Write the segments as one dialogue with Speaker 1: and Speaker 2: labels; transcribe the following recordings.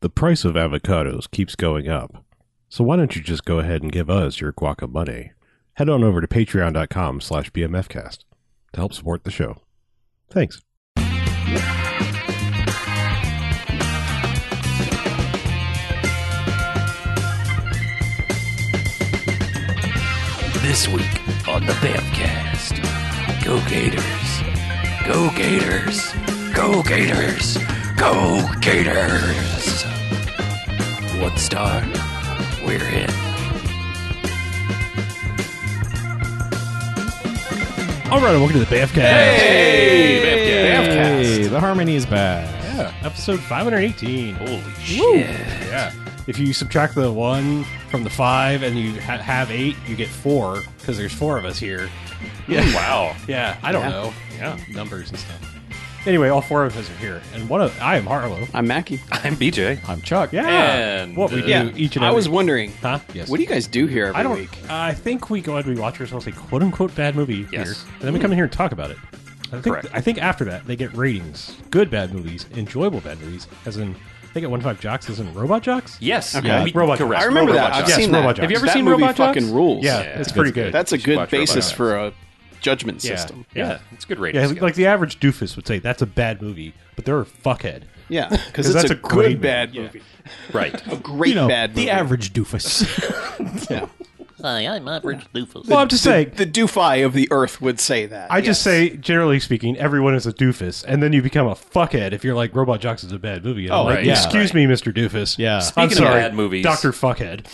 Speaker 1: The price of avocados keeps going up. So why don't you just go ahead and give us your guaca money? Head on over to patreon.com slash bmfcast to help support the show. Thanks.
Speaker 2: This week on the Bamcast. Go Gators. Go Gators. Go Gators. Go Gators. One star. We're in.
Speaker 1: All right, welcome to the BAFcast.
Speaker 3: Hey,
Speaker 1: the harmony is back.
Speaker 3: Yeah.
Speaker 1: Episode 518.
Speaker 2: Holy
Speaker 1: Woo.
Speaker 2: shit.
Speaker 1: Yeah. If you subtract the one from the five and you ha- have eight, you get four because there's four of us here. Yeah. Wow. Yeah. I don't know. Yeah. Numbers and stuff. Anyway, all four of us are here, and one of I am Harlow.
Speaker 3: I'm Mackie.
Speaker 2: I'm BJ.
Speaker 3: I'm Chuck.
Speaker 1: Yeah.
Speaker 2: And,
Speaker 1: what we
Speaker 2: uh,
Speaker 1: do each and every
Speaker 3: I was wondering,
Speaker 1: Huh?
Speaker 3: what do you guys do here every
Speaker 1: I don't.
Speaker 3: week?
Speaker 1: I think we go ahead. We watch ourselves a quote unquote bad movie
Speaker 2: Yes.
Speaker 1: here, and then we come in here and talk about it. I think.
Speaker 2: Correct.
Speaker 1: I think after that they get ratings: good bad movies, enjoyable bad movies, as in they get one five jocks, as in robot jocks.
Speaker 2: Yes.
Speaker 1: Yeah,
Speaker 2: we-
Speaker 1: Robot
Speaker 2: correct.
Speaker 1: Jocks.
Speaker 3: I remember
Speaker 2: Robot
Speaker 3: that. I've
Speaker 2: Jocks.
Speaker 1: Yes,
Speaker 3: seen
Speaker 1: Robot
Speaker 3: that.
Speaker 1: Jocks.
Speaker 2: Have you ever
Speaker 3: that
Speaker 2: seen
Speaker 3: movie
Speaker 2: Robot Jocks?
Speaker 3: fucking rules.
Speaker 1: Yeah, it's pretty good.
Speaker 3: That's a good
Speaker 2: watch Robot
Speaker 3: basis
Speaker 2: Jocks.
Speaker 3: for a judgment
Speaker 1: Yeah.
Speaker 3: system.
Speaker 2: Yeah. It's good rating.
Speaker 1: Yeah,
Speaker 2: scale.
Speaker 1: like the average doofus would say, that's a bad movie, but they're a fuckhead.
Speaker 3: Yeah, because it's
Speaker 1: that's
Speaker 3: a,
Speaker 1: a great
Speaker 3: good bad
Speaker 1: movie.
Speaker 3: movie.
Speaker 2: right.
Speaker 3: A great bad movie.
Speaker 1: average doofus.
Speaker 3: Yeah.
Speaker 4: Hi, I'm average doofus.
Speaker 1: well, I'm just saying.
Speaker 3: The doofi of the earth would say that.
Speaker 1: I just say, generally speaking, everyone is a doofus, and then you become a fuckhead if you're like Robot Jocks is a bad movie. Oh,
Speaker 2: right,
Speaker 1: like,
Speaker 2: yeah.
Speaker 1: excuse me, Mr. Doofus.
Speaker 5: Yeah.
Speaker 1: I'm
Speaker 2: Speaking of
Speaker 1: sorry,
Speaker 2: bad movies-
Speaker 1: Doctor Fuckhead.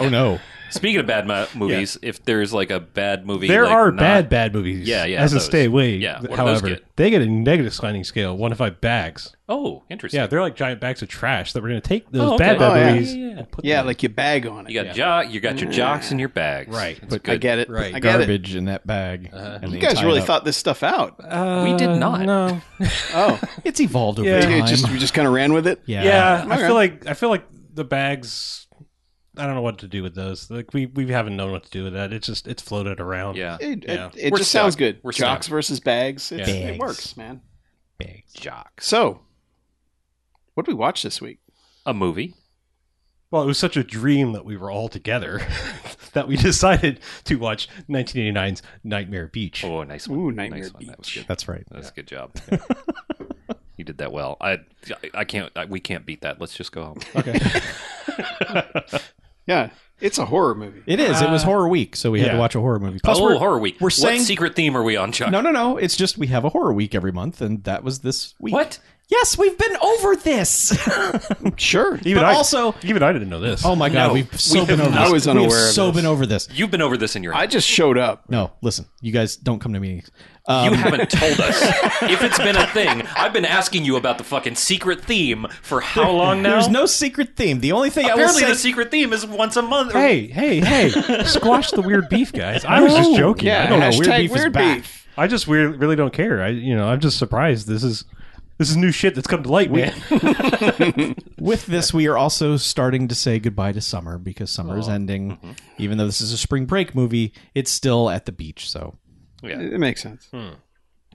Speaker 5: Oh no.
Speaker 2: Speaking of bad mo- movies, if there's like a bad movie,
Speaker 1: There
Speaker 2: like,
Speaker 1: are
Speaker 2: not-
Speaker 1: bad bad movies.
Speaker 2: Yeah, yeah,
Speaker 1: As a
Speaker 2: those.
Speaker 1: stay away.
Speaker 2: Yeah, what do those
Speaker 1: however,
Speaker 2: get?
Speaker 1: they get a negative sliding scale, one to five bags.
Speaker 2: Oh, interesting.
Speaker 1: Yeah, they're like giant bags of trash that we're gonna take those
Speaker 2: Oh, okay.
Speaker 1: bad bad
Speaker 3: Oh, yeah.
Speaker 1: movies.
Speaker 2: Yeah, yeah, yeah.
Speaker 1: and put
Speaker 3: Yeah,
Speaker 1: them-
Speaker 3: like you bag on it.
Speaker 2: You got jo- you got your jocks in your bags.
Speaker 1: Right.
Speaker 2: That's
Speaker 5: Put
Speaker 2: good. Uh-huh.
Speaker 3: I get it.
Speaker 5: right
Speaker 3: I get it.
Speaker 5: garbage in that bag. and
Speaker 3: You
Speaker 5: they
Speaker 3: guys
Speaker 5: tie it
Speaker 3: really
Speaker 5: up.
Speaker 3: thought this stuff out.
Speaker 2: We did not.
Speaker 1: No.
Speaker 3: Oh,
Speaker 5: it's evolved over
Speaker 1: Yeah.
Speaker 5: time.
Speaker 3: you just you just kind of ran with it.
Speaker 5: yeah.
Speaker 1: Yeah, I
Speaker 3: Okay.
Speaker 1: feel like I feel like the bags. I don't know what to do with those. Like we we haven't known what to do with that. It's just it's floated around.
Speaker 2: Yeah.
Speaker 3: It,
Speaker 1: Yeah.
Speaker 3: it, it
Speaker 2: We're
Speaker 3: just
Speaker 2: stuck.
Speaker 3: sounds good.
Speaker 2: We're
Speaker 3: Jocks versus bags. It's,
Speaker 5: Yeah.
Speaker 3: It
Speaker 5: Bags.
Speaker 3: works, man.
Speaker 5: Big jock.
Speaker 3: So, what did we watch this week?
Speaker 2: A movie.
Speaker 1: Well, it was such a dream that we were all together that we decided to watch 1989's Nightmare Beach.
Speaker 2: Oh, nice one.
Speaker 3: Ooh, Nightmare
Speaker 2: nice one. That was
Speaker 3: Beach.
Speaker 2: good.
Speaker 5: That's right.
Speaker 2: That's a good job. you did that well. I I can't. I, we can't beat that. Let's just go home.
Speaker 1: Okay.
Speaker 3: Yeah, it's a horror movie.
Speaker 5: It is. it was horror week, so we had
Speaker 1: yeah.
Speaker 5: to watch a horror movie. Plus,
Speaker 2: oh,
Speaker 5: we're,
Speaker 2: horror week.
Speaker 5: We're saying
Speaker 2: what secret theme are we on, Chuck?
Speaker 5: no, no, no. It's just we have a horror week every month, and that was this week.
Speaker 2: What?
Speaker 5: Yes, we've been over this.
Speaker 3: Sure.
Speaker 1: even
Speaker 5: But
Speaker 1: I,
Speaker 5: also-
Speaker 1: even I didn't know this.
Speaker 5: oh my god,
Speaker 2: No,
Speaker 5: we've so
Speaker 2: we
Speaker 5: been
Speaker 2: have
Speaker 5: over.
Speaker 2: not.
Speaker 3: I
Speaker 5: this.
Speaker 3: was
Speaker 5: We have
Speaker 3: unaware of
Speaker 5: so
Speaker 3: this.
Speaker 5: been over this.
Speaker 2: You've been over this in your.
Speaker 3: I just showed up.
Speaker 5: No, listen, you guys don't come to meetings.
Speaker 2: you
Speaker 5: Um,
Speaker 2: haven't told us if it's been a thing. I've been asking you about the fucking secret theme for how long now?
Speaker 5: there's no secret theme. The only thing
Speaker 2: Apparently,
Speaker 5: I
Speaker 2: the
Speaker 5: will say,
Speaker 2: secret theme is once a month. or-
Speaker 1: hey, hey, hey! squash the weird beef, guys. I was just joking.
Speaker 3: Yeah,
Speaker 1: I don't know.
Speaker 3: hashtag
Speaker 1: Oh, Weird beef
Speaker 3: weird
Speaker 1: is back.
Speaker 3: beef.
Speaker 1: I just weird, really don't care. I you know I'm just surprised. This is this is new shit that's come to light, man.
Speaker 5: with this, we are also starting to say goodbye to summer because summer is ending. Even though this is a spring break movie, it's still at the beach. So
Speaker 2: Yeah.
Speaker 3: It makes sense.
Speaker 1: Hmm.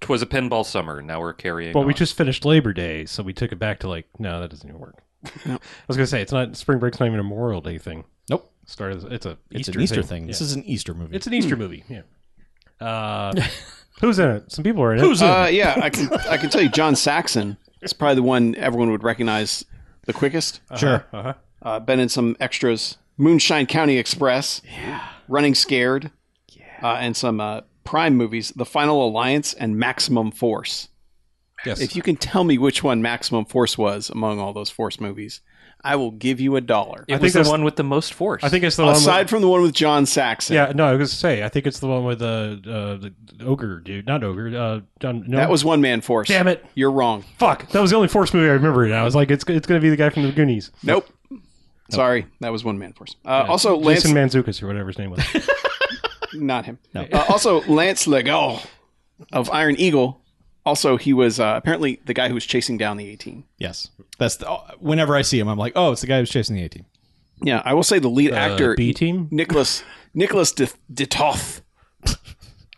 Speaker 2: Twas a pinball summer. Now we're carrying.
Speaker 1: But we
Speaker 2: on.
Speaker 1: just finished Labor Day, so we took it back to like, no, that doesn't even work. I was gonna say it's not spring break's not even a Memorial Day thing.
Speaker 5: nope,
Speaker 1: Start as, it's a
Speaker 5: it's
Speaker 1: Easter
Speaker 5: an Easter thing. This
Speaker 1: Yeah.
Speaker 5: is an Easter movie.
Speaker 1: it's an Easter movie. Yeah. Uh, who's in it? Some people are in it.
Speaker 3: Uh, yeah, I can I can tell you, John Saxon is probably the one everyone would recognize the quickest.
Speaker 5: sure.
Speaker 3: Uh, been in some extras, Moonshine County Express, Running Scared, uh, and some uh, Prime movies, The Final Alliance and Maximum Force.
Speaker 1: Yes.
Speaker 3: If you can tell me which one Maximum Force was among all those Force movies, I will give you a dollar.
Speaker 2: It
Speaker 1: think
Speaker 2: was the
Speaker 1: that's-
Speaker 2: one with the most force.
Speaker 1: I think it's the one. With,
Speaker 3: Aside from the one with John Saxon,
Speaker 1: yeah, no, I was gonna say I think it's the one with uh, uh, the ogre dude, not ogre. Uh, John, no,
Speaker 3: that was One Man Force.
Speaker 1: Damn it.
Speaker 3: You're wrong.
Speaker 1: fuck. That was the only Force movie I remember. And I was like, it's it's gonna be the guy from the Goonies,
Speaker 3: Nope. Sorry, that was one man force. Uh, Also, Lance,
Speaker 1: Jason Manzukis or whatever his name was.
Speaker 3: not him. Uh, also, Lance Legault of Iron Eagle. Also, he was uh, apparently the guy who was chasing down the 18.
Speaker 5: Yes, that's the, whenever I see him, I'm like, oh, it's the guy who's chasing the 18.
Speaker 3: Yeah, I will say the lead actor
Speaker 1: B team.
Speaker 3: Nicholas Nicholas De, DeToth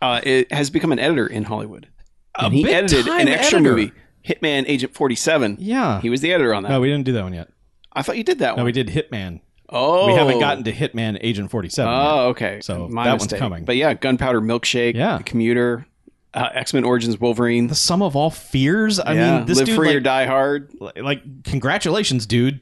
Speaker 3: uh, it has become an editor in Hollywood. And he
Speaker 5: big
Speaker 3: edited an
Speaker 5: time
Speaker 3: extra
Speaker 5: editor.
Speaker 3: movie, Hitman Agent 47.
Speaker 5: Yeah.
Speaker 3: he was the editor on that.
Speaker 5: No, we didn't do that one yet.
Speaker 3: I thought you did that
Speaker 5: No,
Speaker 3: one.
Speaker 5: we did Hitman.
Speaker 3: oh,
Speaker 5: We haven't gotten to Hitman Agent 47. yet.
Speaker 3: Oh, okay.
Speaker 5: So
Speaker 3: My
Speaker 5: that one's
Speaker 3: mistake.
Speaker 5: coming.
Speaker 3: But yeah, Gunpowder Milkshake.
Speaker 5: Yeah.
Speaker 3: The Commuter. Uh, X Men Origins Wolverine.
Speaker 5: the sum of all fears. I
Speaker 3: yeah.
Speaker 5: mean, this
Speaker 3: Live
Speaker 5: dude,
Speaker 3: Free or
Speaker 5: like,
Speaker 3: Die Hard.
Speaker 5: like, congratulations, dude.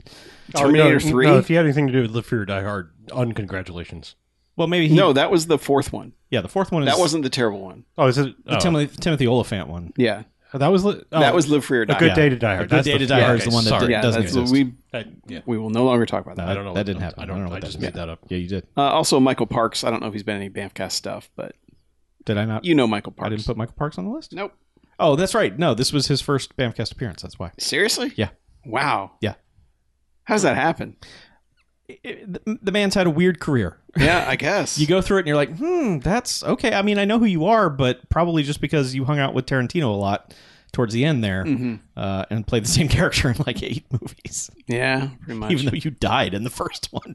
Speaker 3: Terminator
Speaker 1: no,
Speaker 3: Three.
Speaker 1: No, if you had anything to do with Live Free or Die Hard, uncongratulations.
Speaker 5: Well, maybe he,
Speaker 3: No, that was the fourth one.
Speaker 5: Yeah, the fourth one is
Speaker 3: That wasn't the terrible one.
Speaker 1: Oh, is it?
Speaker 5: the
Speaker 1: oh.
Speaker 5: Timothy, Timothy Oliphant one.
Speaker 3: Yeah,
Speaker 1: that was li- oh,
Speaker 3: that was Live Free or Die.
Speaker 1: Good
Speaker 5: Yeah.
Speaker 1: Day to Die Hard.
Speaker 5: A Good
Speaker 1: That's
Speaker 5: Day
Speaker 1: the-
Speaker 5: to Die
Speaker 1: yeah,
Speaker 5: Hard is
Speaker 1: okay,
Speaker 5: the one that
Speaker 1: sorry.
Speaker 5: did-
Speaker 3: yeah,
Speaker 5: doesn't
Speaker 3: that's
Speaker 5: exist.
Speaker 3: we
Speaker 1: That- yeah.
Speaker 3: we will no longer talk about that.
Speaker 5: I
Speaker 1: don't know
Speaker 5: That
Speaker 1: what-
Speaker 5: didn't
Speaker 1: I
Speaker 5: happen.
Speaker 1: don't-
Speaker 5: know.
Speaker 1: I
Speaker 5: what that
Speaker 1: just
Speaker 5: is.
Speaker 1: made that up.
Speaker 5: Yeah, you did.
Speaker 3: Uh, also, Michael Parks. I don't know if he's been in any Bamfcast stuff, but
Speaker 5: Did I not?
Speaker 3: you know Michael Parks.
Speaker 5: I didn't put Michael Parks on the list.
Speaker 3: Nope.
Speaker 5: Oh, that's right. No, this was his first Bamcast appearance. That's why.
Speaker 3: Seriously?
Speaker 5: Yeah.
Speaker 3: Wow.
Speaker 5: Yeah.
Speaker 3: How's that happen?
Speaker 5: It- it- the- the man's had a weird career.
Speaker 3: Yeah, I guess.
Speaker 5: You go through it and you're like, hmm, that's okay. I mean, I know who you are, but probably just because you hung out with Tarantino a lot towards the end there uh, and played the same character in like eight movies,
Speaker 3: Yeah, pretty much.
Speaker 5: even though you died in the first one.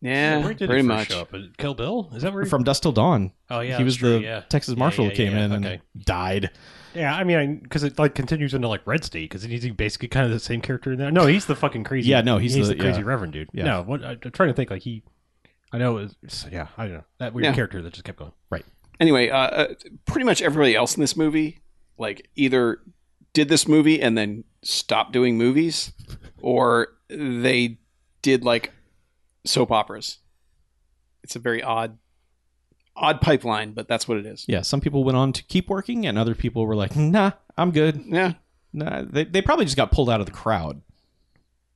Speaker 3: yeah,
Speaker 1: Where did
Speaker 3: pretty
Speaker 1: it first
Speaker 3: much.
Speaker 1: show up? At Kill Bill? Is that where? he-
Speaker 5: From Dust Till Dawn.
Speaker 1: Oh, yeah,
Speaker 5: He was
Speaker 1: that's true,
Speaker 5: the
Speaker 1: yeah.
Speaker 5: Texas
Speaker 1: Yeah,
Speaker 5: Marshal
Speaker 1: yeah,
Speaker 5: who came
Speaker 1: yeah,
Speaker 5: in
Speaker 1: okay.
Speaker 5: and died.
Speaker 1: yeah, I mean, because it like continues into like Red State because he's basically kind of the same character in there. No, he's the fucking crazy.
Speaker 5: Yeah, no, he's the-
Speaker 1: the, crazy
Speaker 5: yeah.
Speaker 1: Reverend dude.
Speaker 5: Yeah.
Speaker 1: No, what, I, I'm trying to think like he. I know. It was, yeah, I don't know that weird
Speaker 3: Yeah.
Speaker 1: character that just kept going.
Speaker 5: Right.
Speaker 3: Anyway, uh, uh, pretty much everybody else in this movie, like either did this movie and then stopped doing movies, or they did like soap operas. It's a very odd, odd pipeline, but that's what it is.
Speaker 5: Yeah, some people went on to keep working, and other people were like, nah, I'm good.
Speaker 3: Yeah,
Speaker 5: Nah, they, they probably just got pulled out of the crowd.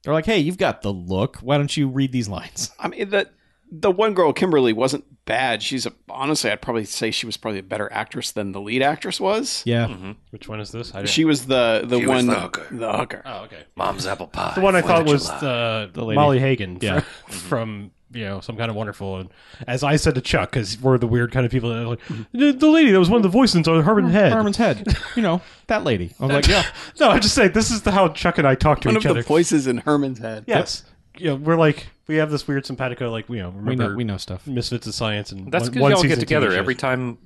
Speaker 5: They're like, hey, you've got the look. Why don't you read these lines?
Speaker 3: I mean the the one girl Kimberly wasn't bad. She's a, honestly, I'd probably say she was probably a better actress than the lead actress was.
Speaker 5: Yeah.
Speaker 1: Which one is this? I didn't.
Speaker 3: She was the the
Speaker 6: She was
Speaker 3: one
Speaker 6: the hooker.
Speaker 3: The hooker.
Speaker 1: oh, okay.
Speaker 6: Mom's apple pie.
Speaker 1: The one I thought was
Speaker 6: July.
Speaker 1: uh,
Speaker 5: lady.
Speaker 1: Molly Hagan
Speaker 5: Yeah. Mm-hmm.
Speaker 1: from, from, you know some kind of wonderful. And as I said to Chuck, because we're the weird kind of people that are like
Speaker 3: Mm-hmm.
Speaker 1: the, the lady that was one of the voices on Herman's Head.
Speaker 5: Harmon's head. You know, that lady. I'm like, yeah.
Speaker 1: No, I'm just saying this is the, how Chuck and I talk to
Speaker 3: One of
Speaker 1: each
Speaker 3: the
Speaker 1: other.
Speaker 3: voices in Herman's head.
Speaker 1: yes, you know, we're like we have this weird simpatico, like you know,
Speaker 5: We
Speaker 1: remember
Speaker 5: know, we know stuff.
Speaker 1: Misfits of Science and
Speaker 2: That's
Speaker 1: one-
Speaker 2: because
Speaker 1: one
Speaker 2: y'all
Speaker 1: season
Speaker 2: get
Speaker 1: TV
Speaker 2: together
Speaker 1: shows.
Speaker 2: every time.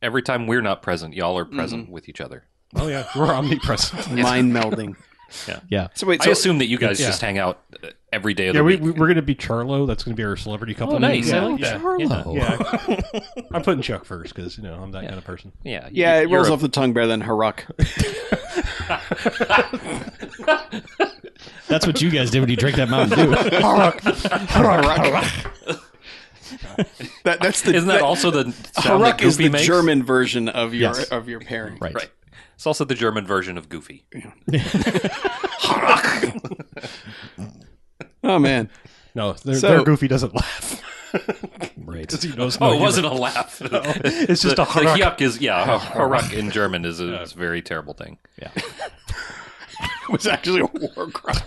Speaker 2: Every time we're not present, y'all are present
Speaker 3: Mm-hmm.
Speaker 2: with each other.
Speaker 1: Oh yeah, we're omnipresent.
Speaker 3: Mind melding.
Speaker 5: Yeah.
Speaker 3: So wait,
Speaker 2: I
Speaker 3: so
Speaker 2: assume that you guys
Speaker 1: Yeah.
Speaker 2: just hang out uh, every day of
Speaker 1: yeah,
Speaker 2: the
Speaker 1: we,
Speaker 2: week.
Speaker 1: we- we're gonna be Charlo. That's gonna be our celebrity couple.
Speaker 2: Oh, nice.
Speaker 1: Yeah,
Speaker 2: I like
Speaker 1: yeah.
Speaker 2: that.
Speaker 5: Charlo.
Speaker 1: Yeah. I'm putting Chuck first because you know I'm that kind of person.
Speaker 2: Yeah,
Speaker 3: yeah, it
Speaker 2: you're
Speaker 3: rolls
Speaker 2: a-
Speaker 3: off the tongue better than Haruck.
Speaker 5: That's what you guys did when you drank that Mountain Dew.
Speaker 3: That, that's the
Speaker 2: Isn't that also the sound that
Speaker 3: Haruck is
Speaker 2: Goofy
Speaker 3: the
Speaker 2: makes?
Speaker 3: German version of your
Speaker 5: Yes.
Speaker 3: of your pairing.
Speaker 5: Right.
Speaker 2: Right. It's also the German version of Goofy.
Speaker 3: Oh man.
Speaker 1: No, their,
Speaker 3: So-
Speaker 1: their Goofy doesn't laugh.
Speaker 5: Right.
Speaker 1: 'Cause he knows no
Speaker 2: Oh, it
Speaker 1: humor.
Speaker 2: wasn't a laugh.
Speaker 1: It's just a
Speaker 2: The
Speaker 1: hard.
Speaker 2: yuck is yeah. Haruck in German is a, is a very terrible thing.
Speaker 3: It was actually a war crime.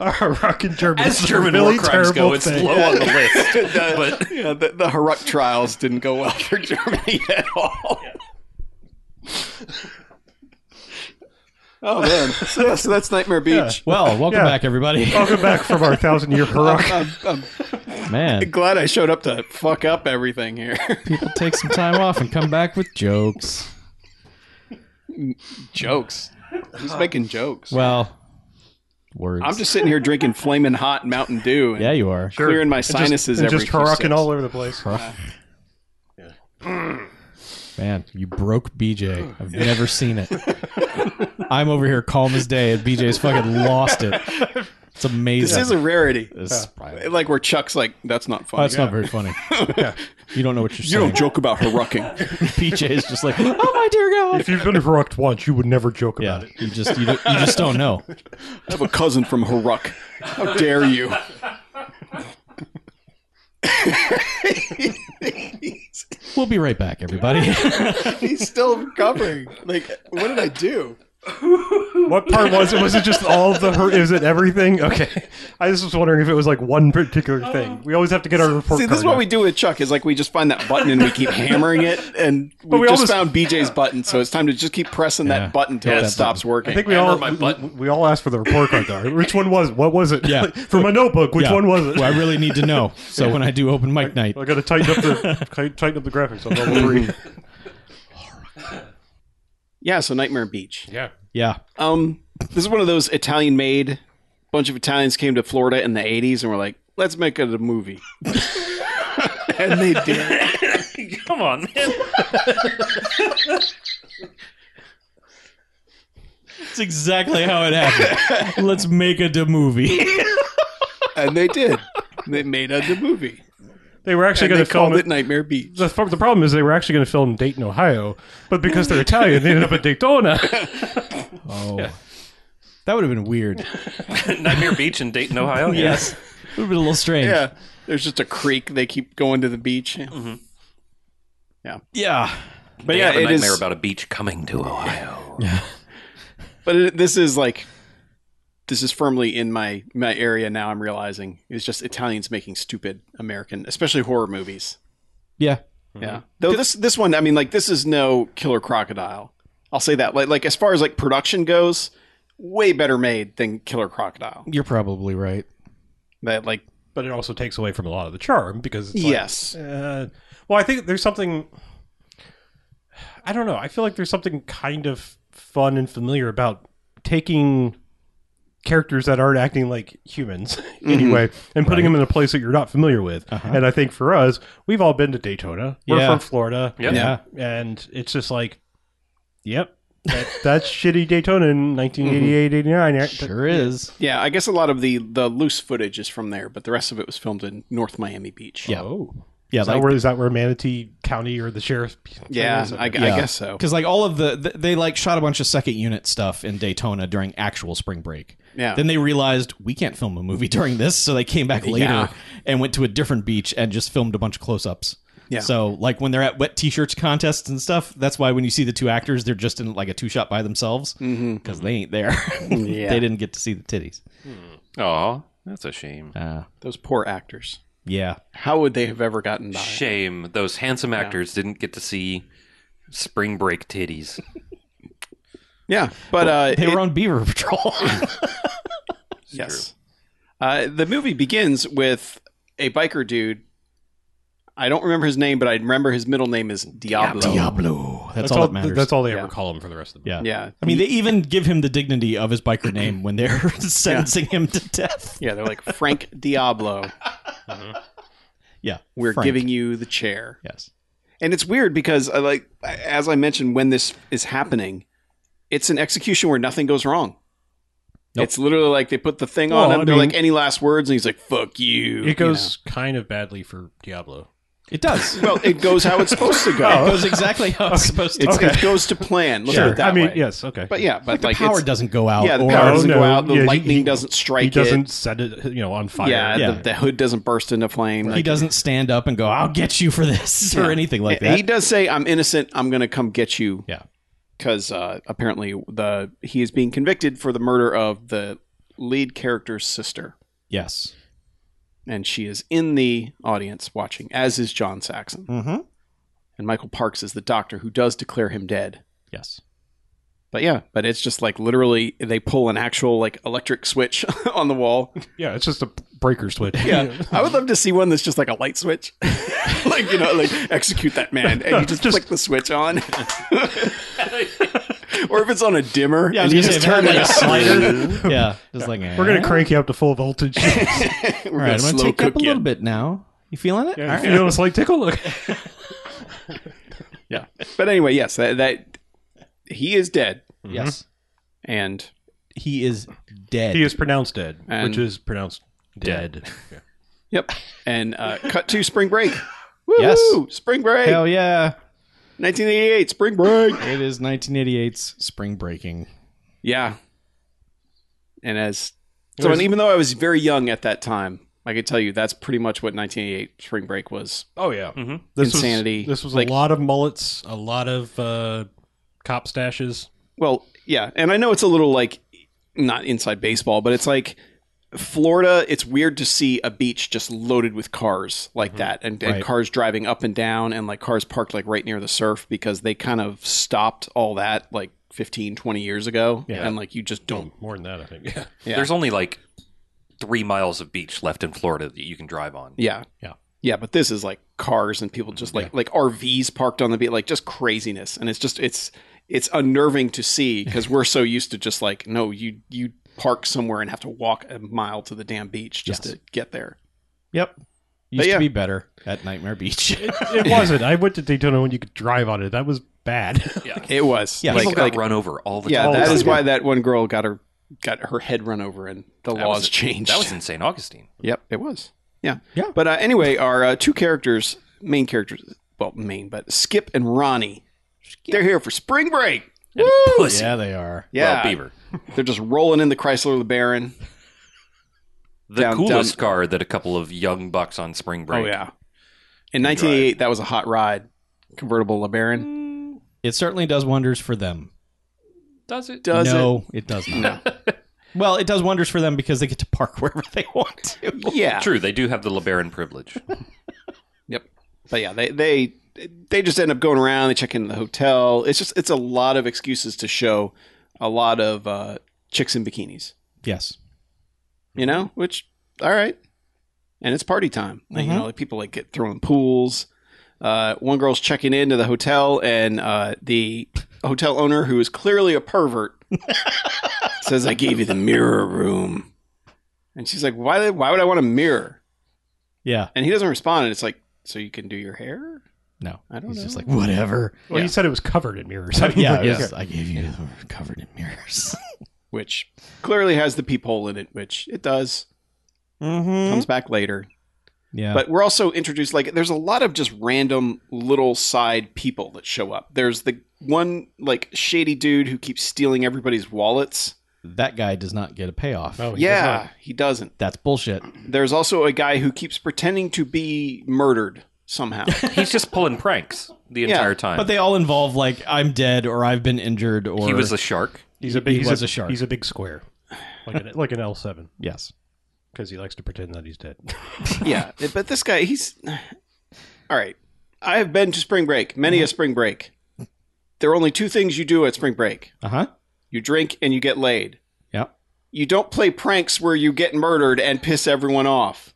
Speaker 1: Our rock in German.
Speaker 2: As
Speaker 1: is a
Speaker 2: German
Speaker 1: really
Speaker 2: war crimes
Speaker 1: terrible
Speaker 2: go, it's
Speaker 1: thing.
Speaker 2: low on the list.
Speaker 3: The,
Speaker 2: But-
Speaker 3: yeah, the, the Haruck trials didn't go well for Germany at all. Oh man, so that's, so that's Nightmare Beach.
Speaker 5: Well, welcome
Speaker 1: Yeah.
Speaker 5: back, everybody.
Speaker 1: Welcome back from our thousand year rock.
Speaker 3: I'm, I'm
Speaker 5: Man,
Speaker 3: glad I showed up to fuck up everything here.
Speaker 5: people take some time off and come back with jokes.
Speaker 3: jokes. Who's making jokes?
Speaker 5: Well, words.
Speaker 3: I'm just sitting here drinking flaming hot Mountain Dew and
Speaker 5: yeah, you are.
Speaker 3: clearing my sinuses
Speaker 1: and
Speaker 3: every
Speaker 1: just
Speaker 3: few
Speaker 1: hurricane
Speaker 3: sips.
Speaker 1: all over the place.
Speaker 5: Man, you broke BJ. I've never seen it. I'm over here calm as day, and BJ's fucking lost it. It's amazing.
Speaker 3: This is a rarity.
Speaker 5: This is probably-
Speaker 3: Like where Chuck's like, that's not funny.
Speaker 5: Oh, That's not very funny. You don't know what you're
Speaker 3: you
Speaker 5: saying.
Speaker 3: don't joke about Harucking.
Speaker 5: BJ is just like, oh my dear God.
Speaker 1: If you've been rocked once, you would never joke
Speaker 5: Yeah,
Speaker 1: about it.
Speaker 5: you just you, don't- you just don't know.
Speaker 3: I have a cousin from Haruck. How dare you? he's,
Speaker 5: We'll be right back, everybody.
Speaker 3: he's still recovering. Like, what did I do?
Speaker 1: What part was it? Was it just all the hurt? Is it everything? Okay, I just was wondering if it was like one particular thing. We always have to get our report.
Speaker 3: See, this is
Speaker 1: card
Speaker 3: what
Speaker 1: out.
Speaker 3: we do with Chuck is like we just find that button and we keep hammering it, and we,
Speaker 1: we
Speaker 3: just
Speaker 1: almost-
Speaker 3: found BJ's button, so it's time to just keep pressing
Speaker 5: Yeah.
Speaker 3: that button till
Speaker 5: Yeah,
Speaker 3: it
Speaker 5: that
Speaker 3: stops working.
Speaker 1: I think we all
Speaker 2: Hammer my
Speaker 1: we,
Speaker 2: button.
Speaker 1: we all asked for the report card though. Which one was? it? What was it?
Speaker 5: Yeah.
Speaker 1: for my notebook. Which
Speaker 5: Yeah.
Speaker 1: one was it?
Speaker 5: Well, I really need to know. So when I do open mic night,
Speaker 1: I got to tighten up the ki- tighten up the graphics on level three.
Speaker 3: yeah, so Nightmare Beach.
Speaker 1: yeah.
Speaker 5: yeah,
Speaker 3: Um, this is one of those Italian made bunch of Italians came to Florida in the 80s and were like, let's make it a movie. and they did.
Speaker 2: Come on, man.
Speaker 5: That's exactly how it happened. Let's make it a movie.
Speaker 3: And they did. They made it a movie.
Speaker 1: They were actually
Speaker 3: And
Speaker 1: going
Speaker 3: they
Speaker 1: to film
Speaker 3: called
Speaker 1: it.
Speaker 3: it Nightmare Beach.
Speaker 1: The, the problem is they were actually going to film in Dayton, Ohio, but because they're Italian, they ended up at Daytona.
Speaker 5: Oh. That would have been weird.
Speaker 2: Nightmare Beach in Dayton, Ohio.
Speaker 5: Yes. It would have been a little strange.
Speaker 3: Yeah. There's just a creek. They keep going to the beach.
Speaker 5: Yeah.
Speaker 3: But
Speaker 2: Mm-hmm. They
Speaker 3: yeah,
Speaker 2: have a
Speaker 3: it
Speaker 2: nightmare
Speaker 3: is.
Speaker 2: about a beach coming to Ohio.
Speaker 3: but it, this is like, this is firmly in my my area now. I'm realizing it's just Italians making stupid American, especially horror movies.
Speaker 5: Yeah.
Speaker 3: Yeah. Mm-hmm. Though this this one, I mean, like this is no Killer Crocodile. I'll say that. Like like as far as like production goes, way better made than Killer Crocodile.
Speaker 5: You're probably right.
Speaker 3: That like
Speaker 1: but it also takes away from a lot of the charm because it's like,
Speaker 3: yes,
Speaker 1: Uh, well, I think there's something. I don't know. I feel like there's something kind of fun and familiar about taking characters that aren't acting like humans
Speaker 5: Mm-hmm.
Speaker 1: anyway and putting them in a place that you're not familiar with. And I think for us, we've all been to Daytona. We're
Speaker 5: Uh-huh. Yeah.
Speaker 1: from Florida.
Speaker 2: Yep.
Speaker 5: Yeah.
Speaker 1: And it's just like, yep, that, that's shitty Daytona in 1988, 89. right?
Speaker 5: Mm-hmm. Sure is.
Speaker 3: yeah. I guess a lot of the the loose footage is from there, but the rest of it was filmed in North Miami Beach.
Speaker 5: Yeah.
Speaker 1: Oh.
Speaker 5: Yeah.
Speaker 1: Is, that
Speaker 5: Like,
Speaker 1: where, is that where Manatee County or the sheriff's?
Speaker 3: yeah. I, I
Speaker 5: Yeah.
Speaker 3: guess so.
Speaker 5: Because like all of the, th- they like shot a bunch of second unit stuff in Daytona during actual spring break.
Speaker 3: Yeah.
Speaker 5: Then they realized we can't film a movie during this, so they came back later
Speaker 3: Yeah.
Speaker 5: and went to a different beach and just filmed a bunch of close ups.
Speaker 3: Yeah.
Speaker 5: So like when they're at wet t-shirts contests and stuff, that's why when you see the two actors, they're just in like a two shot by themselves because they ain't there. they didn't get to see the titties.
Speaker 2: Aw, that's a shame.
Speaker 5: Uh,
Speaker 3: Those poor actors.
Speaker 5: yeah.
Speaker 3: How would they have ever gotten by?
Speaker 2: Shame those handsome actors didn't get to see spring break titties.
Speaker 3: Yeah, but uh,
Speaker 5: They
Speaker 3: it-
Speaker 5: were on Beaver Patrol.
Speaker 3: yes. Uh, the movie begins with a biker dude. I don't remember his name, but I remember his middle name is Diablo.
Speaker 5: Diablo. That's, all, that matters.
Speaker 1: That's all they
Speaker 3: Yeah.
Speaker 1: ever call him for the rest of the
Speaker 5: yeah.
Speaker 3: Yeah,
Speaker 5: I mean, they even give him the dignity of his biker name when they're sentencing him to death.
Speaker 3: yeah, they're like Frank Diablo.
Speaker 5: Yeah.
Speaker 3: We're
Speaker 5: Frank.
Speaker 3: giving you the chair,
Speaker 5: Yes.
Speaker 3: and it's weird because uh, like as I mentioned, when this is happening, it's an execution where nothing goes wrong.
Speaker 5: Nope.
Speaker 3: It's literally like they put the thing on
Speaker 1: Well,
Speaker 3: him.
Speaker 1: I
Speaker 3: They're
Speaker 1: mean-
Speaker 3: like, any last words, and he's like, "Fuck you." you
Speaker 1: It goes kind of badly for Diablo.
Speaker 5: It does.
Speaker 3: know? well. It goes how it's supposed to
Speaker 5: Oh. it
Speaker 3: go.
Speaker 5: goes exactly how it's supposed to.
Speaker 3: It's,
Speaker 5: go.
Speaker 3: It goes to plan. Let's put it that
Speaker 1: I mean,
Speaker 3: way.
Speaker 1: yes, okay.
Speaker 3: But yeah, but
Speaker 5: the
Speaker 3: like
Speaker 5: power
Speaker 3: it's-
Speaker 5: doesn't go out.
Speaker 3: Yeah, the
Speaker 5: or-
Speaker 3: power
Speaker 1: Oh,
Speaker 3: doesn't go
Speaker 1: no.
Speaker 3: out. The
Speaker 1: Yeah, he-
Speaker 3: lightning
Speaker 1: he-
Speaker 3: doesn't strike
Speaker 1: he doesn't
Speaker 3: it.
Speaker 1: set it, you know, on fire.
Speaker 3: Yeah,
Speaker 5: Yeah.
Speaker 3: The, the hood doesn't burst into flame.
Speaker 5: he
Speaker 3: Like,
Speaker 5: doesn't stand up and go, "I'll get you for this" or anything like that.
Speaker 3: He does say, "I'm innocent. I'm going to come get you."
Speaker 5: yeah.
Speaker 3: because uh, apparently the he is being convicted for the murder of the lead character's sister,
Speaker 5: Yes.
Speaker 3: and she is in the audience watching, as is John Saxon,
Speaker 5: Mm-hmm.
Speaker 3: and Michael Parks is the doctor who does declare him dead.
Speaker 5: Yes.
Speaker 3: But yeah, but it's just like literally they pull an actual like electric switch on the wall.
Speaker 1: Yeah, it's just a breaker switch.
Speaker 3: Yeah, I would love to see one that's just like a light switch, like you know, like execute that man, and you just,
Speaker 1: Just-
Speaker 3: flick the switch on. or if it's on a dimmer,
Speaker 5: Yeah, I
Speaker 3: and
Speaker 5: was
Speaker 3: you
Speaker 5: gonna
Speaker 3: just
Speaker 5: say, if
Speaker 3: turn
Speaker 5: it
Speaker 3: it
Speaker 5: had,
Speaker 3: a slider.
Speaker 5: Yeah. Just like "Eh?
Speaker 1: We're going to crank you up to full voltage. you
Speaker 3: We're
Speaker 5: All right, I'm
Speaker 3: gonna
Speaker 5: gonna
Speaker 3: slow
Speaker 5: take you up a
Speaker 3: cook you.
Speaker 5: little bit now. You feeling it? All right.
Speaker 1: know, it's like tickle. Look.
Speaker 3: Yeah, but anyway, yes, that, that he is dead,
Speaker 5: Yes.
Speaker 3: and
Speaker 5: He is dead.
Speaker 1: He is pronounced dead,
Speaker 3: And-
Speaker 1: which is pronounced dead. Yeah.
Speaker 3: yep, and uh, cut to spring break. Woo!
Speaker 5: Yes.
Speaker 3: spring break,
Speaker 5: Hell yeah!
Speaker 3: 1988, spring break.
Speaker 5: It is 1988's spring breaking.
Speaker 3: Yeah. And as so, and even though I was very young at that time, I could tell you that's pretty much what 1988 Spring Break was.
Speaker 1: Oh, yeah.
Speaker 2: Mhm.
Speaker 1: This
Speaker 3: Mm-hmm. Insanity.
Speaker 1: Was, this was
Speaker 3: Like-
Speaker 1: a lot of mullets, a lot of uh, cop stashes.
Speaker 3: Well, yeah, and I know it's a little like not inside baseball, but it's like Florida. It's weird to see a beach just loaded with cars like that, and, and
Speaker 5: Mm-hmm. Right.
Speaker 3: cars driving up and down, and like cars parked like right near the surf because they kind of stopped all that like 15, 20 years ago,
Speaker 5: Yeah.
Speaker 3: and like you just don't.
Speaker 1: More than that, I think. Yeah.
Speaker 3: Yeah.
Speaker 2: There's only like three miles of beach left in Florida that you can drive on.
Speaker 3: Yeah.
Speaker 1: Yeah.
Speaker 3: Yeah, but this is like cars and people just like like RVs parked on the beach, like just craziness, and it's just it's it's unnerving to see because we're so used to just like no, you you park somewhere and have to walk a mile to the damn beach just
Speaker 5: Yes.
Speaker 3: to get there.
Speaker 5: Yep. Used
Speaker 3: yeah.
Speaker 5: to be better at Nightmare Beach.
Speaker 1: It wasn't. I went to Daytona when you could drive on it. That was bad.
Speaker 3: It was.
Speaker 5: Yeah.
Speaker 3: like,
Speaker 2: People got
Speaker 3: like-
Speaker 2: run over all the
Speaker 3: yeah,
Speaker 2: time.
Speaker 1: Oh,
Speaker 3: that is
Speaker 1: yeah.
Speaker 3: why that one girl got her got her head run over and the
Speaker 2: That was
Speaker 3: laws
Speaker 2: in-
Speaker 3: changed.
Speaker 2: That was in St. Augustine.
Speaker 3: Yep, it was. Yeah.
Speaker 5: Yeah.
Speaker 3: But uh, anyway, our uh, two characters, main characters, well, main, but Skip and Ronnie, they're here for spring break.
Speaker 2: Pussy.
Speaker 5: yeah, they are.
Speaker 3: Yeah.
Speaker 2: Well, Beaver.
Speaker 3: They're just rolling in the Chrysler LeBaron.
Speaker 2: The
Speaker 3: Down-
Speaker 2: coolest
Speaker 3: down-
Speaker 2: car that a couple of young bucks on spring break.
Speaker 3: Oh, yeah. In 1988, that was a hot ride. Convertible LeBaron.
Speaker 5: It certainly does wonders for them.
Speaker 2: Does it?
Speaker 3: Does it?
Speaker 5: no, it? does not. well, it does wonders for them because they get to park wherever they want to.
Speaker 3: Yeah.
Speaker 2: True, they do have the LeBaron privilege.
Speaker 3: Yep. But yeah, they they they just end up going around. They check in the hotel. It's just it's a lot of excuses to show a lot of uh, chicks in bikinis.
Speaker 5: Yes.
Speaker 3: You know, which all right, and it's party time. Like, You know, like people like get thrown in pools. Uh, one girl's checking into the hotel, and uh, the hotel owner, who is clearly a pervert, says, "I gave you the mirror room," and she's like, "Why? Why would I want a mirror?"
Speaker 5: Yeah.
Speaker 3: And he doesn't respond. And it's like, "So you can do your hair?"
Speaker 5: No.
Speaker 3: I don't
Speaker 5: He's just
Speaker 3: know.
Speaker 5: like, whatever.
Speaker 1: Well,
Speaker 3: Yeah.
Speaker 1: you said it was covered in mirrors. I mean,
Speaker 5: Yeah,
Speaker 1: like,
Speaker 5: it was- I gave you the covered in mirrors.
Speaker 3: which clearly has the peephole in it, which it does.
Speaker 5: mm-hmm.
Speaker 3: Comes back later.
Speaker 5: Yeah.
Speaker 3: But we're also introduced, like, there's a lot of just random little side people that show up. There's the one, like, shady dude who keeps stealing everybody's wallets.
Speaker 5: that guy does not get a payoff.
Speaker 1: Oh, he does
Speaker 3: yeah,
Speaker 1: not.
Speaker 3: he doesn't.
Speaker 5: That's bullshit.
Speaker 3: There's also a guy who keeps pretending to be murdered somehow.
Speaker 2: He's just pulling pranks the
Speaker 3: Yeah,
Speaker 2: entire time.
Speaker 5: But they all involve like I'm dead or I've been injured or
Speaker 2: he was a shark.
Speaker 1: He's a big.
Speaker 5: He
Speaker 1: he's
Speaker 5: was
Speaker 1: a,
Speaker 5: a shark.
Speaker 1: He's a big square, like an, like an L seven,
Speaker 5: yes.
Speaker 1: because he likes to pretend that he's dead.
Speaker 3: yeah, but this guy, he's. All right. I have been to spring break, many a spring break. There are only two things you do at spring break
Speaker 5: Uh huh.
Speaker 3: you drink and you get laid.
Speaker 5: Yeah.
Speaker 3: you don't play pranks where you get murdered and piss everyone off.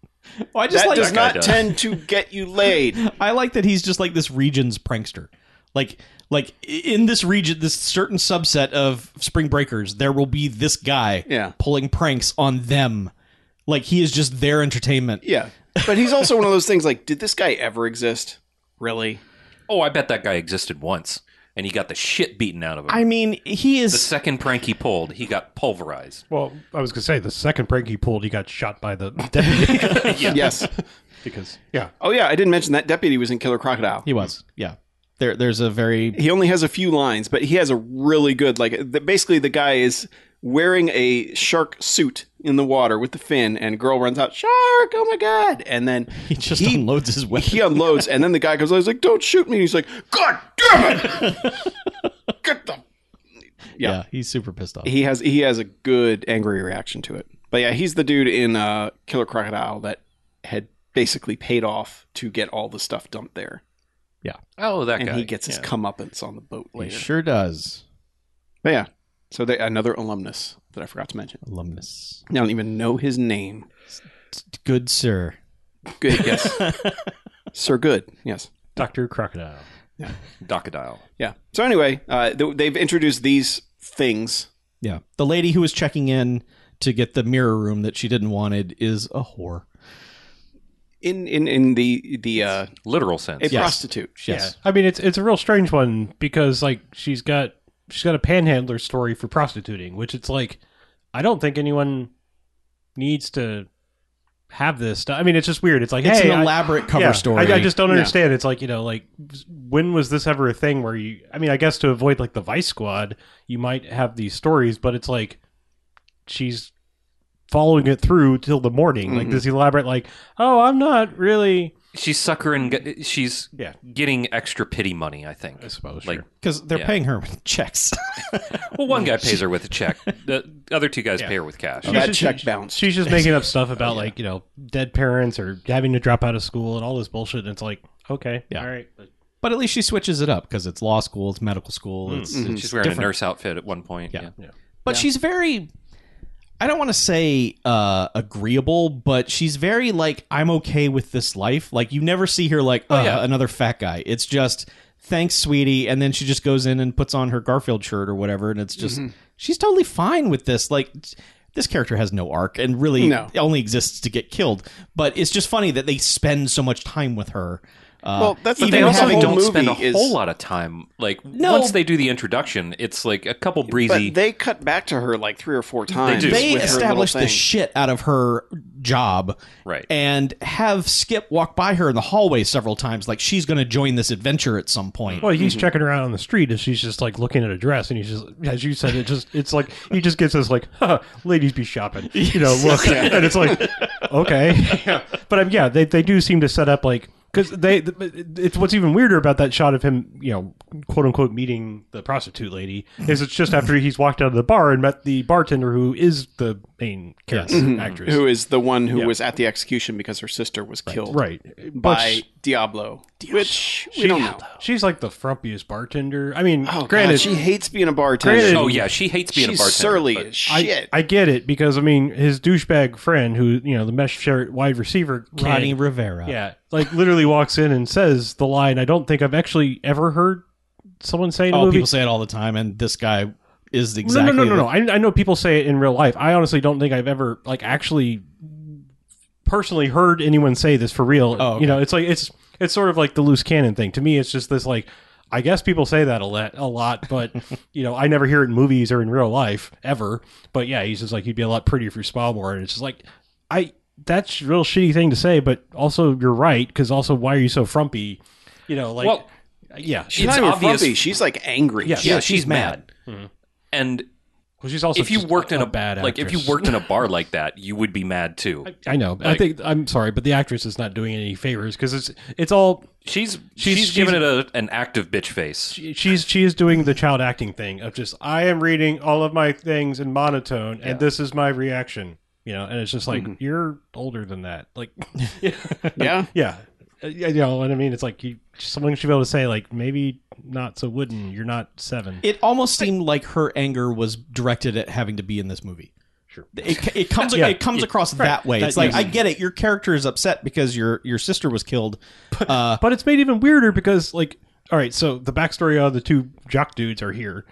Speaker 5: Well, I just
Speaker 3: that
Speaker 5: like
Speaker 3: does
Speaker 2: that guy
Speaker 3: not
Speaker 2: does.
Speaker 3: tend to get you laid.
Speaker 5: I like that he's just like this region's prankster. Like like i- in this region, this certain subset of spring breakers, there will be this guy
Speaker 3: Yeah.
Speaker 5: pulling pranks on them. Like he is just their entertainment.
Speaker 3: yeah. But he's also one of those things like, did this guy ever exist? Really?
Speaker 2: Oh, I bet that guy existed once, and he got the shit beaten out of him.
Speaker 5: I mean, he
Speaker 2: the
Speaker 5: is
Speaker 2: second prank he pulled, he got pulverized.
Speaker 1: Well, I was gonna say the second prank he pulled, he got shot by the deputy
Speaker 3: Yes.
Speaker 1: because yeah,
Speaker 3: Oh, yeah. I didn't mention that deputy was in Killer Crocodile.
Speaker 5: he was. Yeah. There there's a very
Speaker 3: He only has a few lines, but he has a really good, like, the, basically, the guy is wearing a shark suit in the water with the fin, and girl runs out, Shark! Oh my God! And then
Speaker 5: he just unloads his weapon.
Speaker 3: he unloads, and then the guy comes out. He's like, "Don't shoot me!" And he's like, "God damn it! Get the
Speaker 5: yeah.
Speaker 3: yeah.
Speaker 5: he's super pissed off.
Speaker 3: he has he has a good angry reaction to it. But yeah, he's the dude in uh, Killer Crocodile that had basically paid off to get all the stuff dumped there,
Speaker 2: Oh, that
Speaker 3: and
Speaker 2: guy.
Speaker 3: he gets his comeuppance on the boat
Speaker 5: he
Speaker 3: later.
Speaker 5: sure does.
Speaker 3: But yeah, so they, another alumnus that I forgot to mention.
Speaker 5: Alumnus.
Speaker 3: I don't even know his name.
Speaker 5: Good sir.
Speaker 3: Good, yes, Sir Good, yes.
Speaker 1: Doctor Crocodile.
Speaker 2: Docodile.
Speaker 3: Yeah. So anyway, uh, th- they've introduced these things.
Speaker 5: Yeah. The lady who was checking in to get the mirror room that she didn't wanted is a whore.
Speaker 3: in in in the the uh,
Speaker 2: Literal sense.
Speaker 3: a prostitute.
Speaker 5: Yes.
Speaker 1: I mean it's it's a real strange one because like she's got she's got a panhandler story for prostituting, which it's like I don't think anyone needs to have this stuff. I mean, it's just weird. It's like
Speaker 5: It's
Speaker 1: hey,
Speaker 5: an
Speaker 1: I-
Speaker 5: elaborate cover
Speaker 1: yeah,
Speaker 5: story.
Speaker 1: I, I just don't
Speaker 3: Yeah.
Speaker 1: understand. It's like you know, like when was this ever a thing where you? I mean, I guess to avoid like the Vice Squad, you might have these stories, but it's like she's following it through till the morning. Like
Speaker 3: Mhm.
Speaker 1: this elaborate, like oh, I'm not really.
Speaker 2: She's suckering. She's
Speaker 1: Yeah.
Speaker 2: getting extra pity money, I think.
Speaker 1: I suppose.
Speaker 2: Like,
Speaker 1: sure.
Speaker 5: because they're
Speaker 2: Yeah.
Speaker 5: paying her with checks.
Speaker 2: well, one guy pays her with a check. The other two guys pay her with cash.
Speaker 1: She's
Speaker 3: that
Speaker 1: just-
Speaker 3: check bounced.
Speaker 1: She's just making up stuff about like you know dead parents or having to drop out of school and all this bullshit. And it's like okay,
Speaker 5: Yeah.
Speaker 1: all right,
Speaker 5: but at least she switches it up because it's law school, it's medical school.
Speaker 1: Hmm.
Speaker 5: It's,
Speaker 1: Mm-hmm.
Speaker 5: it's
Speaker 2: She's wearing a
Speaker 5: different.
Speaker 2: nurse outfit at one point.
Speaker 5: Yeah. But she's very. I don't want to say uh, agreeable, but she's very like I'm okay with this life. Like you never see her like uh,
Speaker 2: yeah.
Speaker 5: another fat guy. It's just thanks, sweetie, and then she just goes in and puts on her Garfield shirt or whatever, and it's just she's totally fine with this. Like this character has no arc and really
Speaker 3: No.
Speaker 5: only exists to get killed. But it's just funny that they spend so much time with her. Uh,
Speaker 3: Well, that's the
Speaker 5: even
Speaker 2: They
Speaker 3: thing.
Speaker 2: also
Speaker 3: having-
Speaker 2: don't spend a
Speaker 3: movie is-
Speaker 2: whole lot of time. Like once they do the introduction, it's like a couple breezy.
Speaker 3: But they cut back to her like three or four times.
Speaker 2: do.
Speaker 5: they
Speaker 3: with her little
Speaker 5: establish the
Speaker 3: thing.
Speaker 5: shit out of her job
Speaker 2: Right.
Speaker 5: and have skip walk by her in the hallway several times like she's going to join this adventure at some point
Speaker 1: Well,
Speaker 3: Mm-hmm.
Speaker 1: he's checking her out on the street, and she's just like looking at a dress, and he's just, as you said, it just, it's like he just gets this like, huh, ladies be shopping, you know, look, and it's like, okay, but um, yeah, they they do seem to set up like because they, it's what's even weirder about that shot of him, you know, quote unquote meeting the prostitute lady is it's just after he's walked out of the bar and met the bartender who is the main character
Speaker 3: Mm-hmm.
Speaker 1: actress,
Speaker 3: Who is the one who
Speaker 1: Yeah.
Speaker 3: was at the execution because her sister was killed
Speaker 1: right?
Speaker 3: by
Speaker 1: But
Speaker 3: Diablo, which we
Speaker 1: she-
Speaker 3: don't know.
Speaker 1: she's like the frumpiest bartender. I mean,
Speaker 3: Oh,
Speaker 1: granted,
Speaker 3: God, she hates being a bartender.
Speaker 1: Granted-
Speaker 2: oh yeah, she hates being
Speaker 3: She's
Speaker 2: a bartender.
Speaker 3: surly
Speaker 2: but-
Speaker 3: as
Speaker 1: I,
Speaker 3: shit.
Speaker 1: I get it because I mean his douchebag friend who you know the mesh shirt wide receiver kid,
Speaker 5: Ronnie Rivera.
Speaker 1: yeah like literally walks in and says the line I don't think I've actually ever heard someone say in a
Speaker 5: Oh,
Speaker 1: movie
Speaker 5: people say it all the time, and this guy is
Speaker 1: no
Speaker 5: exactly.
Speaker 1: no no no,
Speaker 5: the-
Speaker 1: no. I, I know people say it in real life I honestly don't think I've ever like actually personally heard anyone say this for real
Speaker 5: Oh, okay.
Speaker 1: you know it's like it's it's sort of like the loose cannon thing to me it's just this like I guess people say that a lot, a lot, but you know, I never hear it in movies or in real life ever. But yeah, he's just like, you'd be a lot prettier if you smiled more, and it's just like, I that's a real shitty thing to say, but also you're right because also why are you so frumpy? You know, like
Speaker 2: Well,
Speaker 1: yeah, she,
Speaker 3: she's not
Speaker 2: it's
Speaker 3: even
Speaker 2: obvious-
Speaker 3: frumpy. She's like angry.
Speaker 1: Yeah.
Speaker 3: She-
Speaker 2: yeah,
Speaker 5: Yeah,
Speaker 2: she's,
Speaker 5: she's
Speaker 2: mad. And
Speaker 1: well, she's also
Speaker 2: if you
Speaker 1: just
Speaker 2: worked in a,
Speaker 1: bad
Speaker 2: like if you
Speaker 1: actress.
Speaker 2: worked in a bar like that, you would be mad too.
Speaker 1: I know. I
Speaker 2: like-
Speaker 1: think I'm sorry, but the actress is not doing any favors because it's it's all
Speaker 2: She's she's,
Speaker 1: She's-
Speaker 2: giving
Speaker 1: she's-
Speaker 2: it a, an active bitch face.
Speaker 1: she's she is doing the child acting thing of just I am reading all of my things in monotone and this is my reaction, you know, and it's just like you're older than that, like
Speaker 3: yeah.
Speaker 1: yeah, Uh, you know what I mean. It's like you, someone should be able to say like maybe not so wooden. You're not seven.
Speaker 5: It almost seemed like her anger was directed at having to be in this movie.
Speaker 1: Sure.
Speaker 5: It, it comes
Speaker 1: Yeah.
Speaker 5: it comes across that way.
Speaker 1: That-
Speaker 5: It's like
Speaker 1: yes.
Speaker 5: I get it. Your character is upset because your your sister was killed. Uh,
Speaker 1: But it's made even weirder because, like, all right, so the backstory of the two jock dudes are here.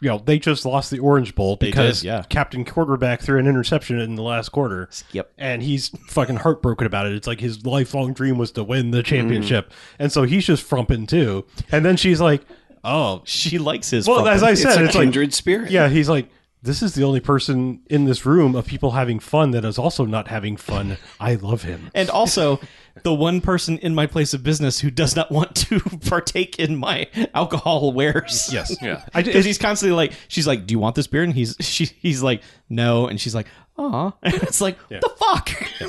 Speaker 1: You know, they just lost the Orange Bowl
Speaker 5: did,
Speaker 1: because
Speaker 5: yeah.
Speaker 1: Captain Quarterback threw an interception in the last quarter.
Speaker 5: Yep.
Speaker 1: And he's fucking heartbroken about it. It's like his lifelong dream was to win the championship. And so he's just frumping too. And then she's like, oh,
Speaker 5: she likes his.
Speaker 1: well,
Speaker 5: fucking-
Speaker 1: as I
Speaker 3: It's
Speaker 1: said,
Speaker 3: a
Speaker 1: it's like,
Speaker 3: kindred spirit.
Speaker 1: yeah, he's like, this is the only person in this room of people having fun that is also not having fun. I love him.
Speaker 5: and also the one person in my place of business who does not want to partake in my alcohol wares. Yes.
Speaker 2: Yeah.
Speaker 1: I,
Speaker 5: Because
Speaker 1: it's,
Speaker 5: he's constantly like, she's like, "Do you want this beer?" And he's she, he's like, "No," and she's like, "Aw," and it's like, "The fuck,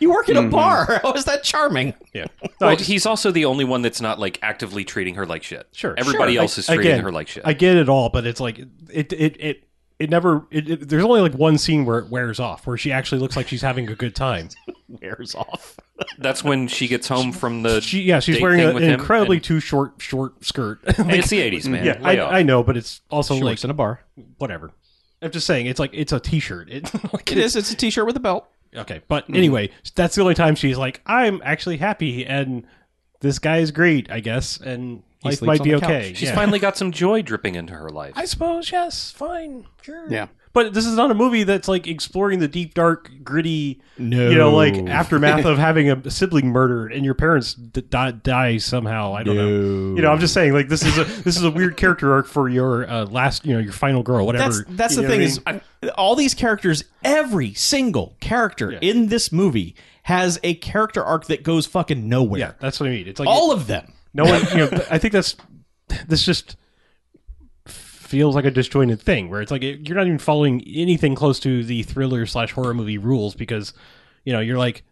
Speaker 5: you work in a bar? How is that charming?"
Speaker 1: yeah.
Speaker 2: Well, he's also the only one that's not like actively treating her like shit.
Speaker 1: Sure.
Speaker 2: Everybody
Speaker 1: Sure.
Speaker 2: else
Speaker 1: I-
Speaker 2: is treating
Speaker 1: again,
Speaker 2: her like shit.
Speaker 1: I get it all, but it's like it it it it never. It, it- there's only like one scene where it wears off, where she actually looks like she's having a good time.
Speaker 5: Wears off.
Speaker 2: that's when she gets home from the
Speaker 1: She yeah, she's
Speaker 2: date
Speaker 1: wearing
Speaker 2: thing
Speaker 1: a-
Speaker 2: with
Speaker 1: an
Speaker 2: him,
Speaker 1: incredibly
Speaker 2: and-
Speaker 1: too short short skirt.
Speaker 2: and it's the eighties, man.
Speaker 1: yeah,
Speaker 2: Lay off.
Speaker 1: I, I know, but it's also
Speaker 5: She
Speaker 1: like
Speaker 5: works in a bar.
Speaker 1: whatever. I'm just saying, it's like it's a t-shirt. It, like,
Speaker 5: It is. It's a t-shirt with a belt.
Speaker 1: okay, but
Speaker 2: Mm-hmm.
Speaker 1: anyway, that's the only time she's like, I'm actually happy, and this guy is great, I guess, and life
Speaker 5: sleeps
Speaker 1: might
Speaker 5: on
Speaker 1: be
Speaker 5: the couch.
Speaker 1: okay.
Speaker 2: She's
Speaker 1: Yeah.
Speaker 2: finally got some joy dripping into her life.
Speaker 1: I suppose, yes, fine, sure.
Speaker 3: Yeah.
Speaker 1: But this is not a movie that's like exploring the deep, dark, gritty,
Speaker 5: No.
Speaker 1: you know, like aftermath of having a sibling murdered and your parents d- die, die somehow. I don't know.
Speaker 5: No.
Speaker 1: You know, I'm just saying, like this is a this is a weird character arc for your uh, last, you know, your final girl, whatever.
Speaker 5: That's that's
Speaker 1: You
Speaker 5: the
Speaker 1: know
Speaker 5: thing
Speaker 1: what I
Speaker 5: is
Speaker 1: mean?
Speaker 5: all these characters, every single character in this movie has a character arc that goes fucking nowhere.
Speaker 1: yeah, that's what I mean. It's like
Speaker 5: All of them.
Speaker 1: no one. You know, I think that's this just feels like a disjointed thing where it's like you're not even following anything close to the thriller slash horror movie rules because you know you're like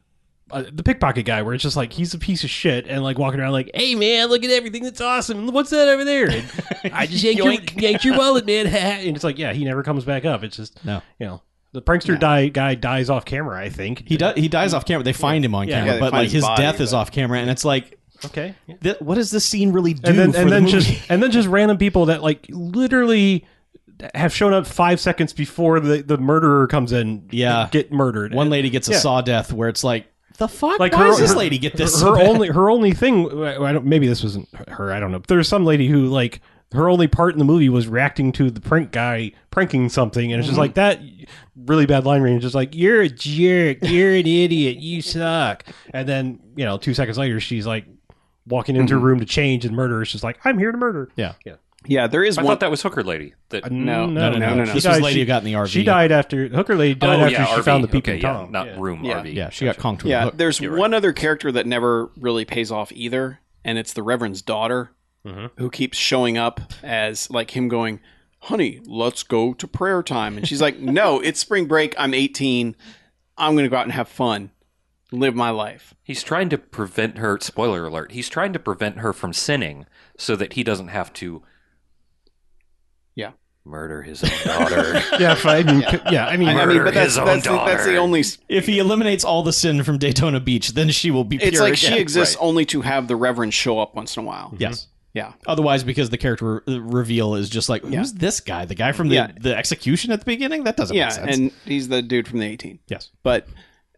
Speaker 1: uh, the pickpocket guy where it's just like he's a piece of shit and like walking around like hey man look at everything that's awesome what's that over there And, i just yanked your, yanked your wallet man and it's like yeah he never comes back up it's just
Speaker 5: No.
Speaker 1: you know the prankster die guy dies off camera i think
Speaker 5: He does. He dies off camera. They find him on
Speaker 1: Yeah,
Speaker 5: camera,
Speaker 3: they
Speaker 5: but
Speaker 3: find
Speaker 5: like
Speaker 3: his
Speaker 5: his
Speaker 3: body,
Speaker 5: death is
Speaker 3: but-
Speaker 5: off camera, and it's like,
Speaker 1: okay yeah.
Speaker 5: th- what does this scene really do?
Speaker 1: and then
Speaker 5: for
Speaker 1: and
Speaker 5: the
Speaker 1: then
Speaker 5: movie?
Speaker 1: just and then just random people that like literally have shown up five seconds before the, the murderer comes in.
Speaker 5: Yeah.
Speaker 1: get murdered.
Speaker 5: One lady gets a
Speaker 1: Yeah.
Speaker 5: saw death where it's like, the fuck?
Speaker 1: Like
Speaker 5: Like Why
Speaker 1: her-
Speaker 5: does this
Speaker 1: her-
Speaker 5: lady get this?
Speaker 1: her
Speaker 5: so bad?
Speaker 1: only her only thing. I don't. Maybe this wasn't her. I don't know. There's some lady who like her only part in the movie was reacting to the prank guy pranking something, and it's
Speaker 5: Mm-hmm.
Speaker 1: just like that really bad line range. Just like you're a jerk, you're an idiot, you suck. And then you know, two seconds later, she's like walking into a
Speaker 5: Mm-hmm.
Speaker 1: room to change and murder. It's just like I'm here to murder.
Speaker 5: Yeah.
Speaker 3: Yeah, there is
Speaker 2: I
Speaker 3: one.
Speaker 2: thought that was Hooker Lady. That
Speaker 3: no,
Speaker 1: Uh, no,
Speaker 3: no, no, no, no.
Speaker 5: Mm, This
Speaker 1: She
Speaker 5: was
Speaker 1: died-
Speaker 5: lady
Speaker 1: she-
Speaker 5: who got in the RV.
Speaker 1: She died after Hooker Lady died
Speaker 2: oh
Speaker 1: after
Speaker 2: yeah,
Speaker 1: she
Speaker 2: RV.
Speaker 1: found the peeping
Speaker 2: okay, yeah,
Speaker 1: tom.
Speaker 2: not
Speaker 1: Yeah.
Speaker 2: room
Speaker 3: Yeah.
Speaker 2: RV.
Speaker 5: Yeah, she got conked with a
Speaker 3: Yeah,
Speaker 5: hook.
Speaker 3: there's one other character that never really pays off either, and it's the Reverend's daughter who keeps showing up as like him going, "Honey, let's go to prayer time," and she's like, "No, it's spring break. I'm 18. I'm going to go out and have fun, live my life."
Speaker 2: He's trying to prevent her. Spoiler alert. He's trying to prevent her from sinning so that he doesn't have to.
Speaker 3: Yeah.
Speaker 2: Murder his own daughter.
Speaker 1: Yeah, if I mean, yeah. I mean,
Speaker 3: I
Speaker 2: Murder
Speaker 3: mean, but that's
Speaker 2: his own
Speaker 3: that's the, that's the
Speaker 2: daughter.
Speaker 3: only. s-
Speaker 5: If he eliminates all the sin from Daytona Beach, then she will be pure.
Speaker 3: It's like she
Speaker 5: again.
Speaker 3: exists only to have the Reverend show up once in a while.
Speaker 5: Yes.
Speaker 3: Yeah.
Speaker 5: Otherwise, because the character re- reveal is just like, who's
Speaker 3: Yeah.
Speaker 5: this guy? The guy from the,
Speaker 3: Yeah.
Speaker 5: the execution at the beginning? That doesn't make
Speaker 3: Yeah,
Speaker 5: sense.
Speaker 3: and he's the dude from the 18.
Speaker 5: yes.
Speaker 3: But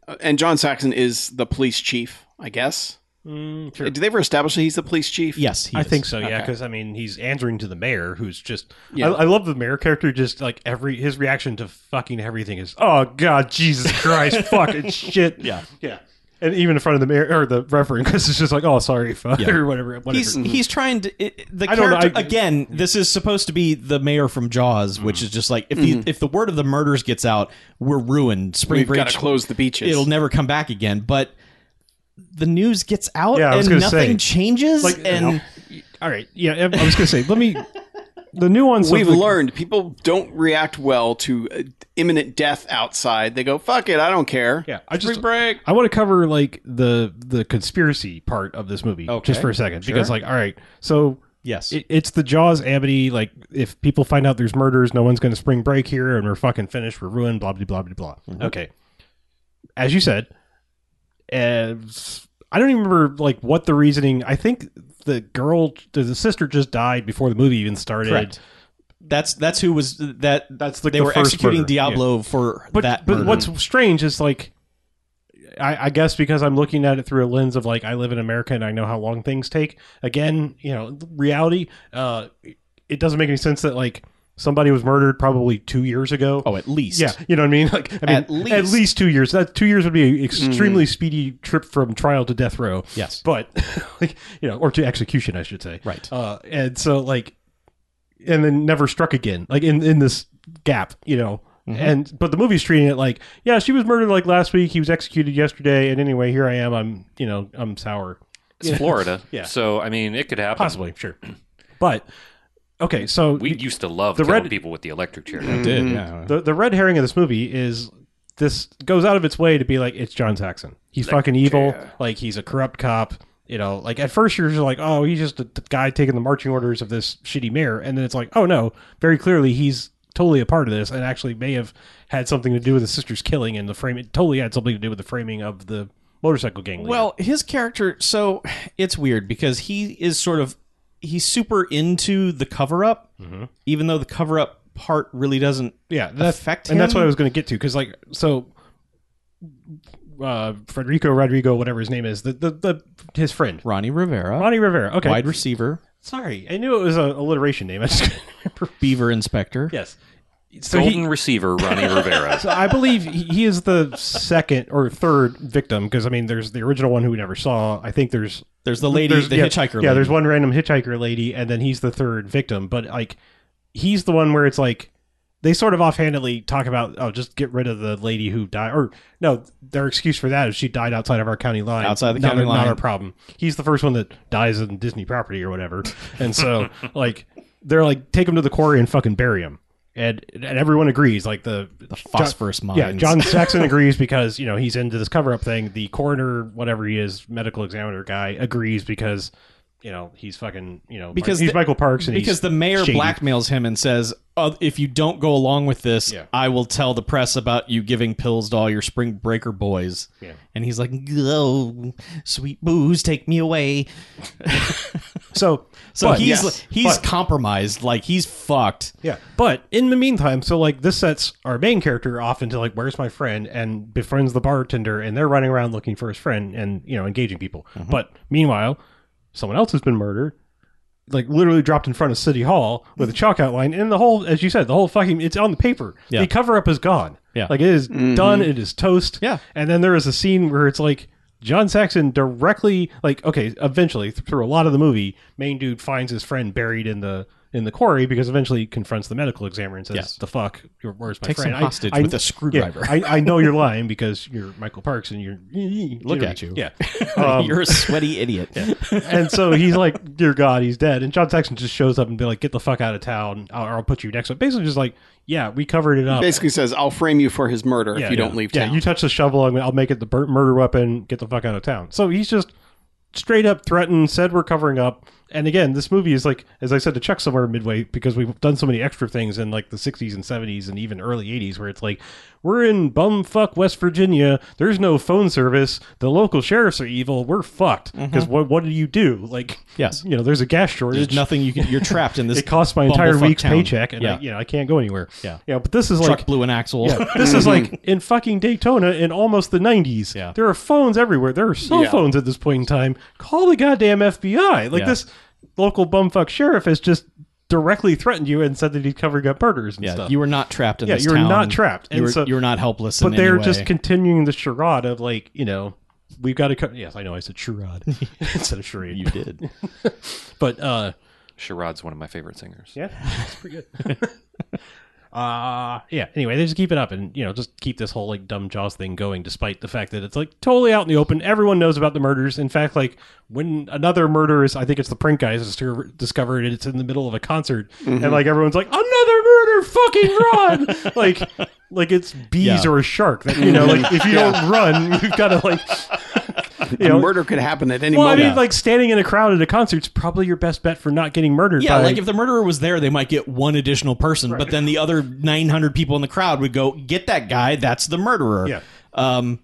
Speaker 3: uh, and John Saxon is the police chief, I guess.
Speaker 1: mm, sure.
Speaker 3: Did they ever establish that he's the police chief?
Speaker 5: Yes, he
Speaker 1: I
Speaker 5: is.
Speaker 1: think so, yeah,
Speaker 3: Okay.
Speaker 1: because I mean he's answering to the mayor, who's just.
Speaker 3: Yeah.
Speaker 1: I, I love the mayor character. Just like every his reaction to fucking everything is, oh god, Jesus Christ, fucking shit,
Speaker 5: Yeah.
Speaker 1: yeah, and even in front of the mayor or the referee, because it's just like, oh sorry, fuck,
Speaker 5: Yeah.
Speaker 1: or whatever, whatever.
Speaker 5: He's he's trying to it, the
Speaker 1: I don't know,
Speaker 5: character
Speaker 1: I- Mm.
Speaker 5: again. This is supposed to be the mayor from Jaws, which is just like if the
Speaker 1: Mm-hmm.
Speaker 5: if the word of the murders gets out, we're ruined. Spring
Speaker 3: We've
Speaker 5: break,
Speaker 3: got to close the beaches.
Speaker 5: it'll never come back again. But the news gets out,
Speaker 1: Yeah, I was
Speaker 5: and
Speaker 1: gonna say,
Speaker 5: nothing changes.
Speaker 1: like, you
Speaker 5: and
Speaker 1: know, all right, yeah. I was gonna say, let me. The nuance
Speaker 3: We've
Speaker 1: of the,
Speaker 3: learned people don't react well to uh, imminent death outside. They go, "Fuck it, I don't care."
Speaker 1: Yeah, I
Speaker 3: Spring
Speaker 1: just-
Speaker 3: break.
Speaker 1: I want to cover like the the conspiracy part of this movie just for a second because like all right, so
Speaker 5: yes,
Speaker 1: It, it's the Jaws Amity. Like, if people find out there's murders, no one's going to spring break here, and we're fucking finished. We're ruined. Blah blah blah blah blah.
Speaker 5: Mm-hmm.
Speaker 1: Okay, as you said, as I don't even remember like what the reasoning. I think the girl, the, the sister, just died before the movie even started.
Speaker 5: Correct. that's that's who was that.
Speaker 1: That's like
Speaker 5: they
Speaker 1: the
Speaker 5: were
Speaker 1: first
Speaker 5: executing
Speaker 1: murder. Yeah
Speaker 5: Diablo for
Speaker 1: but
Speaker 5: that.
Speaker 1: but
Speaker 5: murder.
Speaker 1: what's strange is like I, I guess because I'm looking at it through a lens of like I live in America and I know how long things take. Again, you know, the reality. Uh, it doesn't make any sense that like somebody was murdered probably two years ago.
Speaker 5: oh, at least
Speaker 1: yeah, you know what I mean. Like, I mean,
Speaker 5: At least. Mm.
Speaker 1: two years. That two years would be an extremely speedy trip from trial to death row.
Speaker 5: Yes.
Speaker 1: but like you know, or to execution, I should say.
Speaker 5: Right.
Speaker 1: Uh, and so like, and then never struck again. Like in in this gap, you know.
Speaker 5: Mm-hmm.
Speaker 1: And but the movie's treating it like, yeah, she was murdered like last week. He was executed yesterday, and anyway, here I am. I'm you know I'm sour.
Speaker 2: It's Florida.
Speaker 1: Yeah.
Speaker 2: So I mean, it could happen.
Speaker 1: Possibly, sure, but okay. So
Speaker 2: We used to love
Speaker 1: The
Speaker 2: killing
Speaker 1: red- Mm-hmm.
Speaker 2: people with the electric chair.
Speaker 5: did yeah.
Speaker 1: the the red herring of this movie is this goes out of its way to be like it's John Saxon. He's fucking evil. Like he's a corrupt cop. You know, like at first you're just like, oh, he's just a t- guy taking the marching orders of this shitty mayor, and then it's like, oh no, very clearly he's totally a part of this, and actually may have had something to do with his sister's killing and the frame. It totally had something to do with the framing of the motorcycle gang. leader.
Speaker 5: Well, his character, so it's weird because he is sort of he's super into the cover up,
Speaker 1: Mm-hmm.
Speaker 5: even though the cover up part really doesn't.
Speaker 1: yeah, that's
Speaker 5: affect
Speaker 1: and that's
Speaker 5: him?
Speaker 1: what I was going to get to because like so, uh, Federico Rodrigo, whatever his name is, the the, the his friend.
Speaker 5: Ronnie Rivera,
Speaker 1: Ronnie Rivera, okay.
Speaker 5: wide receiver,
Speaker 1: Sorry, I knew it was an alliteration name. I just couldn't remember.
Speaker 5: Beaver inspector.
Speaker 1: Yes. So
Speaker 2: Golden
Speaker 1: he,
Speaker 2: receiver Ronnie Rivera.
Speaker 1: so I believe he he is the second or third victim because I mean, there's the original one who we never saw. I think there's
Speaker 5: There's the lady,
Speaker 1: there's-
Speaker 5: the
Speaker 1: yeah,
Speaker 5: hitchhiker.
Speaker 1: Yeah,
Speaker 5: lady.
Speaker 1: there's one random hitchhiker lady, and then he's the third victim. But like, he's the one where it's like they sort of offhandedly talk about, oh, just get rid of the lady who died, or no, their excuse for that is she died outside of our county line,
Speaker 5: Outside the
Speaker 1: Not-
Speaker 5: county
Speaker 1: not
Speaker 5: line.
Speaker 1: our problem. He's the first one that dies on Disney property or whatever, and so like they're like take him to the quarry and fucking bury him. And, and everyone agrees, like the the
Speaker 5: phosphorus mines.
Speaker 1: Yeah, John Saxon agrees because you know he's into this cover up thing. The coroner, whatever he is, medical examiner guy, agrees because you know he's fucking you know
Speaker 5: Because
Speaker 1: he's
Speaker 5: the-
Speaker 1: Michael Parks and
Speaker 5: because
Speaker 1: he's
Speaker 5: the mayor
Speaker 1: shady.
Speaker 5: blackmails him and says, oh, "If you don't go along with this,
Speaker 1: Yeah.
Speaker 5: I will tell the press about you giving pills to all your spring breaker boys."
Speaker 1: Yeah.
Speaker 5: And he's like, "Oh, sweet booze, take me away."
Speaker 1: So
Speaker 5: So
Speaker 1: but-
Speaker 5: he's
Speaker 3: yes,
Speaker 5: he's
Speaker 1: but-
Speaker 5: compromised, like he's fucked.
Speaker 1: Yeah. But in the meantime, so like this sets our main character off into like, where's my friend? And befriends the bartender, and they're running around looking
Speaker 5: Mm-hmm.
Speaker 1: for his friend and, you know, engaging people. But meanwhile, someone else has been murdered. like literally dropped in front of City Hall with a chalk outline, and the whole, as you said, the whole fucking it's on the paper.
Speaker 5: Yeah.
Speaker 1: The cover up is gone.
Speaker 5: Yeah.
Speaker 1: like it is done. It is toast.
Speaker 5: Yeah.
Speaker 1: and then there is a scene where it's like. John Saxon directly, like, okay, eventually th- through a lot of the movie, main dude finds his friend buried in the in the quarry because eventually he confronts the medical examiner and says,
Speaker 5: Yes.
Speaker 1: "The fuck, Where- where's my
Speaker 5: Takes him
Speaker 1: friend?"
Speaker 5: hostage with a screwdriver.
Speaker 1: Yeah, I, I know you're lying because you're Michael Parks and you're
Speaker 5: Look at you.
Speaker 1: Yeah, Um,
Speaker 5: You're a sweaty idiot.
Speaker 1: and so he's like, "Dear God, he's dead." And John Saxon just shows up and be like, "Get the fuck out of town, or I'll put you next up." Basically, just like, "Yeah, we covered it up."
Speaker 3: Basically says, "I'll frame you for his murder
Speaker 1: yeah,
Speaker 3: if you
Speaker 1: yeah.
Speaker 3: don't leave
Speaker 1: Yeah,
Speaker 3: town."
Speaker 1: you touch the shovel, I'm- I'll make it the bur- murder weapon. Get the fuck out of town. So he's just straight up threatened, said we're covering up. And again, this movie is like, as I said to Chuck somewhere midway, because we've done so many extra things in like the 60s and 70s and even early 80s, where it's like, we're in bumfuck West Virginia. There's no phone service. The local sheriffs are evil. We're fucked.
Speaker 3: Mm-hmm.
Speaker 1: Because what, what do you do? Like,
Speaker 5: Yes.
Speaker 1: you know, there's a gas shortage.
Speaker 5: There's nothing you can. You're trapped in this.
Speaker 1: It costs my entire
Speaker 5: bumblefuck
Speaker 1: week's
Speaker 5: town.
Speaker 1: paycheck, and
Speaker 5: yeah,
Speaker 1: I, you know, I can't go anywhere.
Speaker 5: Yeah.
Speaker 1: yeah. But this is
Speaker 5: truck
Speaker 1: like
Speaker 5: blew an axle.
Speaker 1: yeah, this is like in fucking Daytona in almost the 90s.
Speaker 5: Mm-hmm. Yeah.
Speaker 1: There are phones everywhere. There are cell
Speaker 3: Yeah.
Speaker 1: phones at this point in time. Call the goddamn FBI. Like
Speaker 5: Yeah.
Speaker 1: this local bumfuck sheriff has just directly threatened you and said that he'd covered up murders and
Speaker 5: Yeah,
Speaker 1: stuff.
Speaker 5: you were not trapped in
Speaker 1: Yeah,
Speaker 5: this
Speaker 1: you were
Speaker 5: town.
Speaker 1: not trapped.
Speaker 5: You
Speaker 1: And
Speaker 5: were,
Speaker 1: so-
Speaker 5: you were not helpless.
Speaker 1: but
Speaker 5: in any
Speaker 1: they're
Speaker 5: way.
Speaker 1: just continuing the charade of like, you know, we've got to co- Yes, I know I said charade instead of charade.
Speaker 5: You did.
Speaker 1: But uh
Speaker 2: Sharad's one of my favorite singers.
Speaker 1: Yeah, it's pretty good. uh yeah. Anyway, they just keep it up and you know just keep this whole like dumb Jaws thing going, despite the fact that it's like totally out in the open. Everyone knows about the murders. In fact, like when another murder is, I think it's the print guys discover- discovered it. It's in the middle of a concert,
Speaker 5: Mm-hmm.
Speaker 1: and like everyone's like another murder, fucking run! like like it's bees
Speaker 5: Yeah. Mm-hmm.
Speaker 1: or a shark. That you know, like if you don't run, you've got to like. You
Speaker 3: A
Speaker 1: know,
Speaker 3: murder could happen at any
Speaker 1: well, I
Speaker 3: moment.
Speaker 1: mean, like standing in a crowd at a concert's probably your best bet for not getting murdered.
Speaker 5: Yeah,
Speaker 1: by-
Speaker 5: like if the murderer was there, they might get one additional person, but then the other 900 people in the crowd would go, "Get that guy! That's the murderer."
Speaker 1: Yeah.
Speaker 5: Um,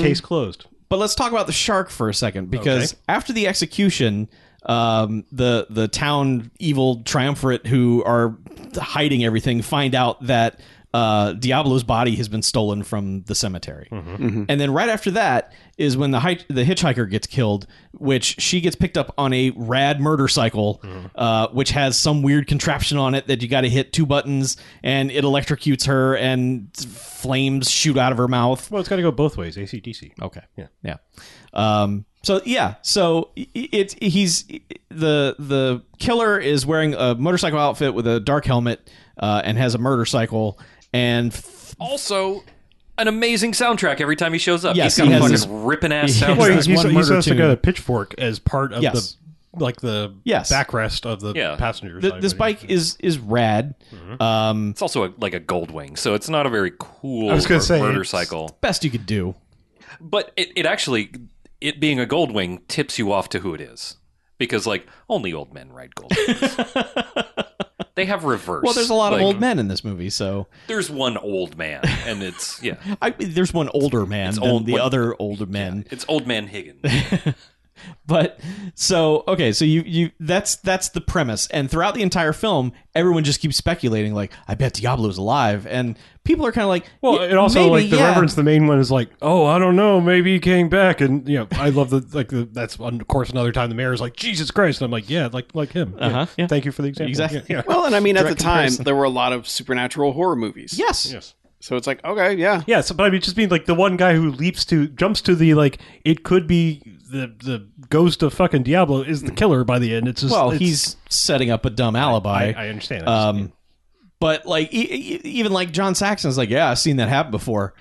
Speaker 1: case closed.
Speaker 5: But let's talk about the shark for a second, because after the execution, um, the the town evil triumvirate who are hiding everything find out that uh, Diablo's body has been stolen from the cemetery, and then right after that is when the hi- the hitchhiker gets killed, which she gets picked up on a rad murder cycle, uh, which has some weird contraption on it that you got to hit two buttons and it electrocutes her and flames shoot out of her mouth.
Speaker 1: Well, it's got to go both ways. ACDC.
Speaker 5: Okay.
Speaker 1: Yeah.
Speaker 5: Yeah. Um, so yeah. So i- i- it's he's the the killer is wearing a motorcycle outfit with a dark helmet uh, and has a murder cycle and f-
Speaker 2: Also, an amazing soundtrack every time he shows up.
Speaker 5: Yes,
Speaker 2: he's got
Speaker 5: he
Speaker 2: a
Speaker 5: has
Speaker 2: fucking
Speaker 5: this-
Speaker 2: ripping ass
Speaker 5: he has
Speaker 2: soundtrack.
Speaker 5: Well,
Speaker 1: Well,
Speaker 5: this
Speaker 1: he's, he's,
Speaker 5: one
Speaker 1: he's
Speaker 5: murder
Speaker 1: also
Speaker 5: tune.
Speaker 1: got a pitchfork as part of
Speaker 5: Yes.
Speaker 1: the like the
Speaker 5: Yes.
Speaker 1: backrest of the
Speaker 2: Yeah.
Speaker 1: passenger.
Speaker 5: th-
Speaker 1: side
Speaker 5: this
Speaker 1: window.
Speaker 5: bike is is rad.
Speaker 2: Mm-hmm.
Speaker 5: Um,
Speaker 2: It's also a, like a Goldwing, so it's not a very cool
Speaker 1: I was gonna
Speaker 2: mur-
Speaker 1: say,
Speaker 2: murder
Speaker 1: it's-
Speaker 2: cycle.
Speaker 5: best you could do.
Speaker 2: But it, it actually, it being a Goldwing tips you off to who it is. Because, like, only old men ride Goldwings. they have reverse.
Speaker 5: Well, there's a lot
Speaker 2: Like,
Speaker 5: of old men in this movie, so
Speaker 2: There's one old man, and it's, yeah,
Speaker 5: I, there's one older man than
Speaker 2: old-
Speaker 5: the
Speaker 2: what-
Speaker 5: other older men.
Speaker 2: it's old man Higgins.
Speaker 5: but so okay so you you that's that's the premise and throughout the entire film everyone just keeps speculating like i bet diablo's alive and people are kind of like
Speaker 1: Well,
Speaker 5: "Yeah,
Speaker 1: and also
Speaker 5: maybe,
Speaker 1: like the
Speaker 5: yeah."
Speaker 1: reverend's the main one is like, oh, I don't know, maybe he came back, and you know, I love the like the, that's on- of course another time the mayor's like, Jesus Christ, and I'm like, yeah, like like him. Yeah.
Speaker 5: Uh-huh, yeah.
Speaker 1: Thank you for the example.
Speaker 5: Exactly.
Speaker 1: Yeah, yeah.
Speaker 3: well, and I mean, at the
Speaker 5: Direct
Speaker 3: time,
Speaker 5: comparison.
Speaker 3: there were a lot of supernatural horror movies.
Speaker 5: yes
Speaker 1: Yes.
Speaker 3: So it's like, okay, yeah.
Speaker 1: Yeah, so, but I mean, just being like the one guy who leaps to jumps to the like it could be the the ghost of fucking Diablo is the killer by the end. It's just
Speaker 5: Mm. well
Speaker 1: it's-
Speaker 5: he's setting up a dumb alibi
Speaker 1: I, I understand. I just-
Speaker 5: um but like e- e- even like john saxon's like yeah i've seen that happen before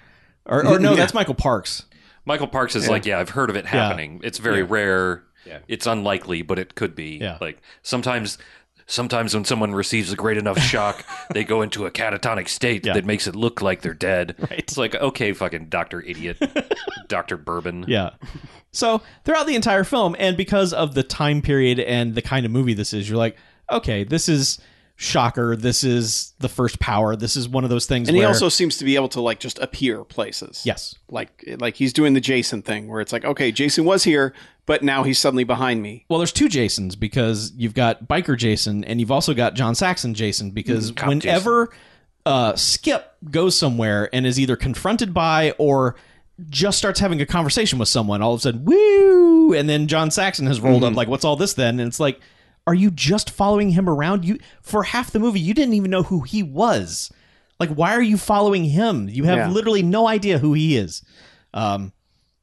Speaker 5: or, or no that's michael parks
Speaker 2: Michael Parks is like, yeah, I've heard of it happening. It's very rare. It's unlikely, but it could be.
Speaker 5: Yeah.
Speaker 2: Like sometimes, sometimes when someone receives a great enough shock, they go into a catatonic state that makes it look like they're dead. It's like, okay, fucking doctor idiot, Doctor Bourbon.
Speaker 5: Yeah. So throughout the entire film, and because of the time period and the kind of movie this is, you're like, okay, this is shocker. This is the first power. This is one of those things.
Speaker 3: And he
Speaker 5: where-
Speaker 3: also seems to be able to like just appear places.
Speaker 5: yes,
Speaker 3: Like like he's doing the Jason thing where it's like, okay, Jason was here, but now he's suddenly behind me.
Speaker 5: well, there's two Jasons because you've got biker Jason and you've also got John Saxon Jason because whenever uh, Skip goes somewhere and is either confronted by or just starts having a conversation with someone, all of a sudden, woo, and then John Saxon has rolled up like, "What's all this?" Then, and it's like. are you just following him around? You for half the movie, you didn't even know who he was. Like, why are you following him? You have
Speaker 3: Yeah.
Speaker 5: literally no idea who he is. Um,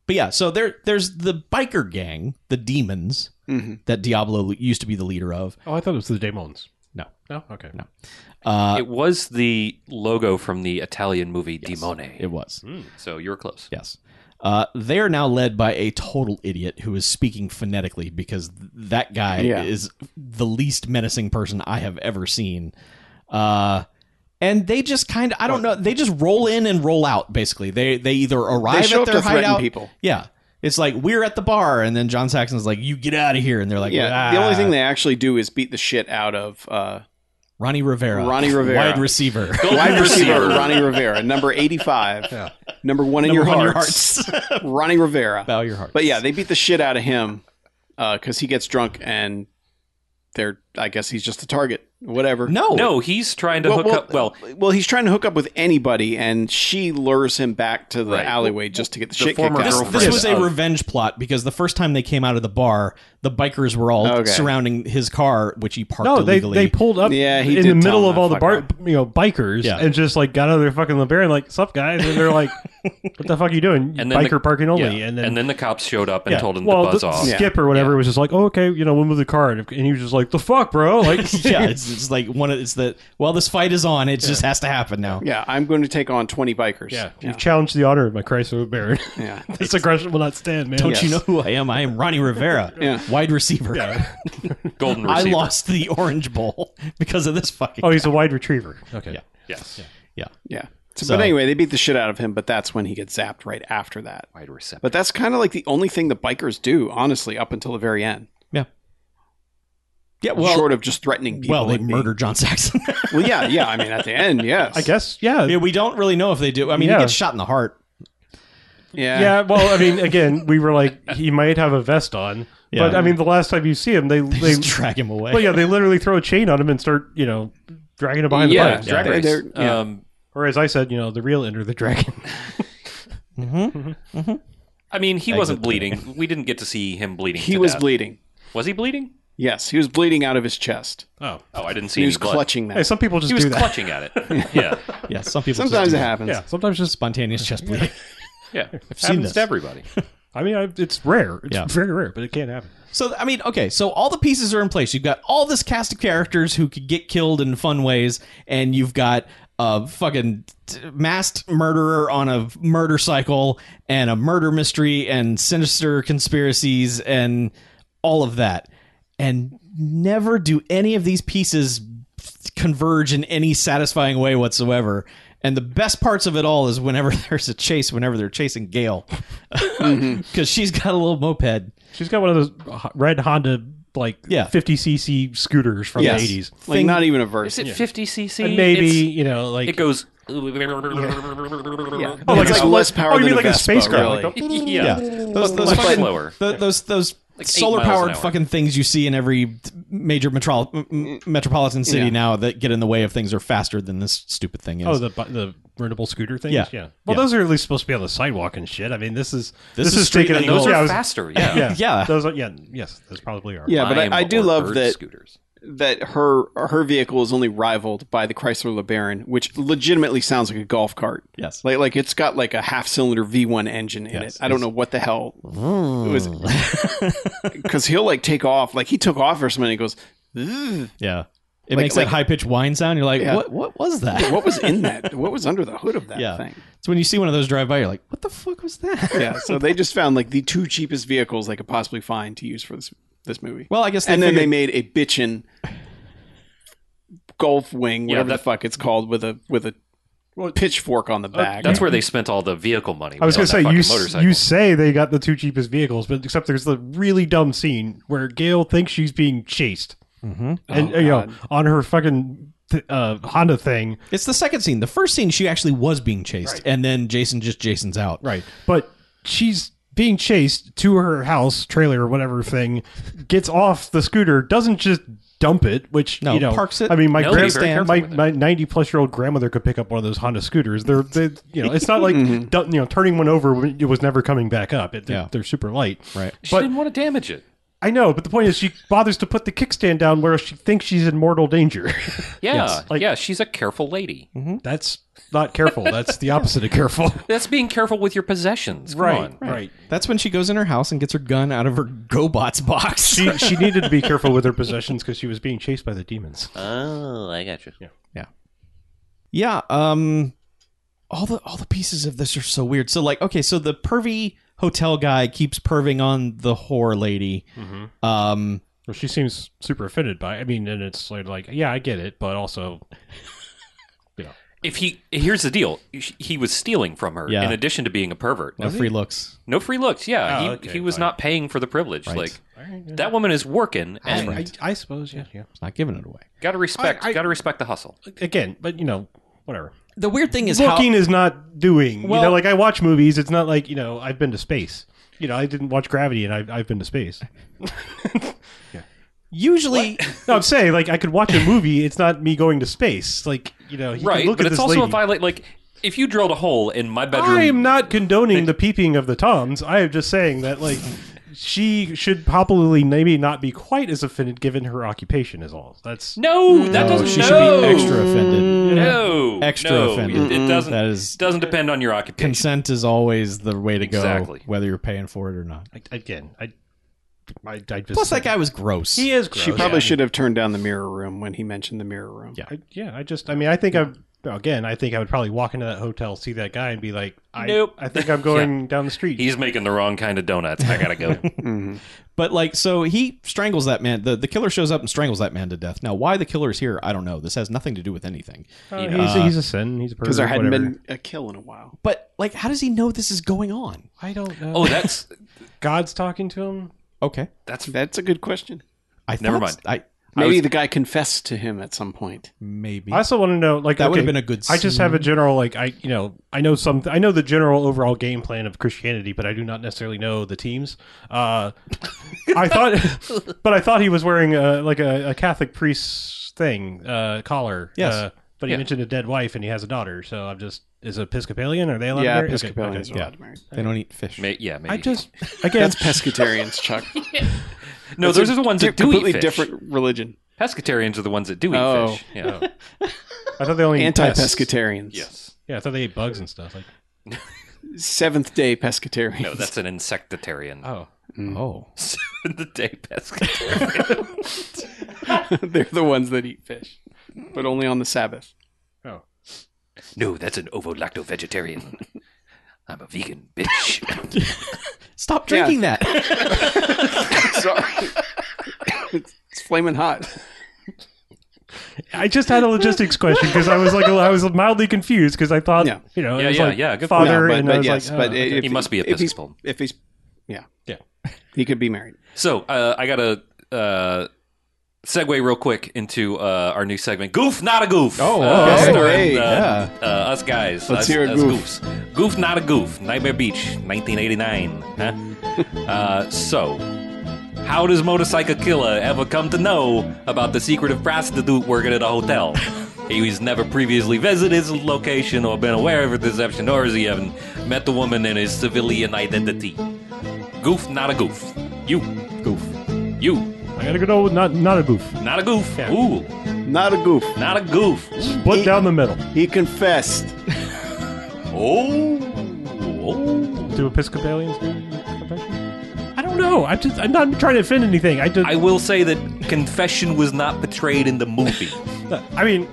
Speaker 5: but yeah, so there there's the biker gang, the demons
Speaker 3: Mhm.
Speaker 5: that Diablo used to be the leader of.
Speaker 1: Oh, I thought it was the Demons.
Speaker 5: No.
Speaker 1: No? Okay.
Speaker 5: No. Uh,
Speaker 2: it was the logo from the Italian movie Demone.
Speaker 5: it was.
Speaker 2: Hmm. so you were close.
Speaker 5: Yes. Uh, they are now led by a total idiot who is speaking phonetically because th- that guy
Speaker 3: Yeah.
Speaker 5: is the least menacing person I have ever seen. Uh, and they just kind of, I don't know, they just roll in and roll out, basically. They they either arrive
Speaker 3: They show
Speaker 5: at
Speaker 3: up
Speaker 5: their
Speaker 3: to threaten
Speaker 5: hideout.
Speaker 3: people.
Speaker 5: Yeah. It's like, we're at the bar. And then John Saxon's like, you get out of here. And they're like,
Speaker 3: Yeah, the
Speaker 5: "Ah."
Speaker 3: only thing they actually do is beat the shit out of uh,
Speaker 5: Ronnie Rivera.
Speaker 3: Ronnie Rivera.
Speaker 5: Wide receiver.
Speaker 3: wide receiver Ronnie Rivera, number eighty-five, number one in your,
Speaker 5: Number one in your
Speaker 3: hearts, Ronnie Rivera.
Speaker 5: Bow your heart.
Speaker 3: But yeah, they beat the shit out of him because he gets drunk and they're. I guess he's just a target. Whatever.
Speaker 5: no.
Speaker 2: No, he's trying to
Speaker 3: Well,
Speaker 2: hook
Speaker 3: well,
Speaker 2: up. Well,
Speaker 3: well, he's trying to hook up with anybody, and she lures him back to the
Speaker 2: Right.
Speaker 3: alleyway just to get the,
Speaker 2: The
Speaker 3: shit
Speaker 2: former
Speaker 3: kicked out.
Speaker 5: This,
Speaker 3: of him.
Speaker 2: girlfriend.
Speaker 5: this was a
Speaker 2: of-
Speaker 5: revenge plot because the first time they came out of the bar, the bikers were all
Speaker 3: Okay.
Speaker 5: surrounding his car, which he parked
Speaker 1: No, they,
Speaker 5: illegally.
Speaker 1: they pulled up
Speaker 3: Yeah, he
Speaker 1: in
Speaker 3: did
Speaker 1: the middle
Speaker 3: tell him
Speaker 1: of
Speaker 3: that,
Speaker 1: all the
Speaker 3: fuck
Speaker 1: bar,
Speaker 3: off.
Speaker 1: you know bikers
Speaker 5: Yeah.
Speaker 1: and just like got out of their fucking LeBaron and like, sup guys? And they're like, what the fuck are you doing?
Speaker 2: And then
Speaker 1: Biker
Speaker 2: the-
Speaker 1: parking only.
Speaker 5: yeah.
Speaker 1: And then
Speaker 2: and then the cops showed up and
Speaker 1: yeah.
Speaker 2: told him
Speaker 1: well,
Speaker 2: to buzz
Speaker 1: the
Speaker 2: off.
Speaker 3: Yeah.
Speaker 1: Skip or whatever was just like, oh, okay, you know, we'll move the car. And, and he was just like, the fuck, bro? Like,
Speaker 5: yeah, it's, it's like one of it's that. Well, this fight is on. It just has to happen now.
Speaker 3: Yeah, I'm going to take on twenty bikers.
Speaker 1: Yeah,
Speaker 3: yeah.
Speaker 1: you've challenged the honor of my Chrysler LeBaron.
Speaker 3: yeah.
Speaker 1: this aggression will not stand, man.
Speaker 5: Don't
Speaker 3: Yeah.
Speaker 5: you
Speaker 3: Yes.
Speaker 5: know who I am? I am Ronnie Rivera,
Speaker 3: Yeah.
Speaker 5: wide receiver.
Speaker 2: Golden
Speaker 5: I
Speaker 2: receiver.
Speaker 5: lost the Orange Bowl because of this fucking.
Speaker 1: Oh, he's a wide retriever. Okay.
Speaker 5: Yeah.
Speaker 2: Yes.
Speaker 5: yeah.
Speaker 3: Yeah. So,
Speaker 5: So-
Speaker 3: but anyway, they beat the shit out of him, but that's when he gets zapped right after that.
Speaker 2: Wide receiver.
Speaker 3: But that's kind of like the only thing the bikers do, honestly, up until the very end.
Speaker 5: Yeah. Yeah. Well,
Speaker 3: short of just threatening people.
Speaker 5: well, they
Speaker 3: and being-
Speaker 5: murdered John Saxon.
Speaker 3: Well, yeah, yeah. I mean, at the end, yes.
Speaker 1: I guess, yeah.
Speaker 5: I
Speaker 1: Yeah.
Speaker 5: mean, we don't really know if they do. I mean,
Speaker 1: Yeah.
Speaker 5: he gets shot in the heart.
Speaker 3: Yeah.
Speaker 1: well, I mean, again, we were like, he might have a vest on, but
Speaker 5: Yeah.
Speaker 1: I mean, the last time you see him, they they,
Speaker 5: Just drag him away.
Speaker 1: well, yeah, they literally throw a chain on him and start, you know, dragging him behind
Speaker 3: Yeah,
Speaker 1: the bike.
Speaker 2: Drag
Speaker 3: they're-
Speaker 2: race.
Speaker 3: they're- yeah.
Speaker 2: Um,
Speaker 1: Or as I said, you know, the real Enter the Dragon.
Speaker 2: I mean, he wasn't bleeding. We didn't get to see him bleeding.
Speaker 3: He
Speaker 2: to
Speaker 3: was
Speaker 2: death.
Speaker 3: bleeding.
Speaker 2: Was he bleeding?
Speaker 3: Yes, he was bleeding out of his chest.
Speaker 1: Oh,
Speaker 2: Oh, I didn't see
Speaker 3: He
Speaker 2: any
Speaker 3: was
Speaker 2: blood.
Speaker 3: clutching that.
Speaker 1: hey, some people just
Speaker 2: He was
Speaker 1: do that.
Speaker 2: clutching at it. yeah.
Speaker 5: yeah. Some people just
Speaker 3: Sometimes
Speaker 5: do
Speaker 3: it
Speaker 5: that.
Speaker 3: happens.
Speaker 1: Yeah, sometimes just.
Speaker 5: Spontaneous chest bleeding.
Speaker 2: Yeah. I've
Speaker 5: seen
Speaker 2: Happens
Speaker 5: this.
Speaker 2: to everybody.
Speaker 1: I mean, I, it's rare. It's
Speaker 5: Yeah.
Speaker 1: very rare, but it can happen.
Speaker 5: So I mean, okay, so all the pieces are in place. You've got all this cast of characters who could get killed in fun ways, and you've got a fucking t- masked murderer on a murder cycle, and a murder mystery, and sinister conspiracies, and all of that. And never do any of these pieces converge in any satisfying way whatsoever. And the best parts of it all is whenever there's a chase, whenever they're chasing Gail, because she's got a little moped.
Speaker 1: She's got one of those h- red Honda like
Speaker 5: Yeah.
Speaker 1: 50cc scooters from
Speaker 3: Yes.
Speaker 1: the 80s.
Speaker 3: Like,
Speaker 5: Thing-
Speaker 3: not even a verse.
Speaker 2: Is it 50cc?
Speaker 1: And maybe, you know, like
Speaker 2: it goes.
Speaker 3: Oh,
Speaker 1: like
Speaker 3: it's
Speaker 1: a
Speaker 3: like
Speaker 1: split-
Speaker 3: less power
Speaker 1: oh, you
Speaker 3: than
Speaker 1: mean
Speaker 3: a
Speaker 1: like a
Speaker 3: Vespa,
Speaker 1: space car,
Speaker 3: really.
Speaker 1: like
Speaker 2: yeah.
Speaker 5: those,
Speaker 2: But
Speaker 5: those
Speaker 2: much
Speaker 5: fucking,
Speaker 2: slower.
Speaker 5: tho- those those
Speaker 2: Like eight
Speaker 5: solar
Speaker 2: miles an
Speaker 5: powered
Speaker 2: hour.
Speaker 5: fucking things you see in every major metro- m- m- metropolitan city
Speaker 3: Yeah.
Speaker 5: now that get in the way of things are faster than this stupid thing is.
Speaker 1: Oh, the bu- the rentable scooter things.
Speaker 5: Yeah.
Speaker 1: yeah. Well,
Speaker 5: Yeah.
Speaker 1: those are at least supposed to be on the sidewalk and shit. I mean, this is
Speaker 5: This
Speaker 1: this,
Speaker 5: is
Speaker 1: is,
Speaker 5: street
Speaker 1: taking
Speaker 5: and
Speaker 1: it-
Speaker 2: Those
Speaker 1: yeah, I
Speaker 2: are
Speaker 1: was-
Speaker 2: faster. Yeah.
Speaker 1: Yeah,
Speaker 5: Yeah.
Speaker 1: Those are yeah, yes, those probably are.
Speaker 3: Yeah, but
Speaker 2: Lime
Speaker 3: I, I do
Speaker 2: or
Speaker 3: love
Speaker 2: bird
Speaker 3: that
Speaker 2: Scooters.
Speaker 3: that her her vehicle is only rivaled by the Chrysler LeBaron, which legitimately sounds like a golf cart.
Speaker 5: yes.
Speaker 3: Like like it's got like a half cylinder V1 engine in
Speaker 5: Yes,
Speaker 3: it. I don't know what the hell it was because he'll like take off. Like he took off or something. And he goes, "Ugh,
Speaker 5: yeah. It
Speaker 3: Like-
Speaker 5: makes
Speaker 3: like-
Speaker 5: that high pitched whine sound. You're like,
Speaker 3: Yeah.
Speaker 5: what? What was that?
Speaker 3: what was in that? What was under the hood of that
Speaker 5: yeah.
Speaker 3: thing?
Speaker 5: It's when you see one of those drive by, you're like, what the fuck was that?
Speaker 3: Yeah. So they just found like the two cheapest vehicles they could possibly find to use for this this movie.
Speaker 5: Well, I guess they
Speaker 3: and then they
Speaker 5: figured-
Speaker 3: made a bitchin' golf wing, whatever
Speaker 2: that-
Speaker 3: the fuck it's called, with a with a pitchfork on the back.
Speaker 2: That's where they spent all the vehicle money.
Speaker 1: I was
Speaker 2: going
Speaker 1: gonna
Speaker 2: to
Speaker 1: say you s-
Speaker 2: motorcycle.
Speaker 1: you say they got the two cheapest vehicles, but except there's the really dumb scene where Gail thinks she's being chased, mm-hmm. and
Speaker 3: Oh,
Speaker 1: you know
Speaker 3: God.
Speaker 1: on her fucking th- uh, Honda thing,
Speaker 5: It's the second scene. The first scene, she actually was being chased, and then Jason just Jason's out.
Speaker 1: right? But she's being chased to her house trailer or whatever thing, gets off the scooter, doesn't just dump it, which
Speaker 5: No,
Speaker 1: you know
Speaker 5: parks it.
Speaker 1: I mean, my
Speaker 2: No,
Speaker 1: grand-
Speaker 2: be very careful
Speaker 1: my
Speaker 2: with it.
Speaker 1: my ninety plus year old grandmother could pick up one of those Honda scooters. They're they you know it's not like dun- you know turning one over when it was never coming back up. It, they're,
Speaker 5: Yeah.
Speaker 1: they're super light,
Speaker 5: Right.
Speaker 2: She
Speaker 1: But
Speaker 2: didn't want to damage it.
Speaker 1: I know, but the point is, she bothers to put the kickstand down where she thinks she's in mortal danger.
Speaker 2: Yeah,
Speaker 1: Yes, like-
Speaker 2: yeah, she's a careful lady.
Speaker 1: Mm-hmm. That's not careful. That's the opposite of careful.
Speaker 2: That's being careful with your possessions. Come on.
Speaker 1: right.
Speaker 5: That's when she goes in her house and gets her gun out of her GoBots box.
Speaker 1: She, she needed to be careful with her possessions because she was being chased by the demons.
Speaker 4: Oh, I got you.
Speaker 5: Yeah. Um. All the all the pieces of this are so weird. So like, okay, so the pervy hotel guy keeps perving on the whore lady. Um.
Speaker 1: Well, she seems super offended by. I mean, and it's like, like, yeah, I get it, but also,
Speaker 2: If he here's the deal, he was stealing from her.
Speaker 5: Yeah.
Speaker 2: In addition to being a pervert,
Speaker 5: No free looks.
Speaker 2: no free looks. Yeah,
Speaker 1: Oh,
Speaker 2: he,
Speaker 1: okay,
Speaker 2: he was
Speaker 1: fine.
Speaker 2: not paying for the privilege.
Speaker 5: Right.
Speaker 2: Like that woman is working, and
Speaker 1: I, I suppose, yeah, yeah.
Speaker 5: It's not giving it away.
Speaker 2: gotta respect
Speaker 1: I- I-
Speaker 2: gotta respect the hustle.
Speaker 1: Again, but you know, whatever.
Speaker 5: The weird thing is
Speaker 1: Looking is not doing.
Speaker 5: Well-
Speaker 1: you know, like I watch movies. It's not like you know, I've been to space. You know, I didn't watch Gravity, and I've, I've been to space.
Speaker 5: usually
Speaker 1: No, I'm saying like I could watch a movie. It's not me going to space. Like you know, he could
Speaker 2: Right,
Speaker 1: Look
Speaker 2: but
Speaker 1: at this
Speaker 2: it's also a
Speaker 1: lady.
Speaker 2: violate. Like if you drilled a hole in my bedroom,
Speaker 1: I am not condoning the peeping of the toms. I am just saying that like she should probably maybe not be quite as offended given her occupation is all. That's
Speaker 2: No, that
Speaker 5: oh,
Speaker 2: doesn't.
Speaker 5: she
Speaker 2: no.
Speaker 5: should be extra
Speaker 2: Mm.
Speaker 5: offended.
Speaker 2: No,
Speaker 5: Extra
Speaker 2: no,
Speaker 5: offended.
Speaker 2: It, it doesn't.
Speaker 5: That is-
Speaker 2: doesn't depend on your occupation.
Speaker 5: Consent is always the way to go,
Speaker 2: Exactly.
Speaker 5: whether you're paying for it or not.
Speaker 1: I, again, I, I, I just
Speaker 5: Plus, that guy was gross.
Speaker 1: he is. Gross.
Speaker 3: She probably
Speaker 1: yeah.
Speaker 3: should have turned down the mirror room when he mentioned the mirror room.
Speaker 5: Yeah.
Speaker 1: I, yeah, I just. I mean, I think I. Again, I think I would probably walk into that hotel, see that guy, and be like, I,
Speaker 2: Nope.
Speaker 1: I think I'm going down the street.
Speaker 2: He's making the wrong kind of donuts. I gotta go.
Speaker 5: But like, so he strangles that man. The, the killer shows up and strangles that man to death. Now, why the killer is here, I don't know. This has nothing to do with anything.
Speaker 1: Uh, he's, he's a sin. He's a
Speaker 3: Because there
Speaker 1: pervert.
Speaker 3: hadn't
Speaker 1: whatever.
Speaker 3: been a kill in a while.
Speaker 5: But like, how does he know this is going on?
Speaker 1: I don't know.
Speaker 2: oh, that's
Speaker 1: God's talking to him.
Speaker 5: Okay,
Speaker 2: that's
Speaker 3: That's a good question.
Speaker 5: I
Speaker 2: Never
Speaker 5: thought- I
Speaker 3: Maybe the guy confessed to him at some point.
Speaker 5: maybe
Speaker 1: I also want to know, like,
Speaker 5: That would've
Speaker 1: okay,
Speaker 5: been a good
Speaker 1: I just have a general, like, I, you know, I know some, I know the general overall game plan of Christianity, but I do not necessarily know the teams. Uh, I thought, but I thought he was wearing a, like a, a Catholic priest's thing, uh, collar.
Speaker 5: Yes.
Speaker 1: Uh, but he
Speaker 2: Yeah.
Speaker 1: mentioned a dead wife and he has a daughter, so I'm just is Episcopalian? Are they allowed?
Speaker 3: Yeah,
Speaker 1: to marry? Okay,
Speaker 3: Episcopalians
Speaker 1: okay.
Speaker 3: are allowed to marry.
Speaker 5: they don't eat fish.
Speaker 2: may, yeah. Maybe.
Speaker 1: I just again,
Speaker 3: That's pescatarians, Chuck.
Speaker 2: no. Those are the ones
Speaker 3: Di-
Speaker 2: that do
Speaker 3: completely
Speaker 2: eat fish.
Speaker 3: different religion.
Speaker 2: Pescatarians are the ones that do eat
Speaker 3: Oh.
Speaker 2: fish. Yeah.
Speaker 1: I thought they only ate pests.
Speaker 3: Anti-pescatarians.
Speaker 2: yes.
Speaker 1: Yeah, I thought they ate bugs and stuff. Like,
Speaker 3: Seventh day pescatarians.
Speaker 2: No, that's an insectitarian.
Speaker 1: oh,
Speaker 5: Oh,
Speaker 2: the day pescatarian.
Speaker 3: They're the ones that eat fish, but only on the Sabbath.
Speaker 1: oh,
Speaker 2: no, that's an ovo-lacto vegetarian. I'm a vegan bitch.
Speaker 5: stop drinking that.
Speaker 3: Sorry. it's, it's flaming hot.
Speaker 1: I just had a logistics question because I was like, I was mildly confused because I thought,
Speaker 3: Yeah.
Speaker 1: you know,
Speaker 2: Yeah,
Speaker 1: it was
Speaker 2: yeah,
Speaker 1: like
Speaker 2: yeah, good point.
Speaker 1: father
Speaker 3: No, but,
Speaker 1: and I
Speaker 3: but
Speaker 1: was
Speaker 3: yes,
Speaker 1: like,
Speaker 3: but
Speaker 1: oh,
Speaker 3: if,
Speaker 2: He must be
Speaker 3: if he's-
Speaker 2: Episcopal.
Speaker 3: If he's, yeah,
Speaker 1: Yeah.
Speaker 3: he could be married.
Speaker 2: so uh, I gotta uh, segue real quick into uh, our new segment, Goof Not a Goof.
Speaker 5: Oh,
Speaker 2: Uh,
Speaker 5: okay.
Speaker 3: Hey,
Speaker 2: uh,
Speaker 5: yeah.
Speaker 2: uh, us guys, us,
Speaker 3: Let's hear it,
Speaker 2: us
Speaker 3: Goof.
Speaker 2: goofs. Goof Not a Goof, Nightmare Beach, 1989. Huh? uh, so, how does Motorcycle Killer ever come to know about the secretive prostitute working at a hotel? He's never previously visited his location or been aware of his deception, nor has he even met the woman in his civilian identity. Goof, not a goof. You,
Speaker 5: Goof.
Speaker 2: you,
Speaker 1: I gotta go with not not a goof.
Speaker 2: not a goof.
Speaker 1: Yeah. Mm.
Speaker 2: Ooh,
Speaker 3: Not a goof.
Speaker 2: not a goof.
Speaker 1: Split down the middle
Speaker 3: He confessed.
Speaker 2: Oh, oh.
Speaker 1: to Episcopalians. do confession? I don't know. I'm just I'm not trying to offend anything. I just
Speaker 2: I will say that confession was not portrayed in the movie.
Speaker 1: I mean,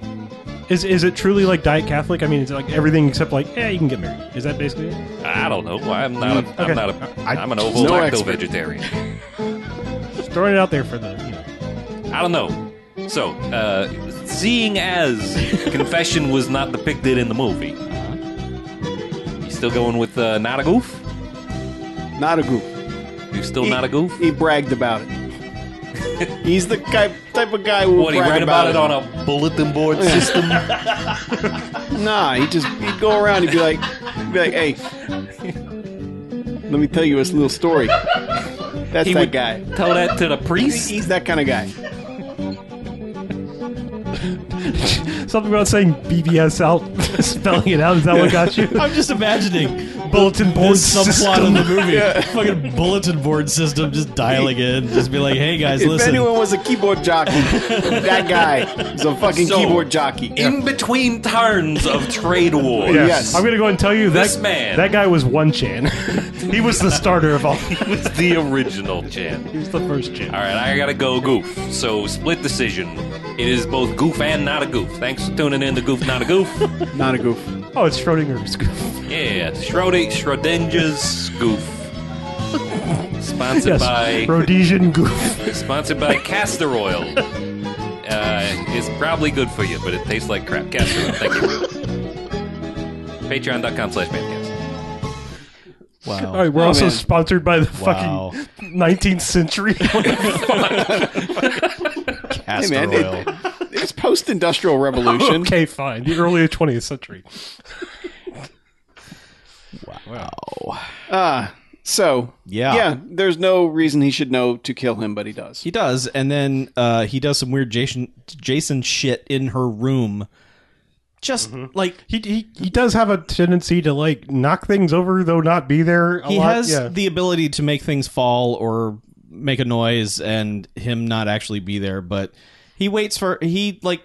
Speaker 1: is is it truly like diet Catholic? I mean, it's like everything except like yeah, you can get married. Is that basically it?
Speaker 2: I don't know. I'm not. A,
Speaker 1: Okay.
Speaker 2: I'm not a.
Speaker 1: I-
Speaker 2: I'm an
Speaker 1: no
Speaker 2: ovo lacto
Speaker 3: expert.
Speaker 2: vegetarian.
Speaker 1: Just throwing it out there for the you know.
Speaker 2: I don't know. So, uh, seeing as confession was not depicted in the movie, you still going with uh, not a goof?
Speaker 3: Not a goof.
Speaker 2: You still
Speaker 3: he,
Speaker 2: not a goof?
Speaker 3: He bragged about it. He's the guy, type of guy who would
Speaker 2: What, he
Speaker 3: brag
Speaker 2: read about it on a bulletin board system?
Speaker 3: Nah, he just he'd go around. He'd be like, he'd be like, hey, let me tell you this little story. That's
Speaker 2: he
Speaker 3: that
Speaker 2: would
Speaker 3: guy.
Speaker 2: tell that to the
Speaker 3: He's,
Speaker 2: priest?
Speaker 3: he's that kind of guy.
Speaker 1: something about saying BBS out, spelling it out. Is that what got you?
Speaker 5: I'm just imagining
Speaker 1: bulletin board
Speaker 5: this subplot in the movie. Fucking bulletin board system, just dialing in, just be like, "Hey guys,
Speaker 3: If
Speaker 5: listen."
Speaker 3: anyone was a keyboard jockey, that guy is a fucking
Speaker 2: So,
Speaker 3: keyboard jockey.
Speaker 2: In between turns of trade
Speaker 5: Oh,
Speaker 2: wars.
Speaker 1: Yeah.
Speaker 3: Yes.
Speaker 1: I'm gonna go and tell you that
Speaker 2: This man.
Speaker 1: that guy was one chan. he was the starter of all.
Speaker 2: It was the original Jan.
Speaker 1: He was the first chan.
Speaker 2: All right, I gotta go goof. So split decision. It is both goof and not a goof. Thanks for tuning in to Goof Not a Goof.
Speaker 3: Not a goof.
Speaker 1: Oh, it's Schrodinger's goof.
Speaker 2: yeah, Schrodi- Schrodinger's goof.
Speaker 1: Yes,
Speaker 2: Sponsored by
Speaker 1: Rhodesian goof.
Speaker 2: sponsored by castor oil. Uh, it's probably good for you, but it tastes like crap. Castor oil. Thank you. Patreon.com slash mancast.
Speaker 1: All right, we're
Speaker 3: Oh,
Speaker 1: also
Speaker 3: man.
Speaker 1: sponsored by the
Speaker 5: Wow.
Speaker 1: fucking 19th century.
Speaker 5: Castor
Speaker 3: Hey man, it,
Speaker 5: oil.
Speaker 3: it's post-industrial revolution.
Speaker 1: okay, fine. The early 20th century.
Speaker 3: So
Speaker 5: Yeah.
Speaker 3: yeah. There's no reason he should know to kill him, but he does.
Speaker 5: He does, and then uh, he does some weird Jason Jason shit in her room. Just
Speaker 3: Mm-hmm.
Speaker 5: like
Speaker 1: He, he he does have a tendency to like knock things over, though not be there. A
Speaker 5: he
Speaker 1: lot.
Speaker 5: has
Speaker 1: yeah.
Speaker 5: the ability to make things fall or make a noise and him not actually be there but he waits for he like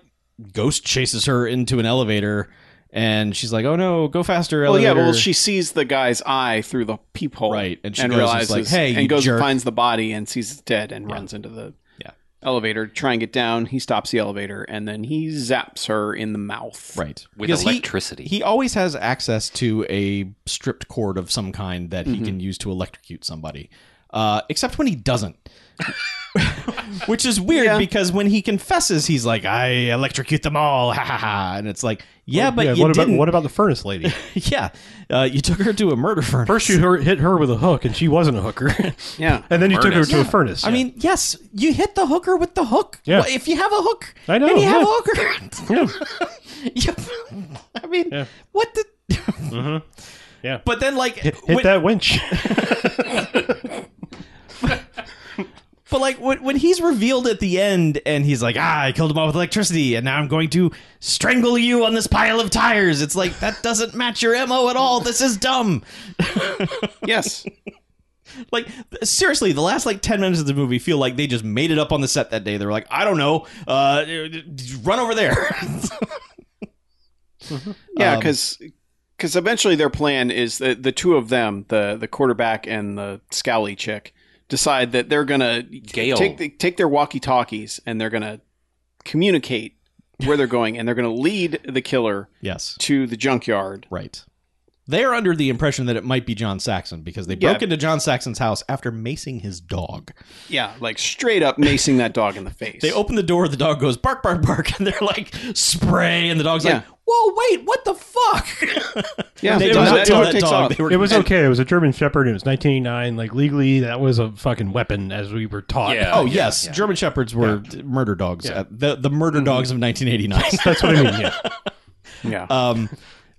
Speaker 5: ghost chases her into an elevator and she's like oh no go faster
Speaker 3: Well,
Speaker 5: elevator
Speaker 3: yeah. Well, she sees the guy's eye through the peephole,
Speaker 5: Right, and she goes and is
Speaker 3: realizes,
Speaker 5: like, "Hey, you
Speaker 3: and goes
Speaker 5: jerk."
Speaker 3: and finds the body and sees it's dead and runs into the
Speaker 5: Yeah.
Speaker 3: elevator, trying to get down. He stops the elevator and then he zaps her in the mouth.
Speaker 5: right
Speaker 2: With
Speaker 5: Because he-
Speaker 2: electricity.
Speaker 5: he, always has access to a stripped cord of some kind that he
Speaker 2: Mm-hmm.
Speaker 5: can use to electrocute somebody uh, except when he doesn't which is weird
Speaker 3: Yeah.
Speaker 5: because when he confesses he's like i electrocute them all ha ha ha and it's like yeah but you
Speaker 1: what about
Speaker 5: didn't.
Speaker 1: what about the furnace lady?
Speaker 5: Yeah, uh, you took her to a murder furnace.
Speaker 1: First, you her- hit her with a hook, and she wasn't a hooker.
Speaker 3: Yeah.
Speaker 1: and then you took her
Speaker 2: Furnace.
Speaker 1: to a furnace.
Speaker 5: I
Speaker 1: yeah.
Speaker 5: mean, yes, you hit the hooker with the hook.
Speaker 1: Yeah.
Speaker 5: Well, if you have a hook,
Speaker 1: I know,
Speaker 5: and you have
Speaker 1: yeah.
Speaker 5: a hooker. You- I mean,
Speaker 1: Yeah. Mm-hmm.
Speaker 5: what the?
Speaker 1: Yeah.
Speaker 5: But then, like,
Speaker 1: hit
Speaker 5: when,
Speaker 1: that winch.
Speaker 5: but like when, when he's revealed at the end, and he's like, "Ah, I killed him all with electricity, and now I'm going to strangle you on this pile of tires." It's like that doesn't match your mo at all. This is dumb.
Speaker 3: Yes.
Speaker 5: Like seriously, the last like ten minutes of the movie feel like they just made it up on the set that day. They were like, I don't know, uh, run over there.
Speaker 3: Yeah,
Speaker 5: Um,
Speaker 3: because eventually their plan is that the two of them, the the quarterback and the scowly chick, decide that they're gonna
Speaker 2: Gale.
Speaker 3: take the, take their walkie talkies and they're gonna communicate where they're going and they're gonna lead the killer
Speaker 5: yes,
Speaker 3: to the junkyard.
Speaker 5: right. They are under the impression that it might be John Saxon because they
Speaker 3: Yeah.
Speaker 5: broke into John Saxon's house after macing his dog.
Speaker 3: Yeah, like straight up macing that dog in the face.
Speaker 5: They open the door, the dog goes bark, bark, bark, and they're like spray, and the dog's
Speaker 3: Yeah.
Speaker 5: like, "Whoa, wait, what the fuck?"
Speaker 3: yeah,
Speaker 5: they
Speaker 1: It
Speaker 5: did
Speaker 1: was-
Speaker 5: not
Speaker 1: it
Speaker 5: tell
Speaker 1: was-
Speaker 5: that
Speaker 3: takes
Speaker 5: dog.
Speaker 3: off.
Speaker 5: They were
Speaker 1: It was okay. It was a German Shepherd. It was 1989. Like legally, that was a fucking weapon, as we were taught.
Speaker 2: Yeah.
Speaker 5: Oh yes, German shepherds were murder dogs.
Speaker 1: Yeah.
Speaker 5: Uh, the the murder dogs of 1989.
Speaker 1: that's what I mean. Yeah.
Speaker 3: yeah,
Speaker 5: um,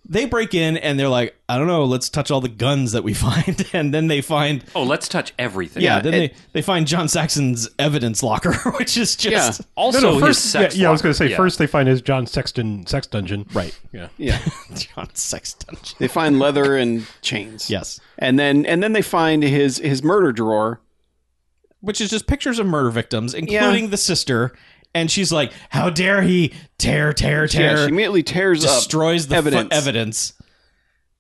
Speaker 5: they break in and they're like, I don't know, let's touch all the guns that we find, and then they find
Speaker 2: oh, let's touch everything.
Speaker 5: yeah, then
Speaker 3: it-
Speaker 5: they they find John Saxon's evidence locker, which is just
Speaker 3: Yeah.
Speaker 2: Also,
Speaker 1: no, no. First,
Speaker 2: his sex
Speaker 1: yeah, yeah, I was
Speaker 2: locker.
Speaker 1: gonna say
Speaker 2: Yeah.
Speaker 1: first they find his John Sexton sex dungeon.
Speaker 5: right.
Speaker 1: Yeah.
Speaker 3: yeah.
Speaker 5: John Sexton.
Speaker 3: They find leather and chains.
Speaker 5: Yes,
Speaker 3: and then and then they find his his murder drawer.
Speaker 5: which is just pictures of murder victims, including the sister, and she's like, "How dare he tear, tear, tear!"
Speaker 3: Yeah, she immediately tears
Speaker 5: destroys
Speaker 3: up
Speaker 5: the
Speaker 3: evidence.
Speaker 5: evidence. evidence.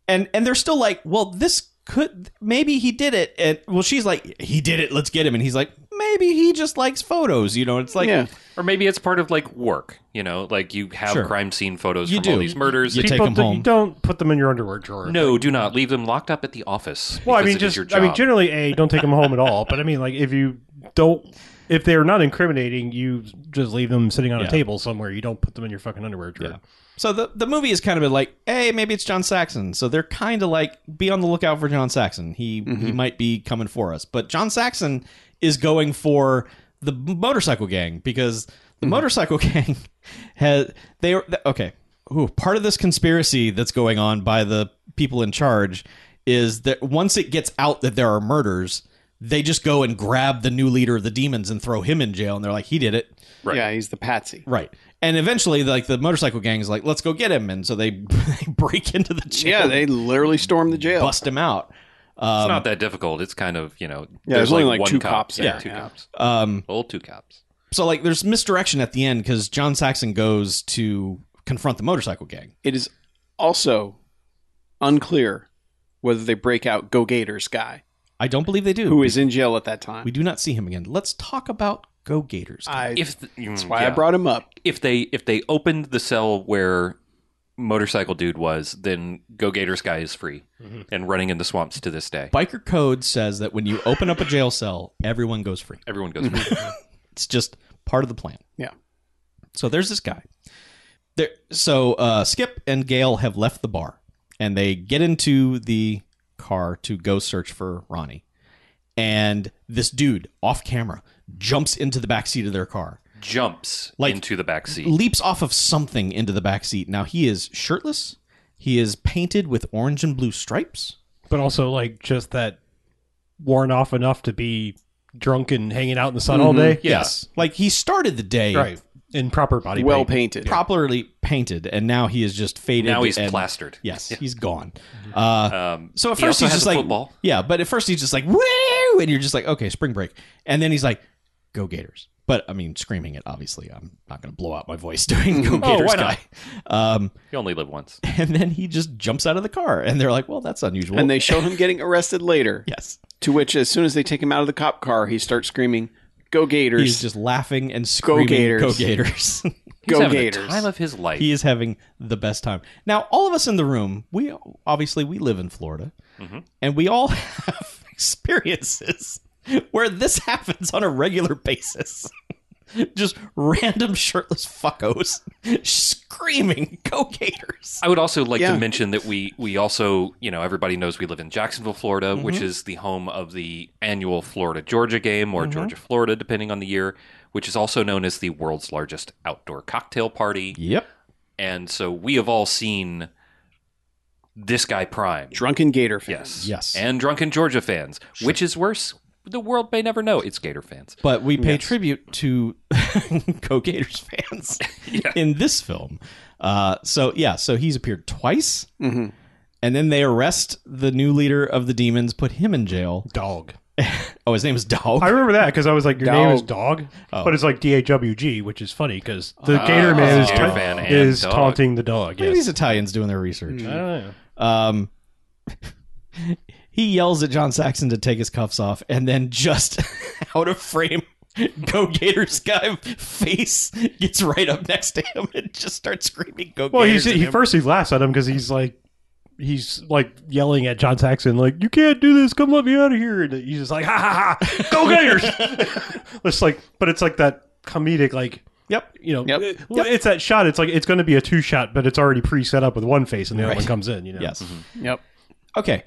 Speaker 5: And and they're still like, well, this could maybe he did it. And well, she's like, he did it. Let's get him. And he's like, maybe he just likes photos. You know, it's like
Speaker 3: yeah,
Speaker 2: Or maybe it's part of like work, you know, like you have
Speaker 5: Sure.
Speaker 2: crime scene photos
Speaker 5: You
Speaker 2: from all
Speaker 5: do.
Speaker 2: these murders.
Speaker 5: You take
Speaker 1: People
Speaker 5: them
Speaker 1: do-
Speaker 5: home.
Speaker 1: You don't put them in your underwear drawer.
Speaker 2: No, do not leave them locked up at the office.
Speaker 1: Well, I
Speaker 2: because
Speaker 1: mean,
Speaker 2: it is
Speaker 1: just
Speaker 2: your job.
Speaker 1: I mean, generally, a don't take them home at all. But I mean, like if you don't, if they are not incriminating, you just leave them sitting on
Speaker 5: Yeah.
Speaker 1: a table somewhere. You don't put them in your fucking underwear drawer.
Speaker 5: Yeah. So the the movie is kind of like, hey, maybe it's John Saxon. So they're kind of like, be on the lookout for John Saxon. He he might be coming for us. But John Saxon is going for the motorcycle gang because the motorcycle gang has they are okay. Ooh, part of this conspiracy that's going on by the people in charge is that once it gets out that there are murders, they just go and grab the new leader of the demons and throw him in jail, and they're like, he did it,
Speaker 2: Right.
Speaker 3: Yeah, he's the patsy.
Speaker 5: right? And eventually, like the motorcycle gang is like, let's go get him, and so they, they break into the jail,
Speaker 3: Yeah, they literally stormed the jail.
Speaker 5: bust him out.
Speaker 2: It's not that difficult. It's kind of, you know,
Speaker 3: Um, Yeah, there's, only like,
Speaker 2: one
Speaker 3: two
Speaker 2: cop.
Speaker 3: cops.
Speaker 2: Yeah,
Speaker 3: there.
Speaker 2: two
Speaker 3: Yeah.
Speaker 2: cops.
Speaker 5: Um,
Speaker 2: Well, two cops.
Speaker 5: so like, there's misdirection at the end because John Saxon goes to confront the motorcycle gang.
Speaker 3: It is also unclear whether they break out Go Gators guy,
Speaker 5: I don't believe they do.
Speaker 3: who is in jail at that time.
Speaker 5: We do not see him again. Let's talk about Go Gators.
Speaker 3: I,
Speaker 2: If the,
Speaker 3: that's why I brought him up.
Speaker 2: if they if they opened the cell where motorcycle dude was, then Go Gators guy is free and running in the swamps to this day.
Speaker 5: Biker code says that when you open up a jail cell, everyone goes free.
Speaker 2: Everyone goes free.
Speaker 5: It's just part of the plan.
Speaker 3: Yeah.
Speaker 5: So there's this guy. There. So uh, Skip and Gail have left the bar, and they get into the car to go search for Ronnie. And this dude, off camera, jumps into the back seat of their car,
Speaker 2: jumps
Speaker 5: Like-
Speaker 2: into the back seat.
Speaker 5: leaps off of something into the back seat. Now he is shirtless. He is painted with orange and blue stripes.
Speaker 1: but also like just that worn off enough to be drunk and hanging out in the sun
Speaker 5: Mm-hmm.
Speaker 1: all day.
Speaker 2: Yeah.
Speaker 5: Like he started the day
Speaker 1: Right. In proper body
Speaker 3: Well
Speaker 1: paint.
Speaker 3: painted.
Speaker 5: properly painted, and now he is just faded.
Speaker 2: Now he's
Speaker 5: and-
Speaker 2: plastered.
Speaker 5: Yes, he's gone. Uh,
Speaker 2: Um,
Speaker 5: so at
Speaker 2: he
Speaker 5: first
Speaker 2: also has
Speaker 5: he's just
Speaker 2: a
Speaker 5: like,
Speaker 2: football.
Speaker 5: yeah, but at first he's just like, woo, and you're just like, okay, spring break, and then he's like, go Gators. But I mean, screaming it. Obviously, I'm not going to blow out my voice doing go
Speaker 2: Oh,
Speaker 5: Gators
Speaker 2: why
Speaker 5: guy.
Speaker 2: not?
Speaker 5: Um,
Speaker 2: You only live once.
Speaker 5: and then he just jumps out of the car, and they're like, well, that's unusual.
Speaker 3: And they show him getting arrested later.
Speaker 5: yes,
Speaker 3: To which, as soon as they take him out of the cop car, he starts screaming, "Go Gators!
Speaker 5: he's just laughing and screaming,
Speaker 3: Gators.
Speaker 5: Go Gators.
Speaker 2: He's
Speaker 3: Go
Speaker 2: having
Speaker 3: Gators!"
Speaker 2: The time of his life.
Speaker 5: he is having the best time. Now, all of us in the room, we obviously we live in Florida, and we all have experiences where this happens on a regular basis. Just random shirtless fuckos screaming "Go Gators!"
Speaker 2: I would also like
Speaker 3: Yeah.
Speaker 2: to mention that we we also, you know, everybody knows we live in Jacksonville, Florida,
Speaker 5: Mm-hmm.
Speaker 2: which is the home of the annual Florida Georgia game
Speaker 5: Mm-hmm.
Speaker 2: or Georgia Florida depending on the year, which is also known as the world's largest outdoor cocktail party.
Speaker 5: Yep.
Speaker 2: And so we have all seen this guy prime.
Speaker 3: Drunken Gator
Speaker 2: Yes.
Speaker 3: fans.
Speaker 5: Yes.
Speaker 2: And drunken Georgia fans, which is worse, the world may never know. It's Gator fans.
Speaker 5: But we pay tribute to Go Gators fans in this film. Uh, so yeah, so he's appeared twice,
Speaker 3: Mhm.
Speaker 5: and then they arrest the new leader of the demons, put him in jail.
Speaker 1: Dog.
Speaker 5: Oh, his name is Dog.
Speaker 1: I remember that because I was like, your name is
Speaker 3: Dog.
Speaker 1: Dog, but it's like D H W G, which is funny because the Gator Man
Speaker 2: Oh.
Speaker 1: is,
Speaker 2: Gator
Speaker 1: ta-
Speaker 2: fan and
Speaker 1: is
Speaker 2: dog.
Speaker 1: taunting the dog.
Speaker 5: Look at
Speaker 1: Yes.
Speaker 5: these Italians doing their research.
Speaker 1: I don't know.
Speaker 5: Um, he yells at John Saxon to take his cuffs off, and then just out of frame, Go Gators guy face gets right up next to him and just starts screaming, "Go
Speaker 1: Well, he's,
Speaker 5: Gators!" at
Speaker 1: he
Speaker 5: him.
Speaker 1: first he laughs at him because he's like, he's like yelling at John Saxon, like, "You can't do this! Come let me out of here!" And he's just like, "Ha ha ha! Go Gators!" it's like, but it's like that comedic, like,
Speaker 5: Yep.
Speaker 1: you know,
Speaker 3: Yep.
Speaker 1: it- well, it's that shot. It's like it's going to be a two shot, but it's already pre set up with one face, and the
Speaker 5: Right.
Speaker 1: other one comes in. You know,
Speaker 5: Yes.
Speaker 3: Yep.
Speaker 5: Okay.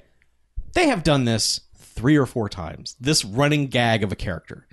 Speaker 5: They have done this three or four times. This running gag of a character.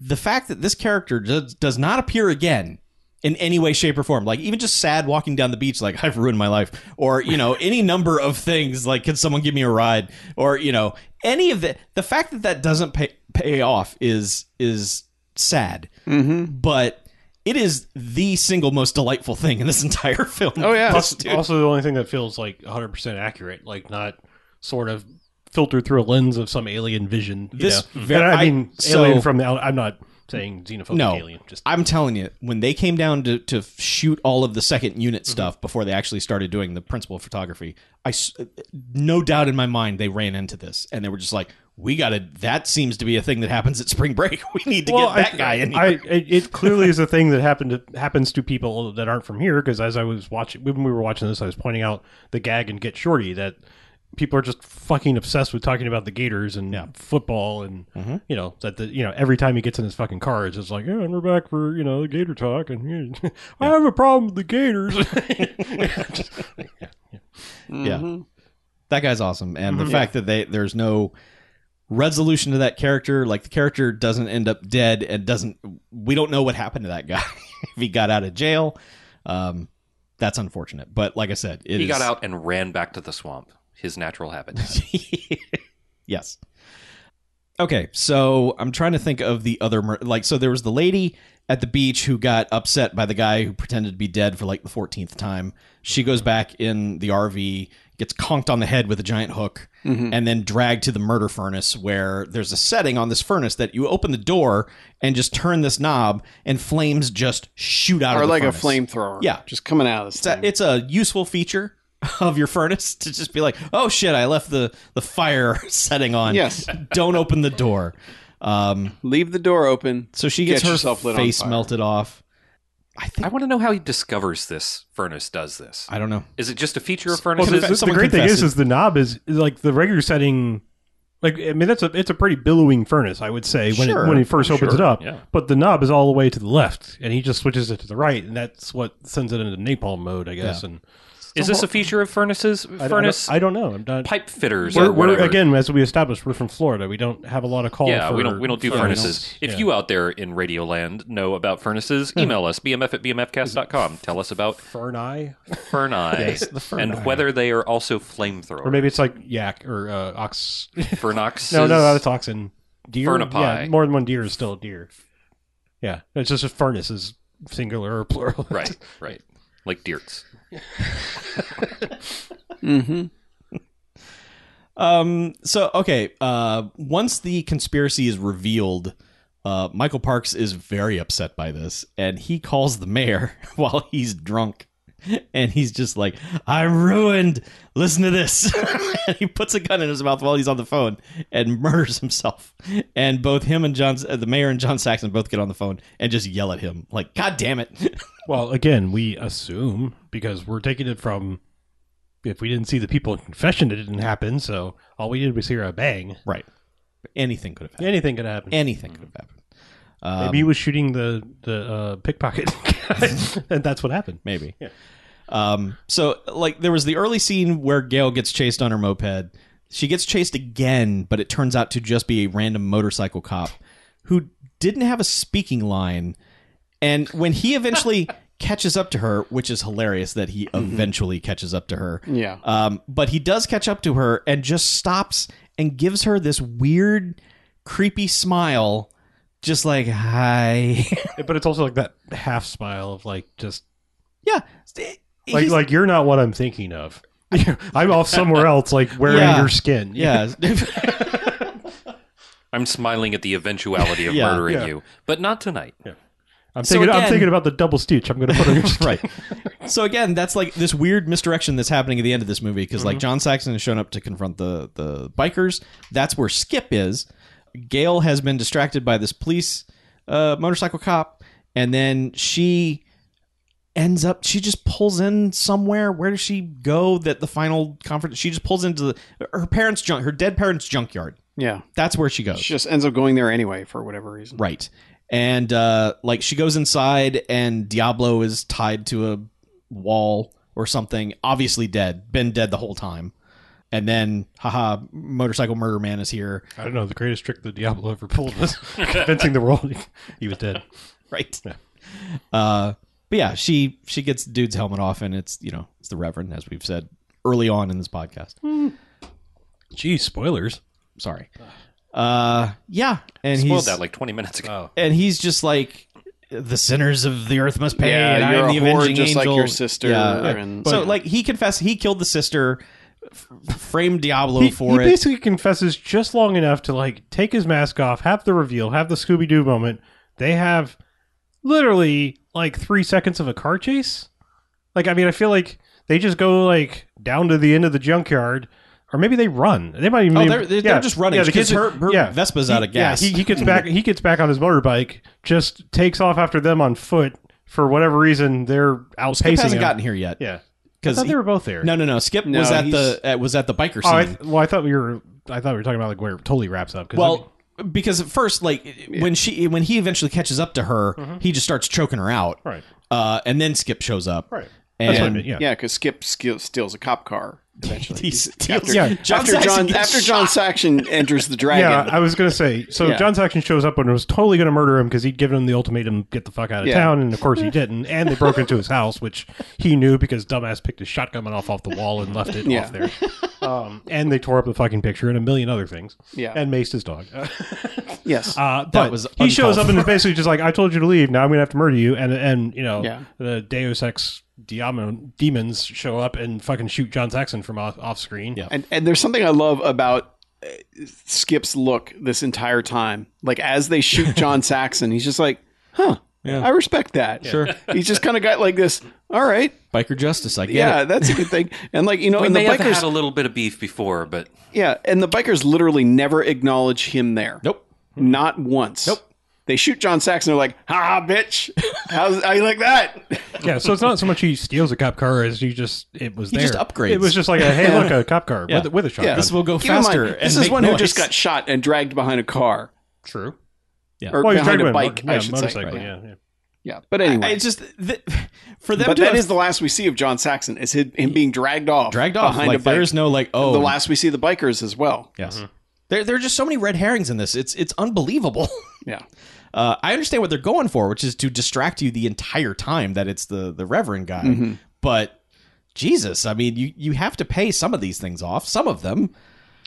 Speaker 5: The fact that this character does, does not appear again in any way, shape, or form, like even just sad walking down the beach, like I've ruined my life, or you know, any number of things, like can someone give me a ride, or you know, any of the the fact that that doesn't pay pay off is is sad,
Speaker 3: Mm-hmm.
Speaker 5: but it is the single most delightful thing in this entire film.
Speaker 3: Oh, yeah.
Speaker 1: Plus, also the only thing that feels like 100 percent accurate, like not sort of filtered through a lens of some alien vision. you
Speaker 5: This
Speaker 1: know?
Speaker 5: ver-
Speaker 1: And I
Speaker 5: I-
Speaker 1: mean,
Speaker 5: so-
Speaker 1: alien from the. out- I'm not saying xenophobic
Speaker 5: No.
Speaker 1: alien. Just
Speaker 5: I'm telling you, when they came down to, to shoot all of the second unit
Speaker 1: Mm-hmm.
Speaker 5: stuff before they actually started doing the principal photography, I s- uh, no doubt in my mind they ran into this and they were just like, "We got to." That seems to be a thing that happens at spring break. We need to get that
Speaker 1: I,
Speaker 5: guy in. Here.
Speaker 1: I, it, it clearly is a thing that happened to, happens to people that aren't from here. Because as I was watching, when we were watching this, I was pointing out the gag and get shorty that people are just fucking obsessed with talking about the Gators and football, and
Speaker 5: Mm-hmm.
Speaker 1: you know that the you know every time he gets in his fucking car, it's just like, yeah, and we're back for you know the Gator talk, and yeah, I have a problem with the Gators. Just- yeah, yeah.
Speaker 3: Mm-hmm.
Speaker 5: Yeah, that guy's awesome, and
Speaker 1: Mm-hmm.
Speaker 5: the fact that they there's no resolution to that character, like the character doesn't end up dead and doesn't. We don't know what happened to that guy if he got out of jail. Um, that's unfortunate, but like I said, it
Speaker 2: He got
Speaker 5: is-
Speaker 2: out and ran back to the swamp, his natural habitat.
Speaker 5: yes. Okay, so I'm trying to think of the other mur- like so there was the lady at the beach who got upset by the guy who pretended to be dead for like the 14th time. She goes back in the RV, gets conked on the head with a giant hook
Speaker 3: Mm-hmm. Hmm.
Speaker 5: and then dragged to the murder furnace where there's a setting on this furnace that you open the door and just turn this knob and flames just shoot out
Speaker 3: or
Speaker 5: of the
Speaker 3: like a
Speaker 5: furnace.
Speaker 3: flamethrower.
Speaker 5: Yeah.
Speaker 3: just coming out of this.
Speaker 5: It's
Speaker 3: thing.
Speaker 5: a, it's a useful feature of your furnace to just be like, oh shit, I left the, the fire setting on.
Speaker 3: Yes.
Speaker 5: Don't open the door. Um,
Speaker 3: Leave the door open.
Speaker 5: so she
Speaker 3: Get
Speaker 5: gets her
Speaker 3: yourself lit on
Speaker 5: face
Speaker 3: fire.
Speaker 5: melted off. I think
Speaker 2: I want to know how he discovers this furnace does this.
Speaker 5: I don't know.
Speaker 2: Is it just a feature of
Speaker 1: Well, the,
Speaker 2: furnaces?
Speaker 5: confess-
Speaker 1: the- the
Speaker 5: someone
Speaker 1: great thing
Speaker 5: confessed
Speaker 1: is, is the knob is, is like the regular setting. Like I mean, that's a it's a pretty billowing furnace, I would say, when
Speaker 5: Sure.
Speaker 1: it, when he first opens it
Speaker 2: Sure,
Speaker 1: up.
Speaker 2: yeah.
Speaker 1: But the knob is all the way to the left, and he just switches it to the right, and that's what sends it into napalm mode, I guess. And
Speaker 2: Is this a feature of furnaces?
Speaker 1: I don't-
Speaker 2: Furnace
Speaker 1: I don't know. I'm not.
Speaker 2: pipe fitters
Speaker 1: We're,
Speaker 2: or
Speaker 1: we're-
Speaker 2: whatever.
Speaker 1: again, as we established, we're from Florida. We don't have a lot of call.
Speaker 2: yeah,
Speaker 1: for
Speaker 2: we don't we don't do furnaces. If
Speaker 1: Yeah. Hmm.
Speaker 2: you out there in Radioland know about furnaces, email us bmf at bmfcast.com. Tell us about
Speaker 1: Fern eye,
Speaker 2: fern eyes
Speaker 1: the fern
Speaker 2: and
Speaker 1: eye.
Speaker 2: whether they are also flamethrowers.
Speaker 1: or maybe it's like yak or uh, ox.
Speaker 2: Fernoxes.
Speaker 1: No, no, that's oxen. Deer.
Speaker 2: Fernipi.
Speaker 1: Yeah, more than one deer is still a deer. Yeah, it's just a furnace is singular or plural.
Speaker 2: Right, right. Like deerts.
Speaker 3: Mm-hmm.
Speaker 5: Um, so okay, uh, once the conspiracy is revealed, uh, Michael Parks is very upset by this, and he calls the mayor while he's drunk, and he's just like, "I'm ruined. Listen to this." and he puts a gun in his mouth while he's on the phone and murders himself. And both him and John, uh, the mayor and John Saxon, both get on the phone and just yell at him like, "God damn it!"
Speaker 1: Well, again, we assume because we're taking it from if we didn't see the people in confession, it didn't happen. So all we did was hear a bang.
Speaker 5: right. Anything could have happened.
Speaker 1: Anything could happen.
Speaker 5: Anything could have happened. Um,
Speaker 1: Maybe he was shooting the the uh, pickpocket, and that's what happened.
Speaker 5: maybe. Um, so like there was the early scene where Gail gets chased on her moped. She gets chased again, but it turns out to just be a random motorcycle cop who didn't have a speaking line. And when he eventually catches up to her, which is hilarious that he
Speaker 1: Mm-hmm.
Speaker 5: eventually catches up to her.
Speaker 3: Yeah.
Speaker 5: Um, but he does catch up to her and just stops and gives her this weird, creepy smile, just like hi.
Speaker 1: But it's also like that half smile of like just
Speaker 5: yeah.
Speaker 1: like
Speaker 5: He's-
Speaker 1: like you're not what I'm thinking of. I'm off somewhere else, like wearing
Speaker 5: Yeah.
Speaker 1: your skin.
Speaker 5: yeah.
Speaker 2: I'm smiling at the eventuality of
Speaker 5: Yeah,
Speaker 2: murdering
Speaker 1: yeah.
Speaker 2: you, but not tonight.
Speaker 1: I'm
Speaker 5: So
Speaker 1: thinking.
Speaker 5: again-
Speaker 1: I'm thinking about the double stitch. I'm going to put on your skin.
Speaker 5: right. So again, that's like this weird misdirection that's happening at the end of this movie because like John Saxon has shown up to confront the the bikers. That's where Skip is. Gail has been distracted by this police uh, motorcycle cop, and then she ends up. She just pulls in somewhere. Where does she go? That the final conference. She just pulls into the, her parents' junk, her dead parents' junkyard.
Speaker 3: Yeah.
Speaker 5: That's where she goes.
Speaker 3: She just ends up going there anyway for whatever reason.
Speaker 5: Right. And uh, like she goes inside, and Diablo is tied to a wall or something, obviously dead, been dead the whole time. And then, haha, motorcycle murder man is here.
Speaker 1: I don't know. The greatest trick that Diablo ever pulled was convincing the world he, he was dead.
Speaker 5: Right. Uh, but yeah, she she gets the dude's helmet off, and it's you know it's the Reverend, as we've said early on in this podcast.
Speaker 1: Geez, spoilers.
Speaker 5: Sorry. Uh, yeah, and
Speaker 2: Spoiled
Speaker 5: he's
Speaker 2: that like 20 minutes ago.
Speaker 1: Oh.
Speaker 5: and he's just like the sinners of the earth must pay. and I am
Speaker 3: you're
Speaker 5: the
Speaker 3: a whore
Speaker 5: avenging
Speaker 3: just like
Speaker 5: angel."
Speaker 3: your sister,
Speaker 5: Yeah.
Speaker 3: and-
Speaker 5: so
Speaker 3: But-
Speaker 5: like he confessed he killed the sister, f- framed Diablo
Speaker 1: He,
Speaker 5: for
Speaker 1: he
Speaker 5: it.
Speaker 1: basically confesses just long enough to like take his mask off, have the reveal, have the Scooby Doo moment. They have literally like three seconds of a car chase. Like, I mean, I feel like they just go like down to the end of the junkyard, or maybe they run. They might even.
Speaker 5: Oh, they're, they're,
Speaker 1: yeah.
Speaker 5: they're just running.
Speaker 1: Yeah, the
Speaker 5: because
Speaker 1: kids
Speaker 5: her, her
Speaker 1: yeah.
Speaker 5: Vespa's
Speaker 1: He-
Speaker 5: out of gas.
Speaker 1: Yeah, he, he gets back. He gets back on his motorbike. Just takes off after them on foot for whatever reason. They're outpacing.
Speaker 5: Skip hasn't
Speaker 1: him.
Speaker 5: gotten here yet.
Speaker 1: Yeah, I
Speaker 5: because
Speaker 1: thought they were both there.
Speaker 5: no, no, no. Skip
Speaker 3: No,
Speaker 5: was at
Speaker 3: he's-
Speaker 5: the at, was at the biker
Speaker 1: Oh, I
Speaker 5: scene.
Speaker 1: th- well, I thought we were. I thought we were talking about like where it totally wraps up. 'cause
Speaker 5: well, because at first, like when she when he eventually catches up to her, he just starts choking her out.
Speaker 1: Mm-hmm. Right.
Speaker 5: Uh, and then Skip shows up.
Speaker 1: Right.
Speaker 5: And
Speaker 1: that's what I mean. Yeah.
Speaker 3: Yeah, because Skip skill- steals a cop car eventually.
Speaker 5: He steals.
Speaker 3: After,
Speaker 5: Yeah.
Speaker 3: after
Speaker 5: Saxon
Speaker 3: John,
Speaker 5: gets
Speaker 3: after
Speaker 5: shot.
Speaker 3: John Saxon enters the dragon.
Speaker 1: Yeah, I was gonna say. So
Speaker 3: Yeah.
Speaker 1: John Saxon shows up and was totally gonna murder him because he'd given him the ultimatum: get the fuck out of
Speaker 3: Yeah.
Speaker 1: town. And of course he didn't. And they broke into his house, which he knew because dumbass picked his shotgun off off the wall and left it
Speaker 3: Yeah.
Speaker 1: off there. Um, and they tore up the fucking picture and a million other things.
Speaker 3: Yeah.
Speaker 1: and maced his dog.
Speaker 3: yes.
Speaker 1: Uh, but
Speaker 5: was
Speaker 1: he shows
Speaker 5: uncalled
Speaker 1: up and is basically just like, "I told you to leave. Now I'm gonna have to murder you." And and you know,
Speaker 3: Yeah.
Speaker 1: the Deus Ex Diamo demons show up and fucking shoot John Saxon from off, off screen.
Speaker 5: Yeah.
Speaker 3: And and there's something I love about uh, Skip's look this entire time. Like as they shoot John Saxon, he's just like, "Huh,
Speaker 5: Yeah.
Speaker 3: I respect that."
Speaker 5: Sure.
Speaker 3: He's just kind of got like this. All right,
Speaker 5: Biker justice. I get
Speaker 3: yeah,
Speaker 5: it.
Speaker 3: that's a good thing. And like you know,
Speaker 2: We
Speaker 3: and the
Speaker 2: may have
Speaker 3: bikers,
Speaker 2: had a little bit of beef before, but
Speaker 3: yeah, and the bikers literally never acknowledge him there.
Speaker 5: Nope.
Speaker 3: not once. Nope. They shoot John Saxon. They're like, "Ha, bitch! How's how you like that?"
Speaker 1: yeah, so it's not so much he steals a cop car as he just it was there.
Speaker 5: just upgrades.
Speaker 1: It was just like a hey, look, a cop car
Speaker 5: Yeah.
Speaker 1: with, with a shotgun.
Speaker 3: Yeah.
Speaker 5: This will go
Speaker 3: Um, Keep in mind,
Speaker 5: faster.
Speaker 3: this
Speaker 5: and
Speaker 3: is
Speaker 5: make
Speaker 3: one who
Speaker 5: noise.
Speaker 3: just got shot and dragged behind a car
Speaker 1: True.
Speaker 3: or
Speaker 1: Well, he's
Speaker 3: behind
Speaker 1: driving
Speaker 3: a bike.
Speaker 1: yeah,
Speaker 3: I should say.
Speaker 1: motorcycle. Yeah, yeah.
Speaker 3: Yeah, but anyway,
Speaker 5: It's just th- for them
Speaker 3: but
Speaker 5: to
Speaker 3: that
Speaker 5: have
Speaker 3: is the last we see of John Saxon is him, him being dragged off,
Speaker 5: dragged off.
Speaker 3: behind a
Speaker 5: Like
Speaker 3: bike.
Speaker 5: there's no like oh
Speaker 3: the last we see the bikers as well.
Speaker 5: yes. There, there are just so many red herrings in this. It's it's unbelievable.
Speaker 3: Yeah,
Speaker 5: Uh, I understand what they're going for, which is to distract you the entire time that it's the the Reverend guy.
Speaker 3: Mm-hmm.
Speaker 5: But Jesus, I mean, you you have to pay some of these things off. Some of them,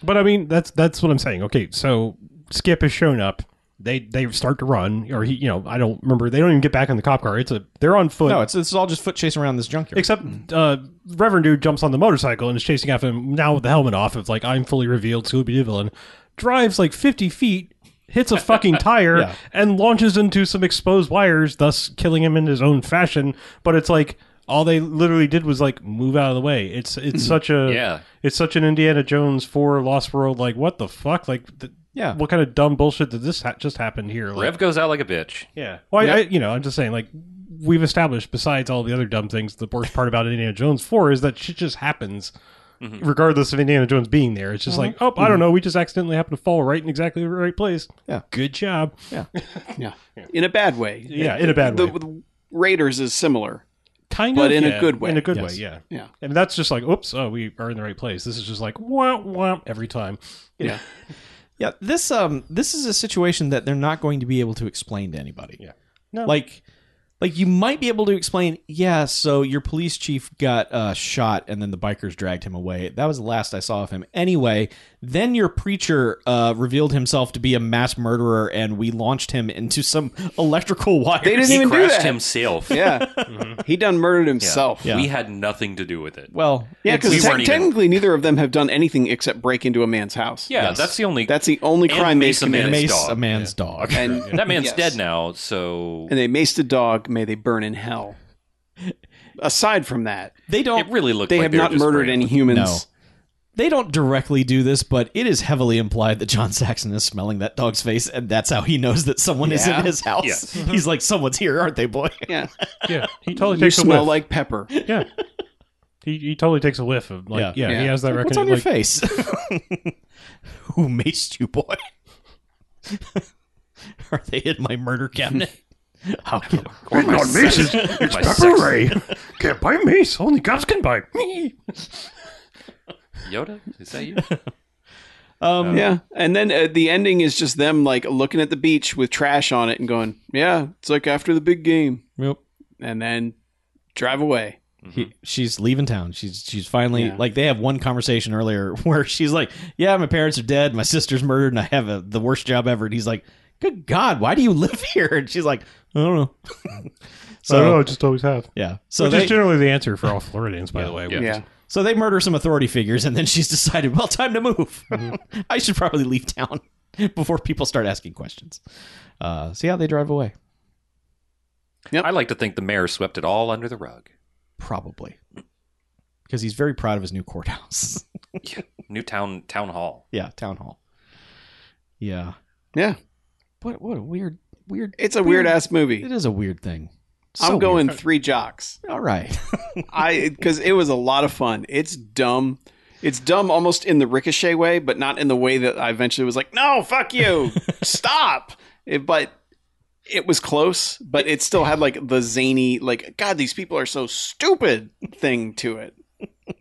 Speaker 1: But I mean, that's that's what I'm saying. Okay, so Skip has shown up. They they start to run, or he, you know, I don't remember. They don't even get back in the cop car. It's a they're on foot.
Speaker 5: no, it's it's all just foot chasing around this junkyard.
Speaker 1: Except uh, Reverend dude jumps on the motorcycle and is chasing after him now with the helmet off. It's like I'm fully revealed Scooby Doo villain. Drives like 50 feet, hits a fucking tire,
Speaker 5: Yeah.
Speaker 1: and launches into some exposed wires, thus killing him in his own fashion. But it's like all they literally did was like move out of the way. It's
Speaker 5: Hmm.
Speaker 1: it's such a
Speaker 2: Yeah.
Speaker 1: It's such an Indiana Jones for Lost World. Like what the fuck? Like th-
Speaker 5: Yeah.
Speaker 1: what kind of dumb bullshit did this ha- just happen here? Like,
Speaker 2: Rev goes out like a bitch.
Speaker 1: yeah. Well, I, I, you know, I'm just saying, like, we've established, besides all the other dumb things, the worst part about Indiana Jones 4 is that shit just happens,
Speaker 3: Mm-hmm.
Speaker 1: regardless of Indiana Jones being there. It's just like,
Speaker 5: Mm-hmm.
Speaker 1: oh, I don't know, we just accidentally happened to fall right in exactly the right place.
Speaker 5: Yeah.
Speaker 1: Good job.
Speaker 3: yeah, in a bad way.
Speaker 1: Yeah, in a bad
Speaker 3: The,
Speaker 1: way.
Speaker 3: the Raiders is similar.
Speaker 1: Kind
Speaker 3: but
Speaker 1: of.
Speaker 3: in a
Speaker 1: yeah,
Speaker 3: good way.
Speaker 1: In a good
Speaker 5: Yes.
Speaker 1: way, yeah.
Speaker 3: Yeah,
Speaker 1: And that's just like, oops, oh, we are in the right place. This is just like, womp, womp, every time.
Speaker 3: yeah,
Speaker 5: Yeah, this um this is a situation that they're not going to be able to explain to anybody.
Speaker 1: Yeah. No.
Speaker 5: Like like you might be able to explain, yeah, so your police chief got uh, shot and then the bikers dragged him away. That was the last I saw of him. Anyway, then your preacher uh, revealed himself to be a mass murderer and we launched him into some electrical wires.
Speaker 3: They didn't
Speaker 2: He
Speaker 3: even do
Speaker 2: crashed
Speaker 3: that.
Speaker 2: himself.
Speaker 3: yeah. He done murdered himself.
Speaker 5: Mm-hmm. Yeah.
Speaker 2: We had nothing to do with it.
Speaker 5: well,
Speaker 3: Yeah,
Speaker 5: it's-
Speaker 3: because
Speaker 2: We weren't even-
Speaker 3: technically neither of them have done anything except break into a man's house.
Speaker 2: Yeah, that's the only.
Speaker 3: that's the only
Speaker 2: And
Speaker 3: crime they've
Speaker 2: mace a man.
Speaker 3: committed.
Speaker 5: mace
Speaker 2: dog.
Speaker 5: a man's dog.
Speaker 3: And
Speaker 2: that man's
Speaker 3: yes.
Speaker 2: dead now. So
Speaker 3: And they maced a dog. May they burn in hell. Aside from that,
Speaker 5: They
Speaker 2: it
Speaker 5: don't
Speaker 2: really looked.
Speaker 3: they
Speaker 2: like
Speaker 3: have
Speaker 2: they were
Speaker 3: not
Speaker 2: just
Speaker 3: murdered
Speaker 2: praying.
Speaker 3: any humans.
Speaker 5: No. they don't directly do this, but it is heavily implied that John Saxon is smelling that dog's face, and that's how he knows that someone is
Speaker 3: Yeah.
Speaker 5: in his house.
Speaker 2: Yes.
Speaker 5: He's like, "Someone's here, aren't they, boy?"
Speaker 3: Yeah,
Speaker 1: Yeah. He totally
Speaker 3: you
Speaker 1: takes a
Speaker 3: smell
Speaker 1: whiff.
Speaker 3: like pepper.
Speaker 1: yeah. He, he totally takes a whiff of, like,
Speaker 5: Yeah.
Speaker 1: yeah, he
Speaker 3: Yeah.
Speaker 1: has that
Speaker 5: What's
Speaker 1: recogni-
Speaker 5: on your
Speaker 1: like,
Speaker 5: face? Who maced you, boy? Are they in my murder cabinet? How can-
Speaker 1: not mace. It's, it's
Speaker 2: My sex-
Speaker 1: Can't buy mace. Only cops can buy.
Speaker 2: Yoda, is that you?
Speaker 5: um,
Speaker 3: Yeah, and then uh, the ending is just them like looking at the beach with trash on it and going, "Yeah, it's like after the big game,"
Speaker 5: yep.
Speaker 3: and then drive away.
Speaker 5: He- she's leaving town. She's she's finally
Speaker 3: Yeah.
Speaker 5: like they have one conversation earlier where she's like, "Yeah, my parents are dead, my sister's murdered, and I have a, the worst job ever." And he's like, "Good God, why do you live here?" And she's like, "I don't know." so
Speaker 1: I
Speaker 5: Uh,
Speaker 1: don't know. I just always have.
Speaker 5: yeah, so
Speaker 1: Which
Speaker 5: they
Speaker 1: is generally the answer for all Floridians, by the way.
Speaker 2: Yeah.
Speaker 3: Yeah,
Speaker 5: so they murder some authority figures, and then she's decided, "Well, time to move. I should probably leave town before people start asking questions." Uh, so yeah, they drive away.
Speaker 2: I like to think the mayor swept it all under the rug.
Speaker 5: Probably because he's very proud of his new courthouse.
Speaker 2: New town town hall.
Speaker 5: yeah, town hall. Yeah.
Speaker 3: yeah,
Speaker 5: What what a weird weird
Speaker 3: it's a weird ass movie.
Speaker 5: Hmm. It is a weird thing. So
Speaker 3: I'm going
Speaker 5: weird.
Speaker 3: three jocks.
Speaker 5: All right.
Speaker 3: I because it was a lot of fun. It's dumb. It's dumb almost in the ricochet way, but not in the way that I eventually was like, "No, fuck you, stop!" It- but it was close. But it still had like the zany, like "God, these people are so stupid" thing to it.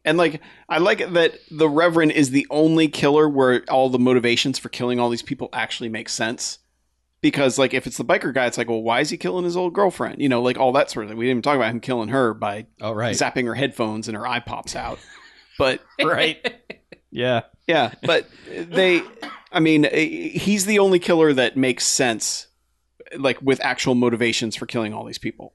Speaker 3: And like I like that the Reverend is the only killer where all the motivations for killing all these people actually make sense. Because like if it's the biker guy, it's like, well, why is he killing his old girlfriend? You know, like all that sort of thing. We didn't even talk about him killing her by
Speaker 5: Oh right.
Speaker 3: zapping her headphones and her eye pops out. But
Speaker 5: Right. yeah.
Speaker 3: yeah, but they I mean, eh, he's the only killer that makes sense like with actual motivations for killing all these people.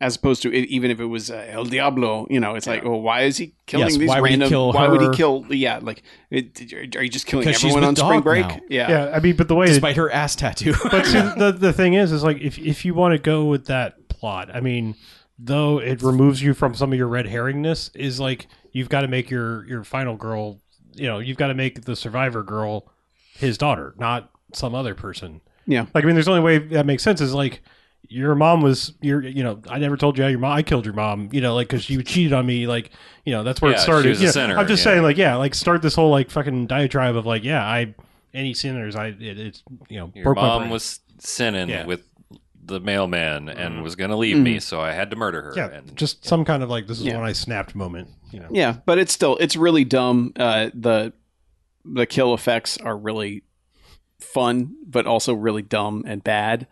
Speaker 3: As opposed to even if it was uh, El Diablo, you know, it's like, oh, why is he killing
Speaker 5: Yes,
Speaker 3: these
Speaker 5: why would he
Speaker 3: random?
Speaker 5: kill
Speaker 3: why would he
Speaker 5: her?
Speaker 3: kill? Yeah, like, it, are you just killing
Speaker 5: 'Cause she's
Speaker 3: everyone on
Speaker 5: with
Speaker 3: spring
Speaker 5: dog
Speaker 3: break?
Speaker 5: now.
Speaker 3: Yeah,
Speaker 1: yeah, I mean, but the way it,
Speaker 5: Despite her ass tattoo.
Speaker 1: But see, the the thing is, is like if if you want to go with that plot, I mean, though it removes you from some of your red herringness, is like you've got to make your your final girl, you know, you've got to make the survivor girl his daughter, not some other person.
Speaker 3: Yeah.
Speaker 1: Like I mean, there's the only way that makes sense is like your mom was your you know I never told you how your mom I killed your mom you know like because you cheated on me like you know that's where
Speaker 2: Yeah,
Speaker 1: it
Speaker 2: she
Speaker 1: started.
Speaker 2: was a
Speaker 1: You know,
Speaker 2: sinner,
Speaker 1: I'm just
Speaker 2: yeah.
Speaker 1: saying like yeah like start this whole like fucking diatribe of like yeah I any sinners I it, it's you know
Speaker 2: Your
Speaker 1: broke my
Speaker 2: mom
Speaker 1: brain.
Speaker 2: was sinning
Speaker 1: Yeah.
Speaker 2: with the mailman and was going to leave me, so I had to murder her.
Speaker 1: yeah,
Speaker 2: and
Speaker 1: just some kind of like this is
Speaker 3: Yeah.
Speaker 1: when I snapped moment. You know,
Speaker 3: yeah, but it's still it's really dumb. Uh, the the kill effects are really fun, but also really dumb and bad.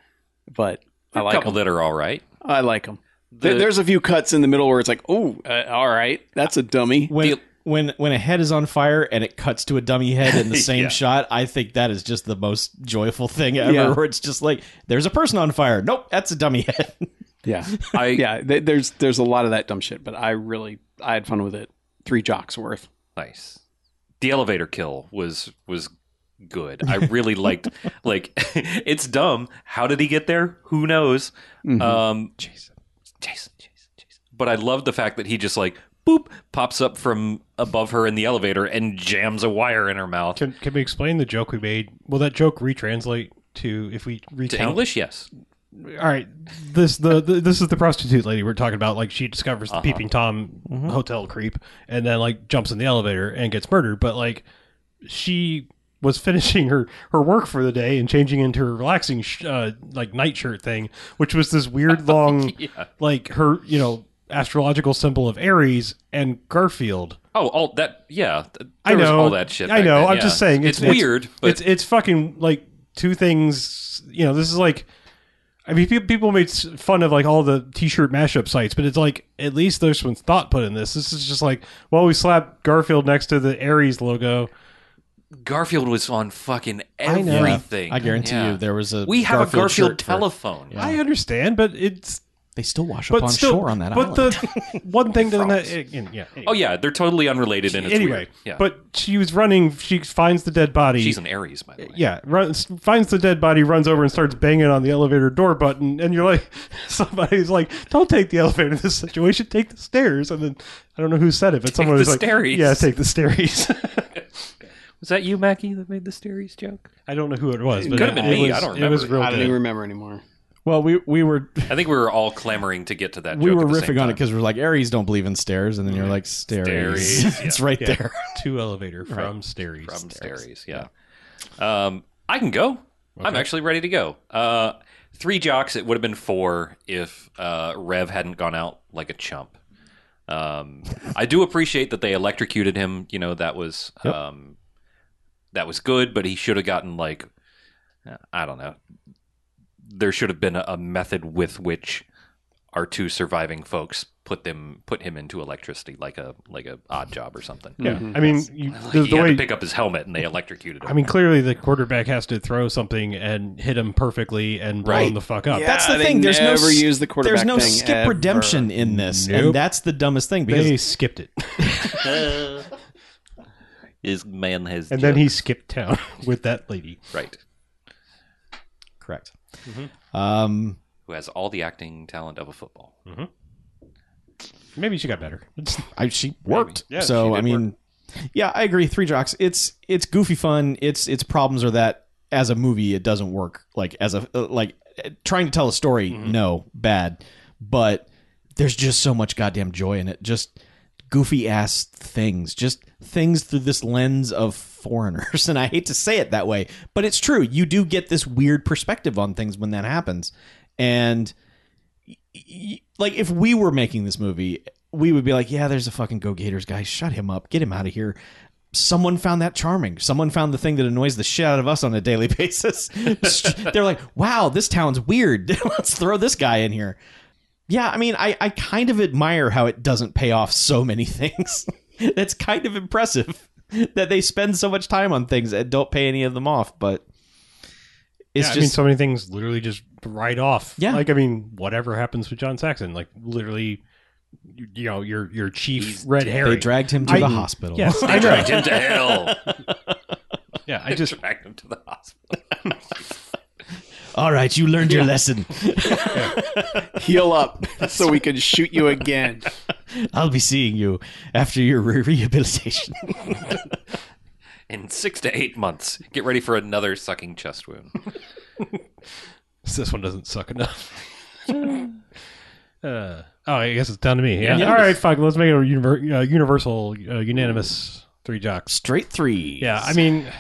Speaker 3: But I
Speaker 2: a
Speaker 3: like
Speaker 2: couple
Speaker 3: them.
Speaker 2: that are all right.
Speaker 3: I like them.
Speaker 2: The-
Speaker 3: There's a few cuts in the middle where it's like, oh, uh, all right, that's a dummy.
Speaker 5: when
Speaker 2: Deal-
Speaker 5: when when a head is on fire and it cuts to a dummy head in the same
Speaker 2: Yeah.
Speaker 5: shot, I think that is just the most joyful thing ever.
Speaker 3: Yeah.
Speaker 5: Where it's just like there's a person on fire. Nope, that's a dummy head.
Speaker 3: Yeah,
Speaker 2: I
Speaker 3: yeah. Th- there's there's a lot of that dumb shit, but I really I had fun with it. Three jocks worth.
Speaker 2: Nice. The elevator kill was was good. I really liked like it's dumb. How did he get there? Who knows?
Speaker 5: Mm-hmm.
Speaker 3: Uh,
Speaker 1: Mm-hmm.
Speaker 2: Um Jason. Jason, Jason, Jason. But I love the fact that he just like boop pops up from above her in the elevator and jams a wire in her mouth.
Speaker 1: can can we explain the joke we made? Will that joke retranslate to if we
Speaker 2: To
Speaker 1: recount?
Speaker 2: English, yes.
Speaker 1: All right, this the, the this is the prostitute lady we're talking about. Like she discovers the peeping tom hotel creep, and then like jumps in the elevator and gets murdered. But like she was finishing her her work for the day and changing into her relaxing sh- uh, like nightshirt thing, which was this weird long like her you know astrological symbol of Aries and Garfield.
Speaker 2: Oh, all that yeah. th- There
Speaker 1: I know
Speaker 2: was all that shit.
Speaker 1: I
Speaker 2: back
Speaker 1: know.
Speaker 2: then,
Speaker 1: I'm
Speaker 2: yeah.
Speaker 1: just saying it's,
Speaker 2: weird, but
Speaker 1: it's it's fucking like two things. You know, this is like. I mean, pe- people made s- fun of like all the T-shirt mashup sites, but it's like at least there's some thought put in this. This is just like, well, we slapped Garfield next to the Aries logo.
Speaker 2: Garfield was on fucking
Speaker 1: know.
Speaker 2: everything.
Speaker 5: I guarantee
Speaker 2: Yeah.
Speaker 5: you there was a
Speaker 2: we have a Garfield
Speaker 5: shirt for-
Speaker 2: telephone.
Speaker 1: I understand, but it's
Speaker 5: they still wash up
Speaker 1: but
Speaker 5: on
Speaker 1: still,
Speaker 5: shore on that
Speaker 1: but
Speaker 5: island.
Speaker 1: the one thing doesn't that and- yeah. eh,
Speaker 2: Oh yeah, they're totally unrelated and it's
Speaker 1: anyway,
Speaker 2: weird. Yeah.
Speaker 1: but she was running. She finds the dead body.
Speaker 2: She's an Aries, by the way.
Speaker 1: yeah, runs, finds the dead body, runs over and starts banging on the elevator door button, and you're like, somebody's like, "Don't take the elevator in this situation. Take the stairs." And then I don't know who said it, but someone
Speaker 2: the
Speaker 1: was like,
Speaker 2: stairies.
Speaker 1: "Yeah, take the stairs."
Speaker 2: Was that you, Mackie, that made the Steries joke?
Speaker 1: I don't know who it was. It
Speaker 2: could've been
Speaker 1: it
Speaker 2: me.
Speaker 1: was-
Speaker 2: I don't
Speaker 1: It was
Speaker 2: remember.
Speaker 1: real
Speaker 3: I don't
Speaker 1: good.
Speaker 3: even remember anymore.
Speaker 5: well, we we were
Speaker 2: I think we were all clamoring to get to that.
Speaker 5: we
Speaker 2: joke
Speaker 5: were
Speaker 2: at the same
Speaker 5: riffing
Speaker 2: time.
Speaker 5: on it because we were like Aries don't believe in stairs, and then you're like stairs.
Speaker 2: Stairs,
Speaker 5: it's right
Speaker 1: Yeah,
Speaker 5: there.
Speaker 1: to elevator from stairies.
Speaker 2: from Steries. Yeah. Um, I can go. I'm actually ready to go. Uh, three jocks. It would have been four if uh, Rev hadn't gone out like a chump. Um, I do appreciate that they electrocuted him. You know that was um, that was good, but he should have gotten like I don't know. There should have been a, a method with which our two surviving folks put them put him into electricity, like a like a odd job or something.
Speaker 1: Yeah, I mean, you, the,
Speaker 2: he
Speaker 1: the
Speaker 2: had
Speaker 1: way
Speaker 2: to pick up his helmet and they electrocuted him.
Speaker 1: I mean, clearly the quarterback has to throw something and hit him perfectly and blow him the fuck up.
Speaker 3: Yeah.
Speaker 5: That's the
Speaker 3: they
Speaker 5: thing. There's no
Speaker 3: never
Speaker 5: s-
Speaker 3: use the quarterback
Speaker 5: There's no
Speaker 3: thing
Speaker 5: skip
Speaker 3: ever.
Speaker 5: redemption in this,
Speaker 1: Nope.
Speaker 5: and that's the dumbest thing because
Speaker 1: They skipped it,
Speaker 2: His man has
Speaker 1: and then he skipped town with that lady.
Speaker 2: right
Speaker 5: correct.
Speaker 3: Mm-hmm.
Speaker 5: Um,
Speaker 2: who has all the acting talent of a football.
Speaker 1: Maybe she got better.
Speaker 5: I, she worked.
Speaker 1: Yeah,
Speaker 5: so
Speaker 1: she did
Speaker 5: I mean, yeah, I agree. Three Jocks. It's it's goofy fun. It's its problems are that as a movie it doesn't work. Like as a uh, like uh, trying to tell a story,
Speaker 1: Mm-hmm.
Speaker 5: no, bad. But there's just so much goddamn joy in it. Just goofy ass things. Just things through this lens of foreigners. And I hate to say it that way, but it's true. You do get this weird perspective on things when that happens. And y- like if we were making this movie we would be like, yeah, there's a fucking Go Gators guy. Shut him up. Get him out of here. Someone found that charming. Someone found the thing that annoys the shit out of us on a daily basis. They're like, wow, this town's weird. Let's throw this guy in here. Yeah, I mean, I, I kind of admire how it doesn't pay off so many things. That's kind of impressive that they spend so much time on things that don't pay any of them off, but it's
Speaker 1: yeah, I mean,
Speaker 5: just
Speaker 1: so many things literally just right off.
Speaker 5: Yeah.
Speaker 1: Like, I mean, whatever happens with John Saxon, like literally, you, you know, your your chief red herring.
Speaker 5: they dragged him to
Speaker 1: I-
Speaker 5: the hospital.
Speaker 1: Yes, I
Speaker 2: I
Speaker 1: know.
Speaker 2: dragged him to hell.
Speaker 1: Yeah, I just
Speaker 2: dragged him to the hospital.
Speaker 5: All right, you learned your lesson.
Speaker 3: Heal up so we can shoot you again.
Speaker 5: I'll be seeing you after your re- rehabilitation.
Speaker 2: In six to eight months, get ready for another sucking chest wound.
Speaker 1: this one doesn't suck enough. uh, oh, I guess it's down to me. Yeah.
Speaker 5: Yeah.
Speaker 1: All right, fuck. Let's make it a univer- uh, universal, uh, unanimous three jocks.
Speaker 5: Straight three.
Speaker 1: Yeah, I mean,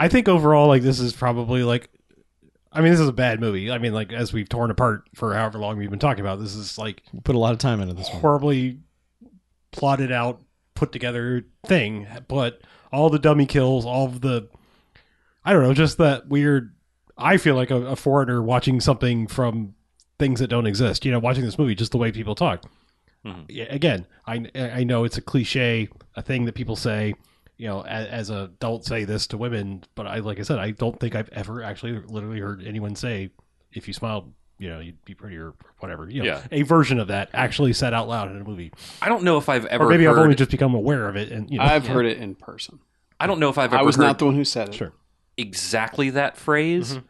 Speaker 1: I think overall, like this is probably like, I mean, this is a bad movie. I mean, like as we've torn apart for however long we've been talking about, this is like
Speaker 5: put a lot of time into this one.
Speaker 1: horribly plotted out, put together thing. But all the dummy kills, all of the, I don't know, just that weird. I feel like a, a foreigner watching something from things that don't exist. You know, watching this movie, just the way people talk.
Speaker 2: Mhm.
Speaker 1: Yeah, Again, I I know it's a cliche, a thing that people say. You know, as, as a don't say this to women, but I like I said, I don't think I've ever actually literally heard anyone say, "If you smiled, you know, you'd be prettier," or whatever. You know,
Speaker 2: Yeah.
Speaker 1: a version of that actually said out loud in a movie,
Speaker 2: I don't know if I've ever
Speaker 1: or maybe
Speaker 2: heard.
Speaker 1: I've only just become aware of it. And you know,
Speaker 3: I've heard it in person.
Speaker 2: I don't know if I've ever
Speaker 3: I was
Speaker 2: heard
Speaker 3: not the one who said it.
Speaker 1: Sure.
Speaker 2: exactly that phrase.
Speaker 1: Mm-hmm.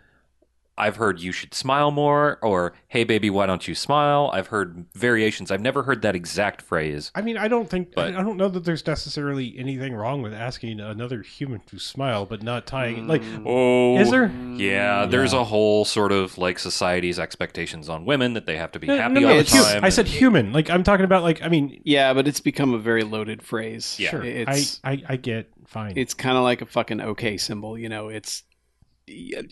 Speaker 2: I've heard you should smile more, or hey baby, why don't you smile? I've heard variations. I've never heard that exact phrase.
Speaker 1: I mean, I don't think
Speaker 2: But-
Speaker 1: I don't know that there's necessarily anything wrong with asking another human to smile, but not tying like
Speaker 2: Oh,
Speaker 1: is there?
Speaker 2: Mm, Yeah, there's a whole sort of like society's expectations on women that they have to be
Speaker 1: No,
Speaker 2: happy
Speaker 1: no, no,
Speaker 2: all the
Speaker 1: it's hu-
Speaker 2: time.
Speaker 1: I said human. Like I'm talking about like I mean,
Speaker 3: Yeah, but it's become a very loaded phrase.
Speaker 2: Yeah.
Speaker 1: sure.
Speaker 3: It's
Speaker 1: I, I I get fine.
Speaker 3: it's kind of like a fucking okay symbol you know it's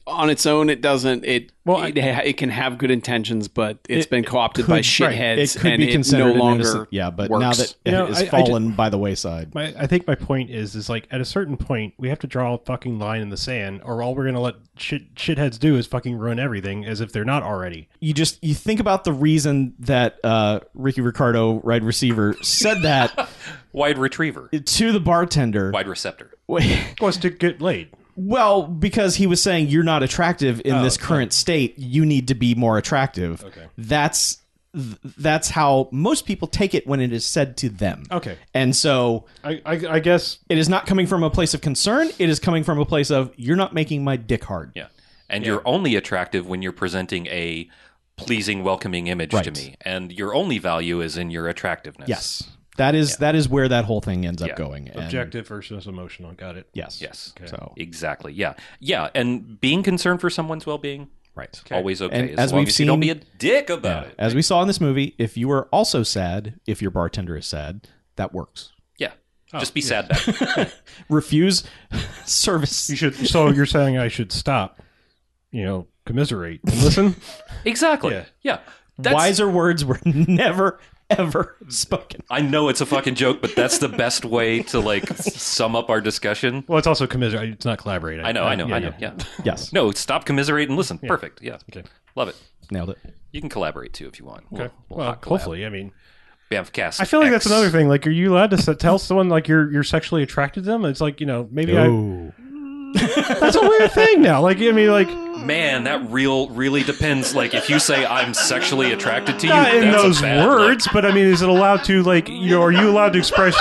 Speaker 3: on its own it doesn't it
Speaker 1: Well,
Speaker 3: well
Speaker 1: I-
Speaker 3: it, ha- it can have good intentions but it's
Speaker 1: It-
Speaker 3: been co-opted by
Speaker 5: Could- right,
Speaker 3: shitheads
Speaker 5: It could
Speaker 3: and
Speaker 5: be considered
Speaker 3: it
Speaker 5: an
Speaker 3: no longer
Speaker 5: innocent- yeah, but now
Speaker 3: works.
Speaker 5: that
Speaker 1: You know,
Speaker 5: it
Speaker 1: I-
Speaker 5: has
Speaker 1: I
Speaker 5: fallen by the wayside.
Speaker 1: my I think my point is is like at a certain point we have to draw a fucking line in the sand, or all we're gonna let shit shitheads do is fucking ruin everything as if they're not already.
Speaker 5: you just you think about the reason that uh, Ricky Ricardo, wide receiver, said that
Speaker 2: Wide retriever,
Speaker 5: to the bartender.
Speaker 2: wide receptor.
Speaker 1: Was to get laid.
Speaker 5: Well, because he was saying you're not attractive
Speaker 3: Oh,
Speaker 5: in this current state, you need to be more attractive. Okay. That's th- that's how most people take it when it is said to them.
Speaker 1: Okay,
Speaker 5: And so
Speaker 1: I I, I guess
Speaker 5: it is not coming from a place of concern, it is coming from a place of you're not making my dick hard.
Speaker 2: Yeah, and you're only attractive when you're presenting a pleasing, welcoming image to
Speaker 5: Right.
Speaker 2: me, and your only value is in your attractiveness.
Speaker 5: Yes. That is that is where that whole thing ends
Speaker 2: Yeah.
Speaker 5: up going. And-
Speaker 1: objective versus emotional. Got it.
Speaker 5: Yes.
Speaker 2: Yes.
Speaker 5: So
Speaker 2: Exactly. Yeah. Yeah. And being concerned for someone's well being,
Speaker 5: right.
Speaker 2: always okay.
Speaker 5: And
Speaker 2: as
Speaker 5: as
Speaker 2: long
Speaker 5: we've
Speaker 2: as you don't
Speaker 5: seen-
Speaker 2: be a dick about it.
Speaker 5: As we saw in this movie, if you are also sad, if your bartender is sad, that works.
Speaker 2: Oh, Yeah. Just be sad. back.
Speaker 5: Refuse service.
Speaker 1: You should. So you're saying I should stop? You know, commiserate and listen.
Speaker 2: exactly.
Speaker 1: Yeah.
Speaker 2: Yeah. That's,
Speaker 5: Wiser words were never ever spoken.
Speaker 2: I know it's a fucking joke, but that's the best way to like sum up our discussion.
Speaker 1: well, it's also commiserate. It's not collaborate.
Speaker 2: I know. I know. I know. Yeah.
Speaker 5: Yes,
Speaker 2: No. Stop. Commiserate and listen. Perfect. Yeah.
Speaker 1: Okay.
Speaker 2: Love it.
Speaker 5: nailed it.
Speaker 2: You can collaborate too if you want. We'll,
Speaker 1: Okay.
Speaker 2: we'll
Speaker 1: well,
Speaker 2: not collab.
Speaker 1: hopefully. I mean,
Speaker 2: Bamfcast.
Speaker 1: I feel like that's
Speaker 2: X.
Speaker 1: another thing. Like, are you allowed to s- tell someone like you're you're sexually attracted to them? It's like you know, maybe I. That's a weird thing now. Like, I mean, like
Speaker 2: Man, that real really depends. Like if you say I'm sexually attracted to you,
Speaker 1: not in
Speaker 2: that's a
Speaker 1: those
Speaker 2: bad look.
Speaker 1: words, but I mean, is it allowed to like? You know, are you allowed to express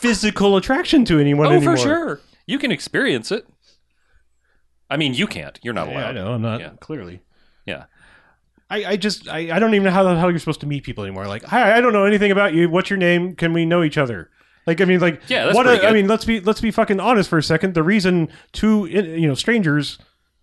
Speaker 1: physical attraction to anyone
Speaker 2: Oh,
Speaker 1: anymore?
Speaker 2: for sure. You can experience it. I mean, you can't. You're not allowed.
Speaker 1: Yeah, I know. I'm not
Speaker 2: Yeah.
Speaker 1: clearly.
Speaker 2: Yeah.
Speaker 1: I, I just I, I don't even know how the hell you're supposed to meet people anymore. Like, hi, I don't know anything about you. What's your name? Can we know each other? Like, I mean, like,
Speaker 2: Yeah, that's
Speaker 1: what?
Speaker 2: pretty
Speaker 1: I
Speaker 2: good.
Speaker 1: mean, let's be let's be fucking honest for a second. The reason two in- you know strangers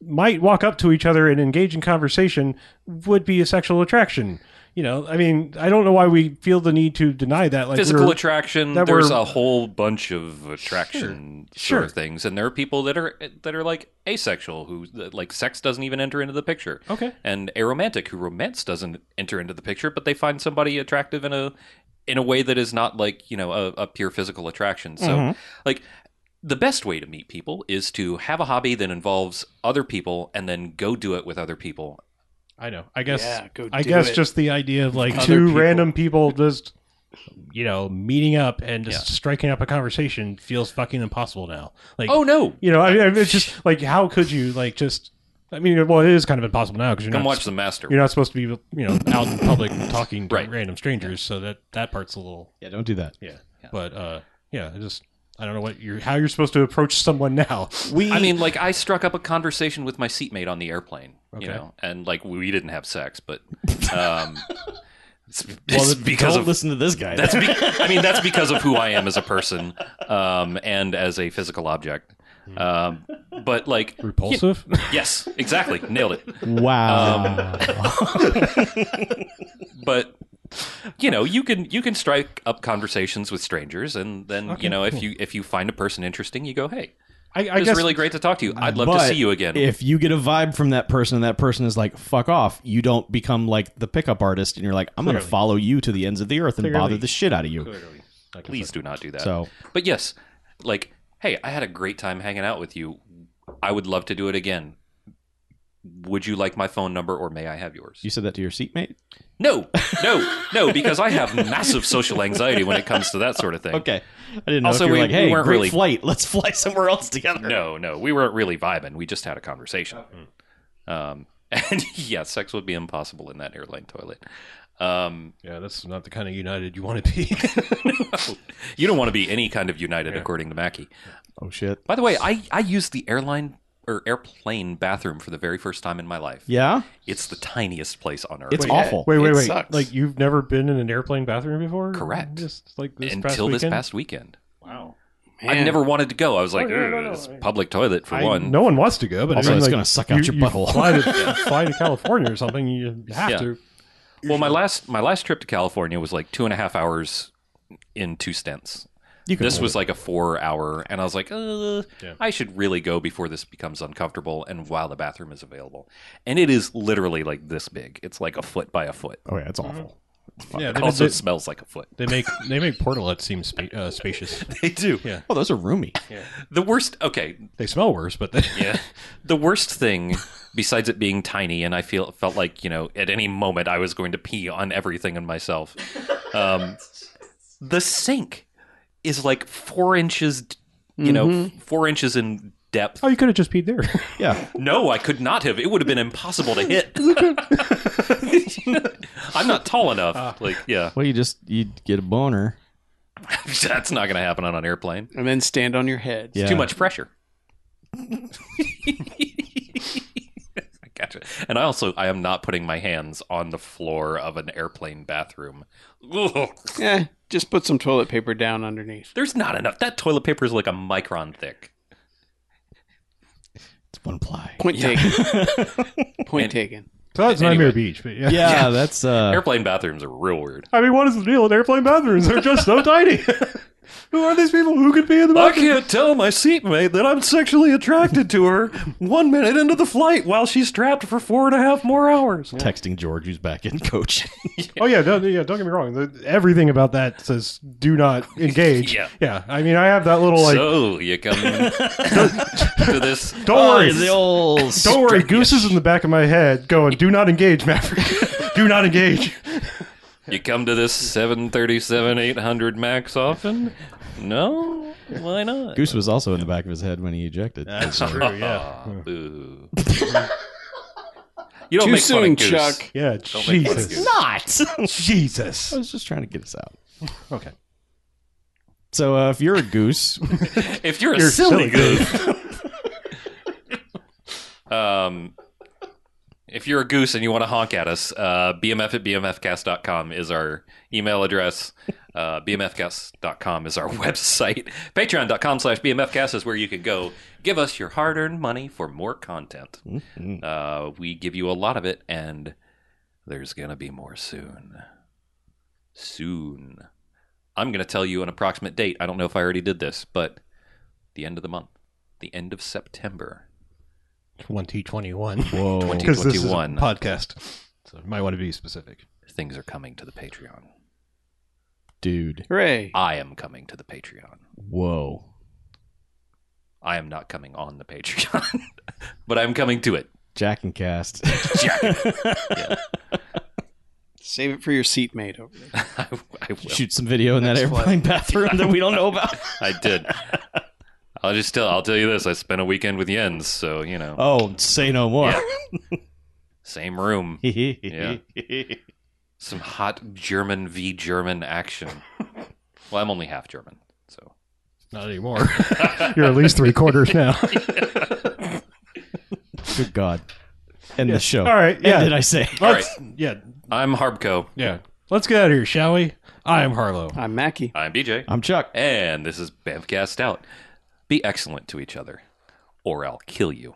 Speaker 1: might walk up to each other and engage in conversation would be a sexual attraction. You know, I mean, I don't know why we feel the need to deny that. Like
Speaker 2: Physical
Speaker 1: we're-
Speaker 2: attraction.
Speaker 1: that
Speaker 2: There's
Speaker 1: we're-
Speaker 2: a whole bunch of attraction
Speaker 1: Sure,
Speaker 2: sort
Speaker 1: sure.
Speaker 2: of things, and there are people that are that are like asexual, who that, like sex doesn't even enter into the picture.
Speaker 1: Okay.
Speaker 2: And aromantic, who romance doesn't enter into the picture, but they find somebody attractive in a in a way that is not like you know a, a pure physical attraction. So
Speaker 1: Mm-hmm.
Speaker 2: like the best way to meet people is to have a hobby that involves other people and then go do it with other people.
Speaker 1: I know. I guess.
Speaker 3: Yeah, go
Speaker 1: I
Speaker 3: do
Speaker 1: guess
Speaker 3: it.
Speaker 1: just the idea of like
Speaker 3: Other
Speaker 1: two
Speaker 3: people.
Speaker 1: random people just, you know, meeting up and just striking up a conversation feels fucking impossible now. Like,
Speaker 2: Oh no,
Speaker 1: you know, I mean, I mean, it's just like how could you like just? I mean, well, it is kind of impossible now because you're
Speaker 2: come
Speaker 1: not
Speaker 2: watch the master.
Speaker 1: you're not supposed to be you know out in public talking to
Speaker 2: Right.
Speaker 1: random strangers. So that that part's a little
Speaker 5: Yeah, don't do that.
Speaker 1: yeah. But uh, yeah, I just I don't know what you're how you're supposed to approach someone now.
Speaker 5: We
Speaker 2: I mean, like I struck up a conversation with my seatmate on the airplane,
Speaker 1: Okay.
Speaker 2: you know, and like we didn't have sex, but um, it's,
Speaker 5: well,
Speaker 2: it's because
Speaker 5: don't
Speaker 2: of
Speaker 5: listen to this guy.
Speaker 2: that's. Be- I mean, that's because of who I am as a person um, and as a physical object.
Speaker 5: Hmm.
Speaker 2: Um, but like,
Speaker 1: Repulsive.
Speaker 2: yes, exactly, nailed it. Um,
Speaker 5: wow.
Speaker 2: But you know, you can you can strike up conversations with strangers, and then you know, if you if you find a person interesting, you go, hey.
Speaker 1: I, I
Speaker 2: It
Speaker 1: guess
Speaker 2: was really great to talk to you. I'd love to
Speaker 5: But
Speaker 2: see you again.
Speaker 5: If you get a vibe from that person and that person is like, fuck off, you don't become like the pickup artist and you're like, I'm going to
Speaker 1: Clearly.
Speaker 5: follow you to the ends of the earth and bother the shit out of you.
Speaker 2: Please do not do that.
Speaker 5: So-
Speaker 2: but yes, like, hey, I had a great time hanging out with you. I would love to do it again. Would you like my phone number, or may I have yours?
Speaker 5: You said that to your seatmate?
Speaker 2: No, no, no, because I have massive social anxiety when it comes to that sort of thing.
Speaker 5: Okay. I didn't know
Speaker 2: Also,
Speaker 5: if you were
Speaker 2: we-
Speaker 5: like,
Speaker 2: we
Speaker 5: hey,
Speaker 2: weren't
Speaker 5: great
Speaker 2: really-
Speaker 5: flight. Let's fly somewhere else together.
Speaker 2: No, no, we weren't really vibing. We just had a conversation.
Speaker 5: Oh.
Speaker 2: Um, and yeah, sex would be impossible in that airline toilet. Um,
Speaker 1: yeah, that's not the kind of United you want to be.
Speaker 2: you don't want to be any kind of united, according to Mackie.
Speaker 5: Oh, shit.
Speaker 2: By the way, I, I used the airline or airplane bathroom for the very first time in my life.
Speaker 5: Yeah?
Speaker 2: It's the tiniest place on earth.
Speaker 5: It's awful.
Speaker 1: wait, wait,
Speaker 3: It
Speaker 1: wait!
Speaker 3: sucks.
Speaker 1: Like you've never been in an airplane bathroom before?
Speaker 2: Correct.
Speaker 1: Just like this past
Speaker 2: until this
Speaker 1: weekend?
Speaker 2: past weekend.
Speaker 1: Wow.
Speaker 2: I
Speaker 3: Man.
Speaker 2: never wanted to go. I was like,
Speaker 1: Oh, no, no,
Speaker 2: "Ugh,
Speaker 1: no,
Speaker 2: it's
Speaker 1: I-
Speaker 2: public toilet for
Speaker 1: I-
Speaker 2: one.
Speaker 1: no one wants to go, but
Speaker 5: Also,
Speaker 1: I mean,
Speaker 5: it's
Speaker 1: like,
Speaker 5: gonna suck out
Speaker 1: you-
Speaker 5: your
Speaker 1: you
Speaker 5: butthole.
Speaker 1: Fly to, fly to California or something. You have
Speaker 2: Yeah.
Speaker 1: to.
Speaker 2: Well, my last my last trip to California was like two and a half hours in two stints.
Speaker 5: You can
Speaker 2: This was like a four hour, and I was like, uh,
Speaker 1: Yeah.
Speaker 2: I should really go before this becomes uncomfortable and while the bathroom is available. And it is literally like this big. It's like a foot by a foot.
Speaker 5: Oh, yeah, it's
Speaker 1: Mm-hmm.
Speaker 5: awful.
Speaker 1: Yeah,
Speaker 2: It
Speaker 1: they,
Speaker 2: also
Speaker 1: they,
Speaker 2: smells like a foot.
Speaker 1: they make they make portalettes seem spa- uh, spacious.
Speaker 2: They do.
Speaker 1: Yeah,
Speaker 5: Oh, those are roomy.
Speaker 2: The worst. Okay,
Speaker 1: they smell worse, but they,
Speaker 2: yeah. The worst thing, besides it being tiny, and I feel felt like you know at any moment I was going to pee on everything and myself. Um, the sink is like four inches, you know, four inches in depth.
Speaker 1: oh, you could have just peed there.
Speaker 5: Yeah.
Speaker 2: No, I could not have. It would have been impossible to hit. I'm not tall enough. like, yeah,
Speaker 5: Well, you just, you'd get a boner.
Speaker 2: that's not going to happen on an airplane.
Speaker 3: and then stand on your head.
Speaker 5: Yeah.
Speaker 2: Too much pressure. I gotcha. And I also I am not putting my hands on the floor of an airplane bathroom. Ugh.
Speaker 3: Eh, just put some toilet paper down underneath.
Speaker 2: There's not enough. That toilet paper is like a micron thick.
Speaker 5: It's one ply.
Speaker 3: Point taken. Point taken.
Speaker 1: so that's
Speaker 2: Anyway.
Speaker 1: Nightmare Beach, but yeah.
Speaker 5: Yeah, that's, uh,
Speaker 2: Airplane bathrooms are real weird.
Speaker 1: I mean, what is the deal with airplane bathrooms? They're just so tiny. Who are these people? Who could be in the
Speaker 2: I
Speaker 1: bathroom?
Speaker 2: can't tell my seatmate that I'm sexually attracted to her one minute into the flight while she's trapped for four and a half more hours.
Speaker 5: texting George, who's back in coach.
Speaker 1: Oh yeah, no, yeah. Don't get me wrong. The- Everything about that says do not engage.
Speaker 2: Yeah.
Speaker 1: yeah. I mean, I have that little like.
Speaker 2: so uh, you come to this.
Speaker 1: don't worry,
Speaker 5: the old
Speaker 1: Don't worry, Goose is in the back of my head going, do not engage, Maverick. do not engage.
Speaker 2: You come to this 737 800 Max often? No? Why not?
Speaker 5: Goose was also in the back of his head when he ejected.
Speaker 2: Ah, boo. you don't
Speaker 3: Too
Speaker 2: make fun
Speaker 3: soon,
Speaker 2: of Goose.
Speaker 3: Chuck.
Speaker 1: Yeah,
Speaker 2: make fun of
Speaker 1: Jesus.
Speaker 2: Goose.
Speaker 5: Not. I
Speaker 1: Jesus.
Speaker 5: was just trying to get us out.
Speaker 1: Okay.
Speaker 5: So uh, if you're a goose,
Speaker 2: If you're a
Speaker 1: You're silly
Speaker 2: silly, Goose. um, if you're a Goose and you want to honk at us, uh, bmf at bmfcast.com is our email address. Uh, bmfcast.com is our website. Patreon.com slash bmfcast is where you can go. Give us your hard earned money for more content. Uh, we give you a lot of it, and there's going to be more soon. Soon. I'm going to tell you an approximate date. I don't know if I already did this, but the end of the month, the end of September.
Speaker 1: 2021.
Speaker 5: whoa,
Speaker 2: Twenty-
Speaker 1: Because this is a
Speaker 2: 21.
Speaker 1: podcast. So you might want to be specific.
Speaker 2: Things are coming to the Patreon.
Speaker 5: dude.
Speaker 3: Hooray.
Speaker 2: I am coming to the Patreon.
Speaker 5: Whoa.
Speaker 2: I am not coming on the Patreon, but I'm coming to it.
Speaker 5: Jack and Cast.
Speaker 3: Save it for your seatmate over there.
Speaker 2: I, I will.
Speaker 5: Shoot some video in that
Speaker 2: That's
Speaker 5: airplane bathroom that we don't know about.
Speaker 2: I did. I'll just tell. I'll tell you this. I spent a weekend with Jens, so you know,
Speaker 5: Oh, say no more.
Speaker 2: same room.
Speaker 5: Yeah.
Speaker 2: Some hot German v German action. well, I'm only half German, so
Speaker 1: Not anymore. You're at least three quarters now.
Speaker 5: Good God. End the show.
Speaker 1: All right, yeah.
Speaker 5: End it, I say.
Speaker 1: Let's- Yeah,
Speaker 2: I'm Harbco.
Speaker 1: yeah. Let's get out of here, shall we? I am Harlow.
Speaker 3: I'm Mackie.
Speaker 2: I'm BJ,
Speaker 5: I'm Chuck.
Speaker 2: and this is Bamcast out. Be excellent to each other, or I'll kill you.